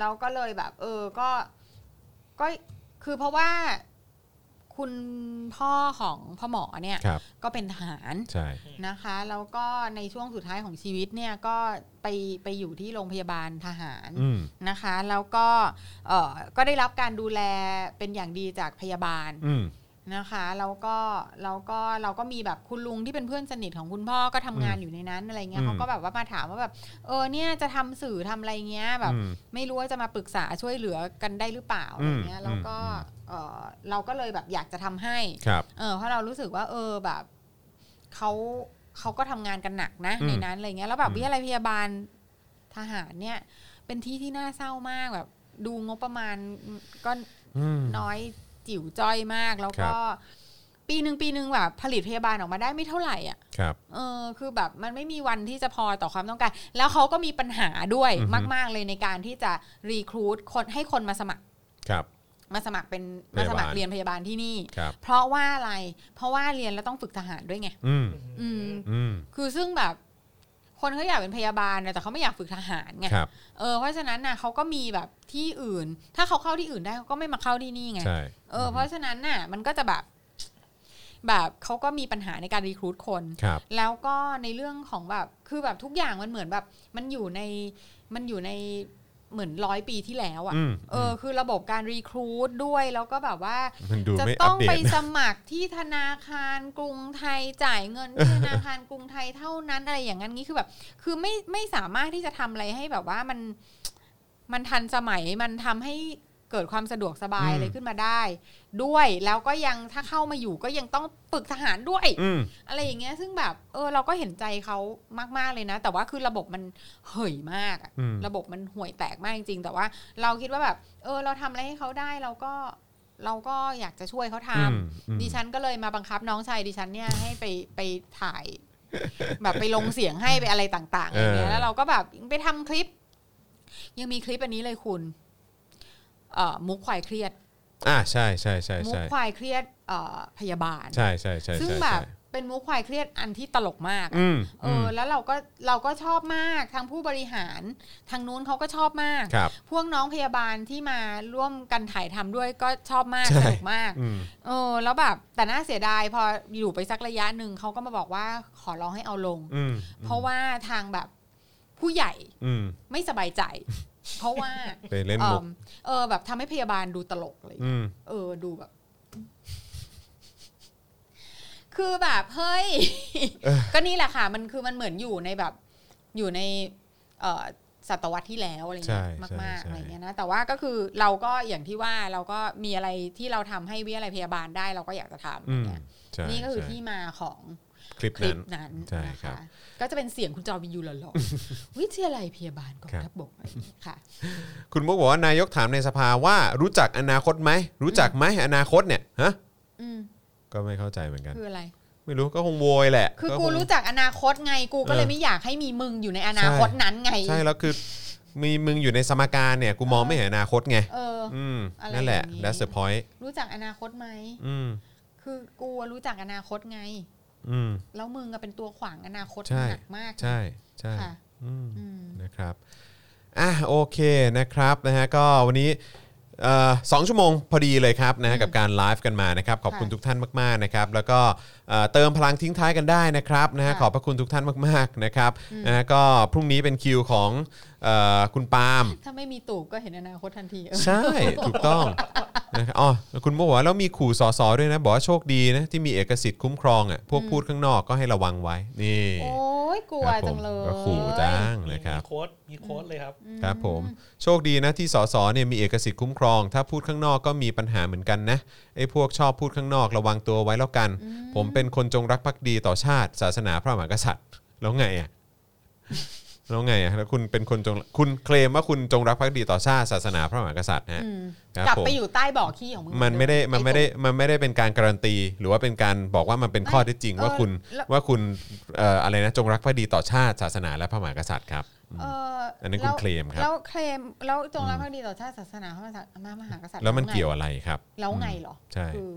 C: เราก็เลยแบบ เออก็ก็คือเพราะว่าคุณพ่อของพ่อหมอเนี่ย
B: ครับ
C: ก็เป็นทหาร
B: ใช่
C: นะคะแล้วก็ในช่วงสุดท้ายของชีวิตเนี่ยก็ไปไปอยู่ที่โรงพยาบาลทหาร
B: อืม
C: นะคะแล้วก็เอ่อก็ได้รับการดูแลเป็นอย่างดีจากพยาบาล
B: อืม
C: นะคะแล้วก็แล้วก็เราก็มีแบบคุณลุงที่เป็นเพื่อนสนิทของคุณพ่อก็ทำงานอยู่ในนั้นอะไรเงี้
B: อืม
C: ยเขาก็แบบว่ามาถามว่าแบบเออเนี่ยจะทำสื่อทำอะไรเงี้ยแบบ
B: อืม
C: ไม่รู้ว่าจะมาปรึกษาช่วยเหลือกันได้หรือเปล่าอะไรเงี้ย
B: อืม
C: แล้วก็
B: อืม
C: เออเราก็เลยแบบอยากจะทำให้
B: ครับ
C: เออเพราะเรารู้สึกว่า เออแบบเขา เขาก็ทำงานกันหนักนะ
B: อืม
C: ในนั้นอะไรเงี้ยแล้วแบบ
B: อืม
C: วิทยาลัยพยาบาลทหารเนี่ย เป็นที่ที่น่าเศร้ามากแบบ ดูงบประมาณก็
B: อืม
C: น้อยจิ๋วจ้อยมาก แล้ว
B: ครั
C: ก็
B: บ
C: ปีหนึ่งปีหนึ่งแบบผลิตพยาบาลออกมาได้ไม่เท่าไหร่อ่ะ
B: ครับ
C: เออคือแบบมันไม่มีวันที่จะพอต่อความต้องการ แล้วเขาก็มีปัญหาด้วย
B: อือฮึ
C: มาก ๆ เลยในการที่จะรีครูดคนให้คนมาสมัคร
B: ครับ
C: มาสมัครเป็นมา
B: พาบาล
C: ยสมัครเรียนพยาบาลที่นี่
B: ครับ
C: เพราะว่าอะไร เพราะว่าเรียนแล้วต้องฝึกทหารด้วยไง
B: อืม
C: อืม
B: อืม
C: คือซึ่งแบบ คนเขาอยากเป็นพยาบาลนะแต่เขาไม่อยากฝึกทหารไง
B: ครับ
C: เออเพราะฉะนั้นน่ะเขาก็มีแบบที่อื่น ถ้าเขาเข้าที่อื่นได้เขาก็ไม่มาเข้าที่นี่ไง
B: ใช่
C: เออเพราะฉะนั้นน่ะมันก็จะแบบ แบบเขาก็มีปัญหาในการรีครูดคน
B: ครับ
C: แล้วก็ในเรื่องของแบบคือแบบทุกอย่างมันเหมือนแบบ มันอยู่ในมันอยู่ในเหมือนร้อยปีที่แล้ว
B: อื
C: อะ่ะ
B: ม
C: เออคือระบบการรีครูดด้วย แล้วก็แบบว่า
B: มันดู
C: จะ
B: ไม่อั
C: ต้
B: ป
C: อง
B: เด
C: ไป
B: ตนะ
C: สมัครที่ธนาคารกรุงไทยจ่ายเงินที่ธนาคารกรุงไทยเท่านั้นอะไรอย่างนั้นนี้คือแบบ คือไม่ไม่สามารถที่จะทำอะไรให้แบบว่ามันมันทันสมัยมันทำให้เกิดความสะดวกสบาย
B: อืม
C: อะไรขึ้นมาได้ ด้วย แล้วก็ยังถ้าเข้ามาอยู่ก็ยังต้องฝึกทหารด้วย
B: อืม
C: อะไรอย่างเงี้ยซึ่งแบบเออเราก็เห็นใจเขามาก ๆ เลยนะ แต่ว่าคือระบบมันเห่ยมากอะ
B: อืม
C: ระบบมันห่วยแตกมากจริง ๆ แต่ว่าเราคิดว่าแบบ เออ เราทำอะไรให้เขาได้เราก็เราก็อยากจะช่วยเขา
B: อื
C: ทำ
B: มอืม
C: ดิฉันก็เลยมาบังคับน้องชายดิฉันเนี่ยให้ไปไปถ่าย แบบไปลงเสียงให้ไปอะไรต่างๆอย่างเงี้ยแล้วเราก็แบบไปทำคลิป ยังมีคลิปอันนี้เลยคุณ เอ่อมุกควายเครียด
B: อ่าใช่ใช่ใช่
C: มุก
B: ใช่
C: ควายเครียดเอ่อพยาบาล
B: ใช่ใช่ใช่
C: ซึ่ง
B: ใช่
C: แบบ
B: ใช่
C: เป็นมุกควายเครียดอันที่ตลกมากอะ
B: อืม
C: เอ
B: อื
C: อ
B: ม
C: อแล้วเราก็เราก็ชอบมากทางผู้บริหารทางนู้นเขาก็ชอบมาก
B: ครับ
C: พวกน้องพยาบาลที่มาร่วมกันถ่ายทำด้วยก็ชอบมาก
B: ใช่
C: สนุกมาก
B: อืม
C: เออแล้วแบบแต่น่าเสียดายพออยู่ไปสักระยะหนึ่งเขาก็มาบอกว่าขอร้องให้เอาลง
B: อืม
C: เพราะว่าทางแบบผู้ใหญ่
B: อืม
C: ไม่สบายใจ เพราะว่า
B: ไปเล่น
C: เอ
B: มุก
C: มเออแบบทำให้พยาบาลดูตลกเลย
B: อืม
C: เออดูแบบ คือแบบเฮ้ ย ก็นี่แหละค่ะ มันคือมันเหมือนอยู่ในแบบ อยู่ใน เอ่อศตวรรษที่แล้วอะไรเงี้ยมากๆอะไรเงี้ยนะแต่ว่าก็คือเราก็อย่างที่ว่าเราก็มีอะไรที่เราทำให้วิทยาลัยพยาบาลได้เราก็อยากจะทำอะไร
B: อืม
C: เงี้ย
B: ใช่
C: นี่ก็คือ
B: ใช่
C: ที่มาของ
B: คลิป
C: คลิ
B: นั้
C: ป
B: น
C: นั้น
B: ใช่
C: นะ
B: ครั
C: คะ
B: บ
C: ก็จะเป็นเสียงคุณจอวินยูหล่อ ๆ วิทยาลัยพยาบาลกอง
B: ครับ
C: ทัพบกอะไรเงี้ยค่ะ
B: คุณมุกบอกว่านายกถามในสภาว่ารู้จักอนาคตไหมรู้จักไหมอนาคตเนี่ยฮะ
C: อืม
B: ก็ไม่เข้าใจเหมือนกัน
C: คืออะไร
B: ไม่รู้ก็คงโวยแหละ
C: คือ
B: ก็
C: กู
B: ง
C: รู้จักอนาคตไงกูก็เล
B: เอย อ
C: ไม่อยากให้มีมึงอยู่ในอนาคต
B: ใช่
C: นั้นไง
B: ใช่แล้วคือมีมึงอยู่ในสมการเนี่ย กูมองไม่เห็นอนาคตไง
C: เออ
B: อืม
C: อะไร
B: นั่นแหละ
C: อย่างนี้
B: that's the point
C: รู้จักอนาคตไหม
B: อืม
C: คือกูอะรู้จักอนาคตไง
B: อืม
C: แล้วมึงอะเป็นตัวขวางอนาคต
B: ใช่
C: หนักมากนะ
B: ใช่ใช่
C: ค่ะ
B: อืม
C: อืม
B: นะครับ อ่ะโอเคนะครับนะฮะก็วันนี้เอ่อสองชั่วโมงพอดีเลยครับนะฮะ
C: อืม
B: กับการไลฟ์กันมานะครับ ขอบคุณ
C: ค่ะ
B: ทุกท่านมากๆนะครับแล้วก็เอ่อเติมพลังทิ้งท้ายกันได้นะครับนะฮะ
C: ค่ะ
B: ขอบพระคุณทุกท่านมากๆนะครับ
C: อืม
B: นะฮะก็พรุ่งนี้เป็นคิวของเอ่อคุณปาล์ม
C: ถ้าไม่มีตู่ก็เห็นอนาคตทันทีเออ
B: ใช่ ถูกต้องนะครับอ๋อคุณบอกว่าแล้วมีขู่สอสอด้วยนะ บอกว่าโชคดีนะที่มีเอกสิทธิ์คุ้มครองอ่ะพวกพูดข้างนอกก็ให้ระวังไว้นี่
C: โอ้ยกลัว
B: ครับผม
C: จังเลย
B: ก็ขู่จ้างนะครับ
D: มีโค้ดมีโค้ดเลยครับ
C: อื
B: ครับผมโชคดีนะที่สสเนี่ยมีเอกสิทธิ์คุ้มครอง ถ้าพูดข้างนอกก็มีปัญหาเหมือนกันนะไอ้พวกชอบพูดข้างนอกระวังตัวไว้แล้วกัน ผมเป็นคนจงรักภักดีต่อชาติ ศาสนาพระมหากษัตริย์ แล้วไงอ่ะแล้วไงอ่ะแล้วคุณเป็นคนจงคุณเคลมว่าคุณจงรักภักดีต่อชาติ ศาสนาพระมหากษัตริย์ฮะ
C: อืม
B: ครับ
C: กลับ
B: ผม
C: ไปอยู่ใต้บ่อขี้ของมึง
B: มันไม่ได้
C: เ
B: มันไม่ได้มันไม่ได้เป็นการการันตี หรือว่าเป็นการบอกว่ามันเป็นข้อเท็จจริง ว่าคุณ
C: แล้ว
B: ว่าคุณเอ่ออะไรนะจงรักภักดีต่อชาติ ศาสนาและพระมหากษัตริย์ครับ
C: เออ
B: อันนั้นคุณเคลมครับ
C: แล้วเคลมแล้วจงรักภักดีต่อชาติศาสนาพระมหากษัตริย์มหากษัตริย์
B: แล้วมัน
C: ไง
B: เกี่ยวอะไรครับ
C: แล้วไงเหรอ
B: ใช่
C: คือ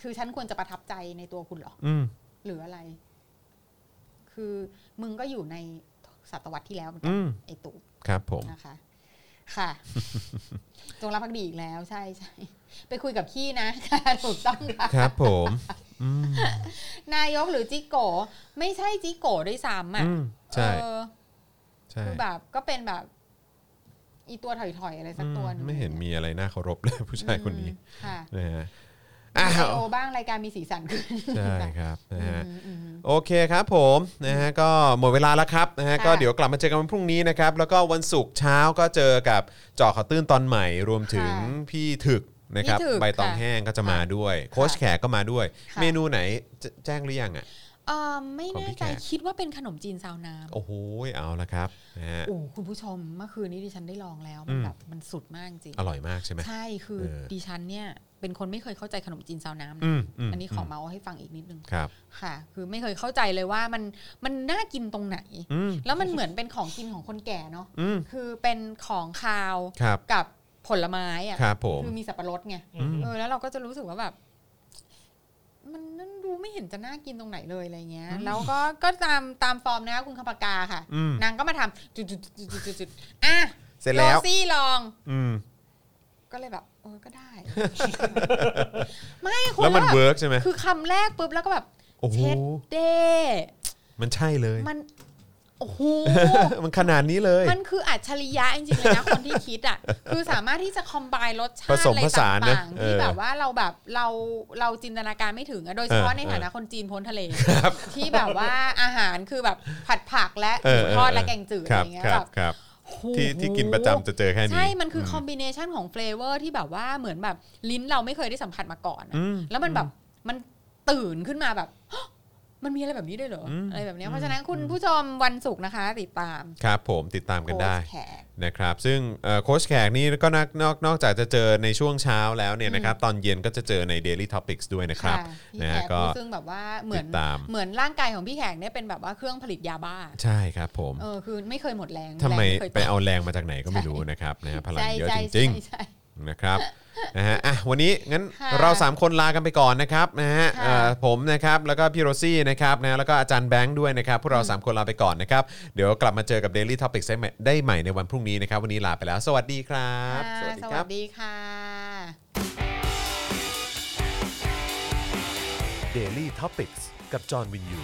C: คือฉันควรจะประทับใจในตัวคุณเหรอ
B: อืม
C: หรืออะไร คือมึงก็อยู่ในศตวรรษที่แล้วเหมือนกั
B: อื
C: น
B: ม
C: ไอตู่
B: ครับผม
C: นะคะ ค่ะ จงรักภักดีอีกแล้ว ใช่ใช่ ไปคุยกับขี้นะ ค่ะถูกต้องค่ะ
B: ครับผม อืม
C: นายกหรือจิโกะไม่ใช่จิโกะด้วยซ้ำอ่ะ
B: อืมใช่
C: เออ
B: ใช่
C: คือแบบ ก็เป็นแบบ อีตัวถอยๆอะไรสักตัวหนึ
B: อื
C: ง
B: มไม่เห็นมีอะไรน่าเคารพเลยผู้ชายคนนี้
C: อืมค่ะ
B: นะฮะ
C: มี
B: อ้า
C: ไอ
B: ว
C: โอบ้างรายการมีสีสันขึ้น
B: ใช่ครับนะฮะ
C: อืมอืม
B: โอเคครับผมนะฮะก็หมดเวลาแล้วครับนะฮะ
C: ค่ะ
B: ก็เดี๋ยวกลับมาเจอกันวันพรุ่งนี้นะครับแล้วก็วันศุกร์เช้าก็เจอกับเจอข่าวตื้นตอนใหม่รวมถึง
C: ค่ะ
B: พี่ถึกนะครับ
C: พี่ถึก
B: ใบตอง
C: ค่ะ
B: แห้งก็จะมาด้วย โค้ชแขกก็มาด้วย
C: ค่ะ
B: เมนูไหนจะแจ้งหรือยังอ่ะ
C: เ เอ่อไม่
B: ของ
C: แน่
B: พี่
C: ใจ
B: แขก
C: คิดว่าเป็นขนมจีนซาวน้ำ
B: โอ้โหเอาละครับนะฮะ
C: โอ้คุณผู้ชมเมื่อคืนนี้ดิฉันได้ลองแล้วมั
B: อื
C: น
B: ม
C: แบบมันสุดมากจริง
B: อร่อยมากใช่ไหม
C: ใช่คือ
B: เออ
C: ดิฉันเนี่ย เป็นคนไม่เคยเข้าใจขนมจีนซาวน้ำ
B: อื
C: นะ
B: มอืม
C: อันนี้ขอ
B: ม
C: เมาส์ให้ฟังอีกนิดนึง
B: ครับ
C: ค่ะ คือไม่เคยเข้าใจเลยว่ามันมันน่ากินตรงไหน
B: อืม
C: แล้วมันเหมือนเป็นของกินของคนแก่เนาะ
B: อืม
C: คือเป็นของคาว
B: ครับ
C: กับผลไม้อะ
B: ครับผม
C: คือมีสับปะรดไง
D: อืม
C: เออแล้วเราก็จะรู้สึกว่าแบบ มันนั่นดูไม่เห็นจะน่ากินตรงไหนเลยอะไรเงี้ย แล้วก็ก็ตามตามฟอร์มนะคะคุณคำปากาค่ะ
B: อืม
C: นางก็มาทำจุดจุดจุดจุดจุดจุดอ่ะ
B: เสร็จแล้ว
C: โซี่ลอง
B: อืม
C: ก็เลยแบบเออก็ ได้ ไม่คุณ
B: แล้วมัน
C: บบ
B: เวิร์กใช่ไหม
C: คือคำแรกปุ๊บแล้วก็แบบ
B: โอ้โห
C: เช็ดเด
B: มันใช่เลย
C: มัน โอ้โห
B: มันขนาดนี้เลย
C: มันคืออัจฉริยะจริงๆเลยนะ คนที่คิดอ่ะ คือสามารถที่จะคอมไบรสชา
B: ผ
C: ติ
B: สม
C: อะไร
B: ผสานนะ
C: ต่างๆที่
B: เออ
C: แบบว่าเราแบบเราเราจินตนาการไม่ถึงอะโดยเฉพาะ
B: เออ
C: ในฐานะ
B: เออ
C: คนจีนพ้นทะเล ที่แบบว่าอาหารคือแบบผัดผักและ
B: เออ
C: หมูทอด
B: เออ
C: และแกงจืด
B: ครั
C: อะไร
B: บ
C: เงี้ย
B: ครับ
C: แบบ
B: ครับ
C: โห
B: ที่ที่กินประจำจะเจอแค่นี้
C: ใช่ มันคืออคอม
B: ม
C: บิเนชันของเฟลเวอร์ที่แบบว่าเหมือนแบบลิ้นเราไม่เคยได้สัมผัสมาก่อนอะ
B: อืม
C: แล้วมันแบบมันตื่นขึ้นมาแบบ ฮะมันมีอะไรแบบนี้ด้วยเหรออ
B: ม
C: อะไรแบบเนี้ยเพราะฉะนั้นคุณผู้ชมวันศุกร์นะคะติดตาม
B: ครับผมติดตามกันได้
C: โค้ชแขก
B: นะครับซึ่งเอ่อโค้ชแขกนี่ก็นอกนอกนอกจากจะเจอในช่วงเช้าแล้วเนี่ยนะครับตอนเย็นก็จะเจอใน Daily Topics ด้วยนะครับ
C: ค่ะพี่
B: นะ
C: แข
B: ฮะ
C: ก
B: ก็
C: ผู้ซึ่งแบบว่าเหมือน
B: ติดตาม
C: เหมือนร่างกายของพี่แขกเนี่ยเป็นแบบว่าเครื่องผลิตยาบ้า
B: ใช่ครับผม
C: เออคือไม่เคยหมดแรง
B: ทำไม
C: แรงเคย
B: ไปเอาแรงมาจากไหนก็ไม่รู้นะครับนะฮะพลัง
C: ใช่
B: เยอะ
C: ใช่
B: จริง
C: ใช่ใช่
B: ๆ นะครับ นะฮะอ่ะวันนี้งั้น
C: ค่ะ
B: เรา 3 คนลากันไปก่อนนะครับนะฮะ
C: ค่ะ
B: เอ่อผมนะครับแล้วก็พี่โรซี่นะครับนะแล้วก็อาจารย์แบงค์ด้วยนะครับพวกเรา 3 คนลาไปก่อนนะครับเดี๋ยวกลับมาเจอกับ Daily Topics ได้ใหม่ได้ใหม่ในวันพรุ่งนี้นะครับวันนี้ลาไปแล้ว สวัสดีครับ
C: ะสวัสดีค่ะ
A: Daily t o p i c กกับจอห์นวินยู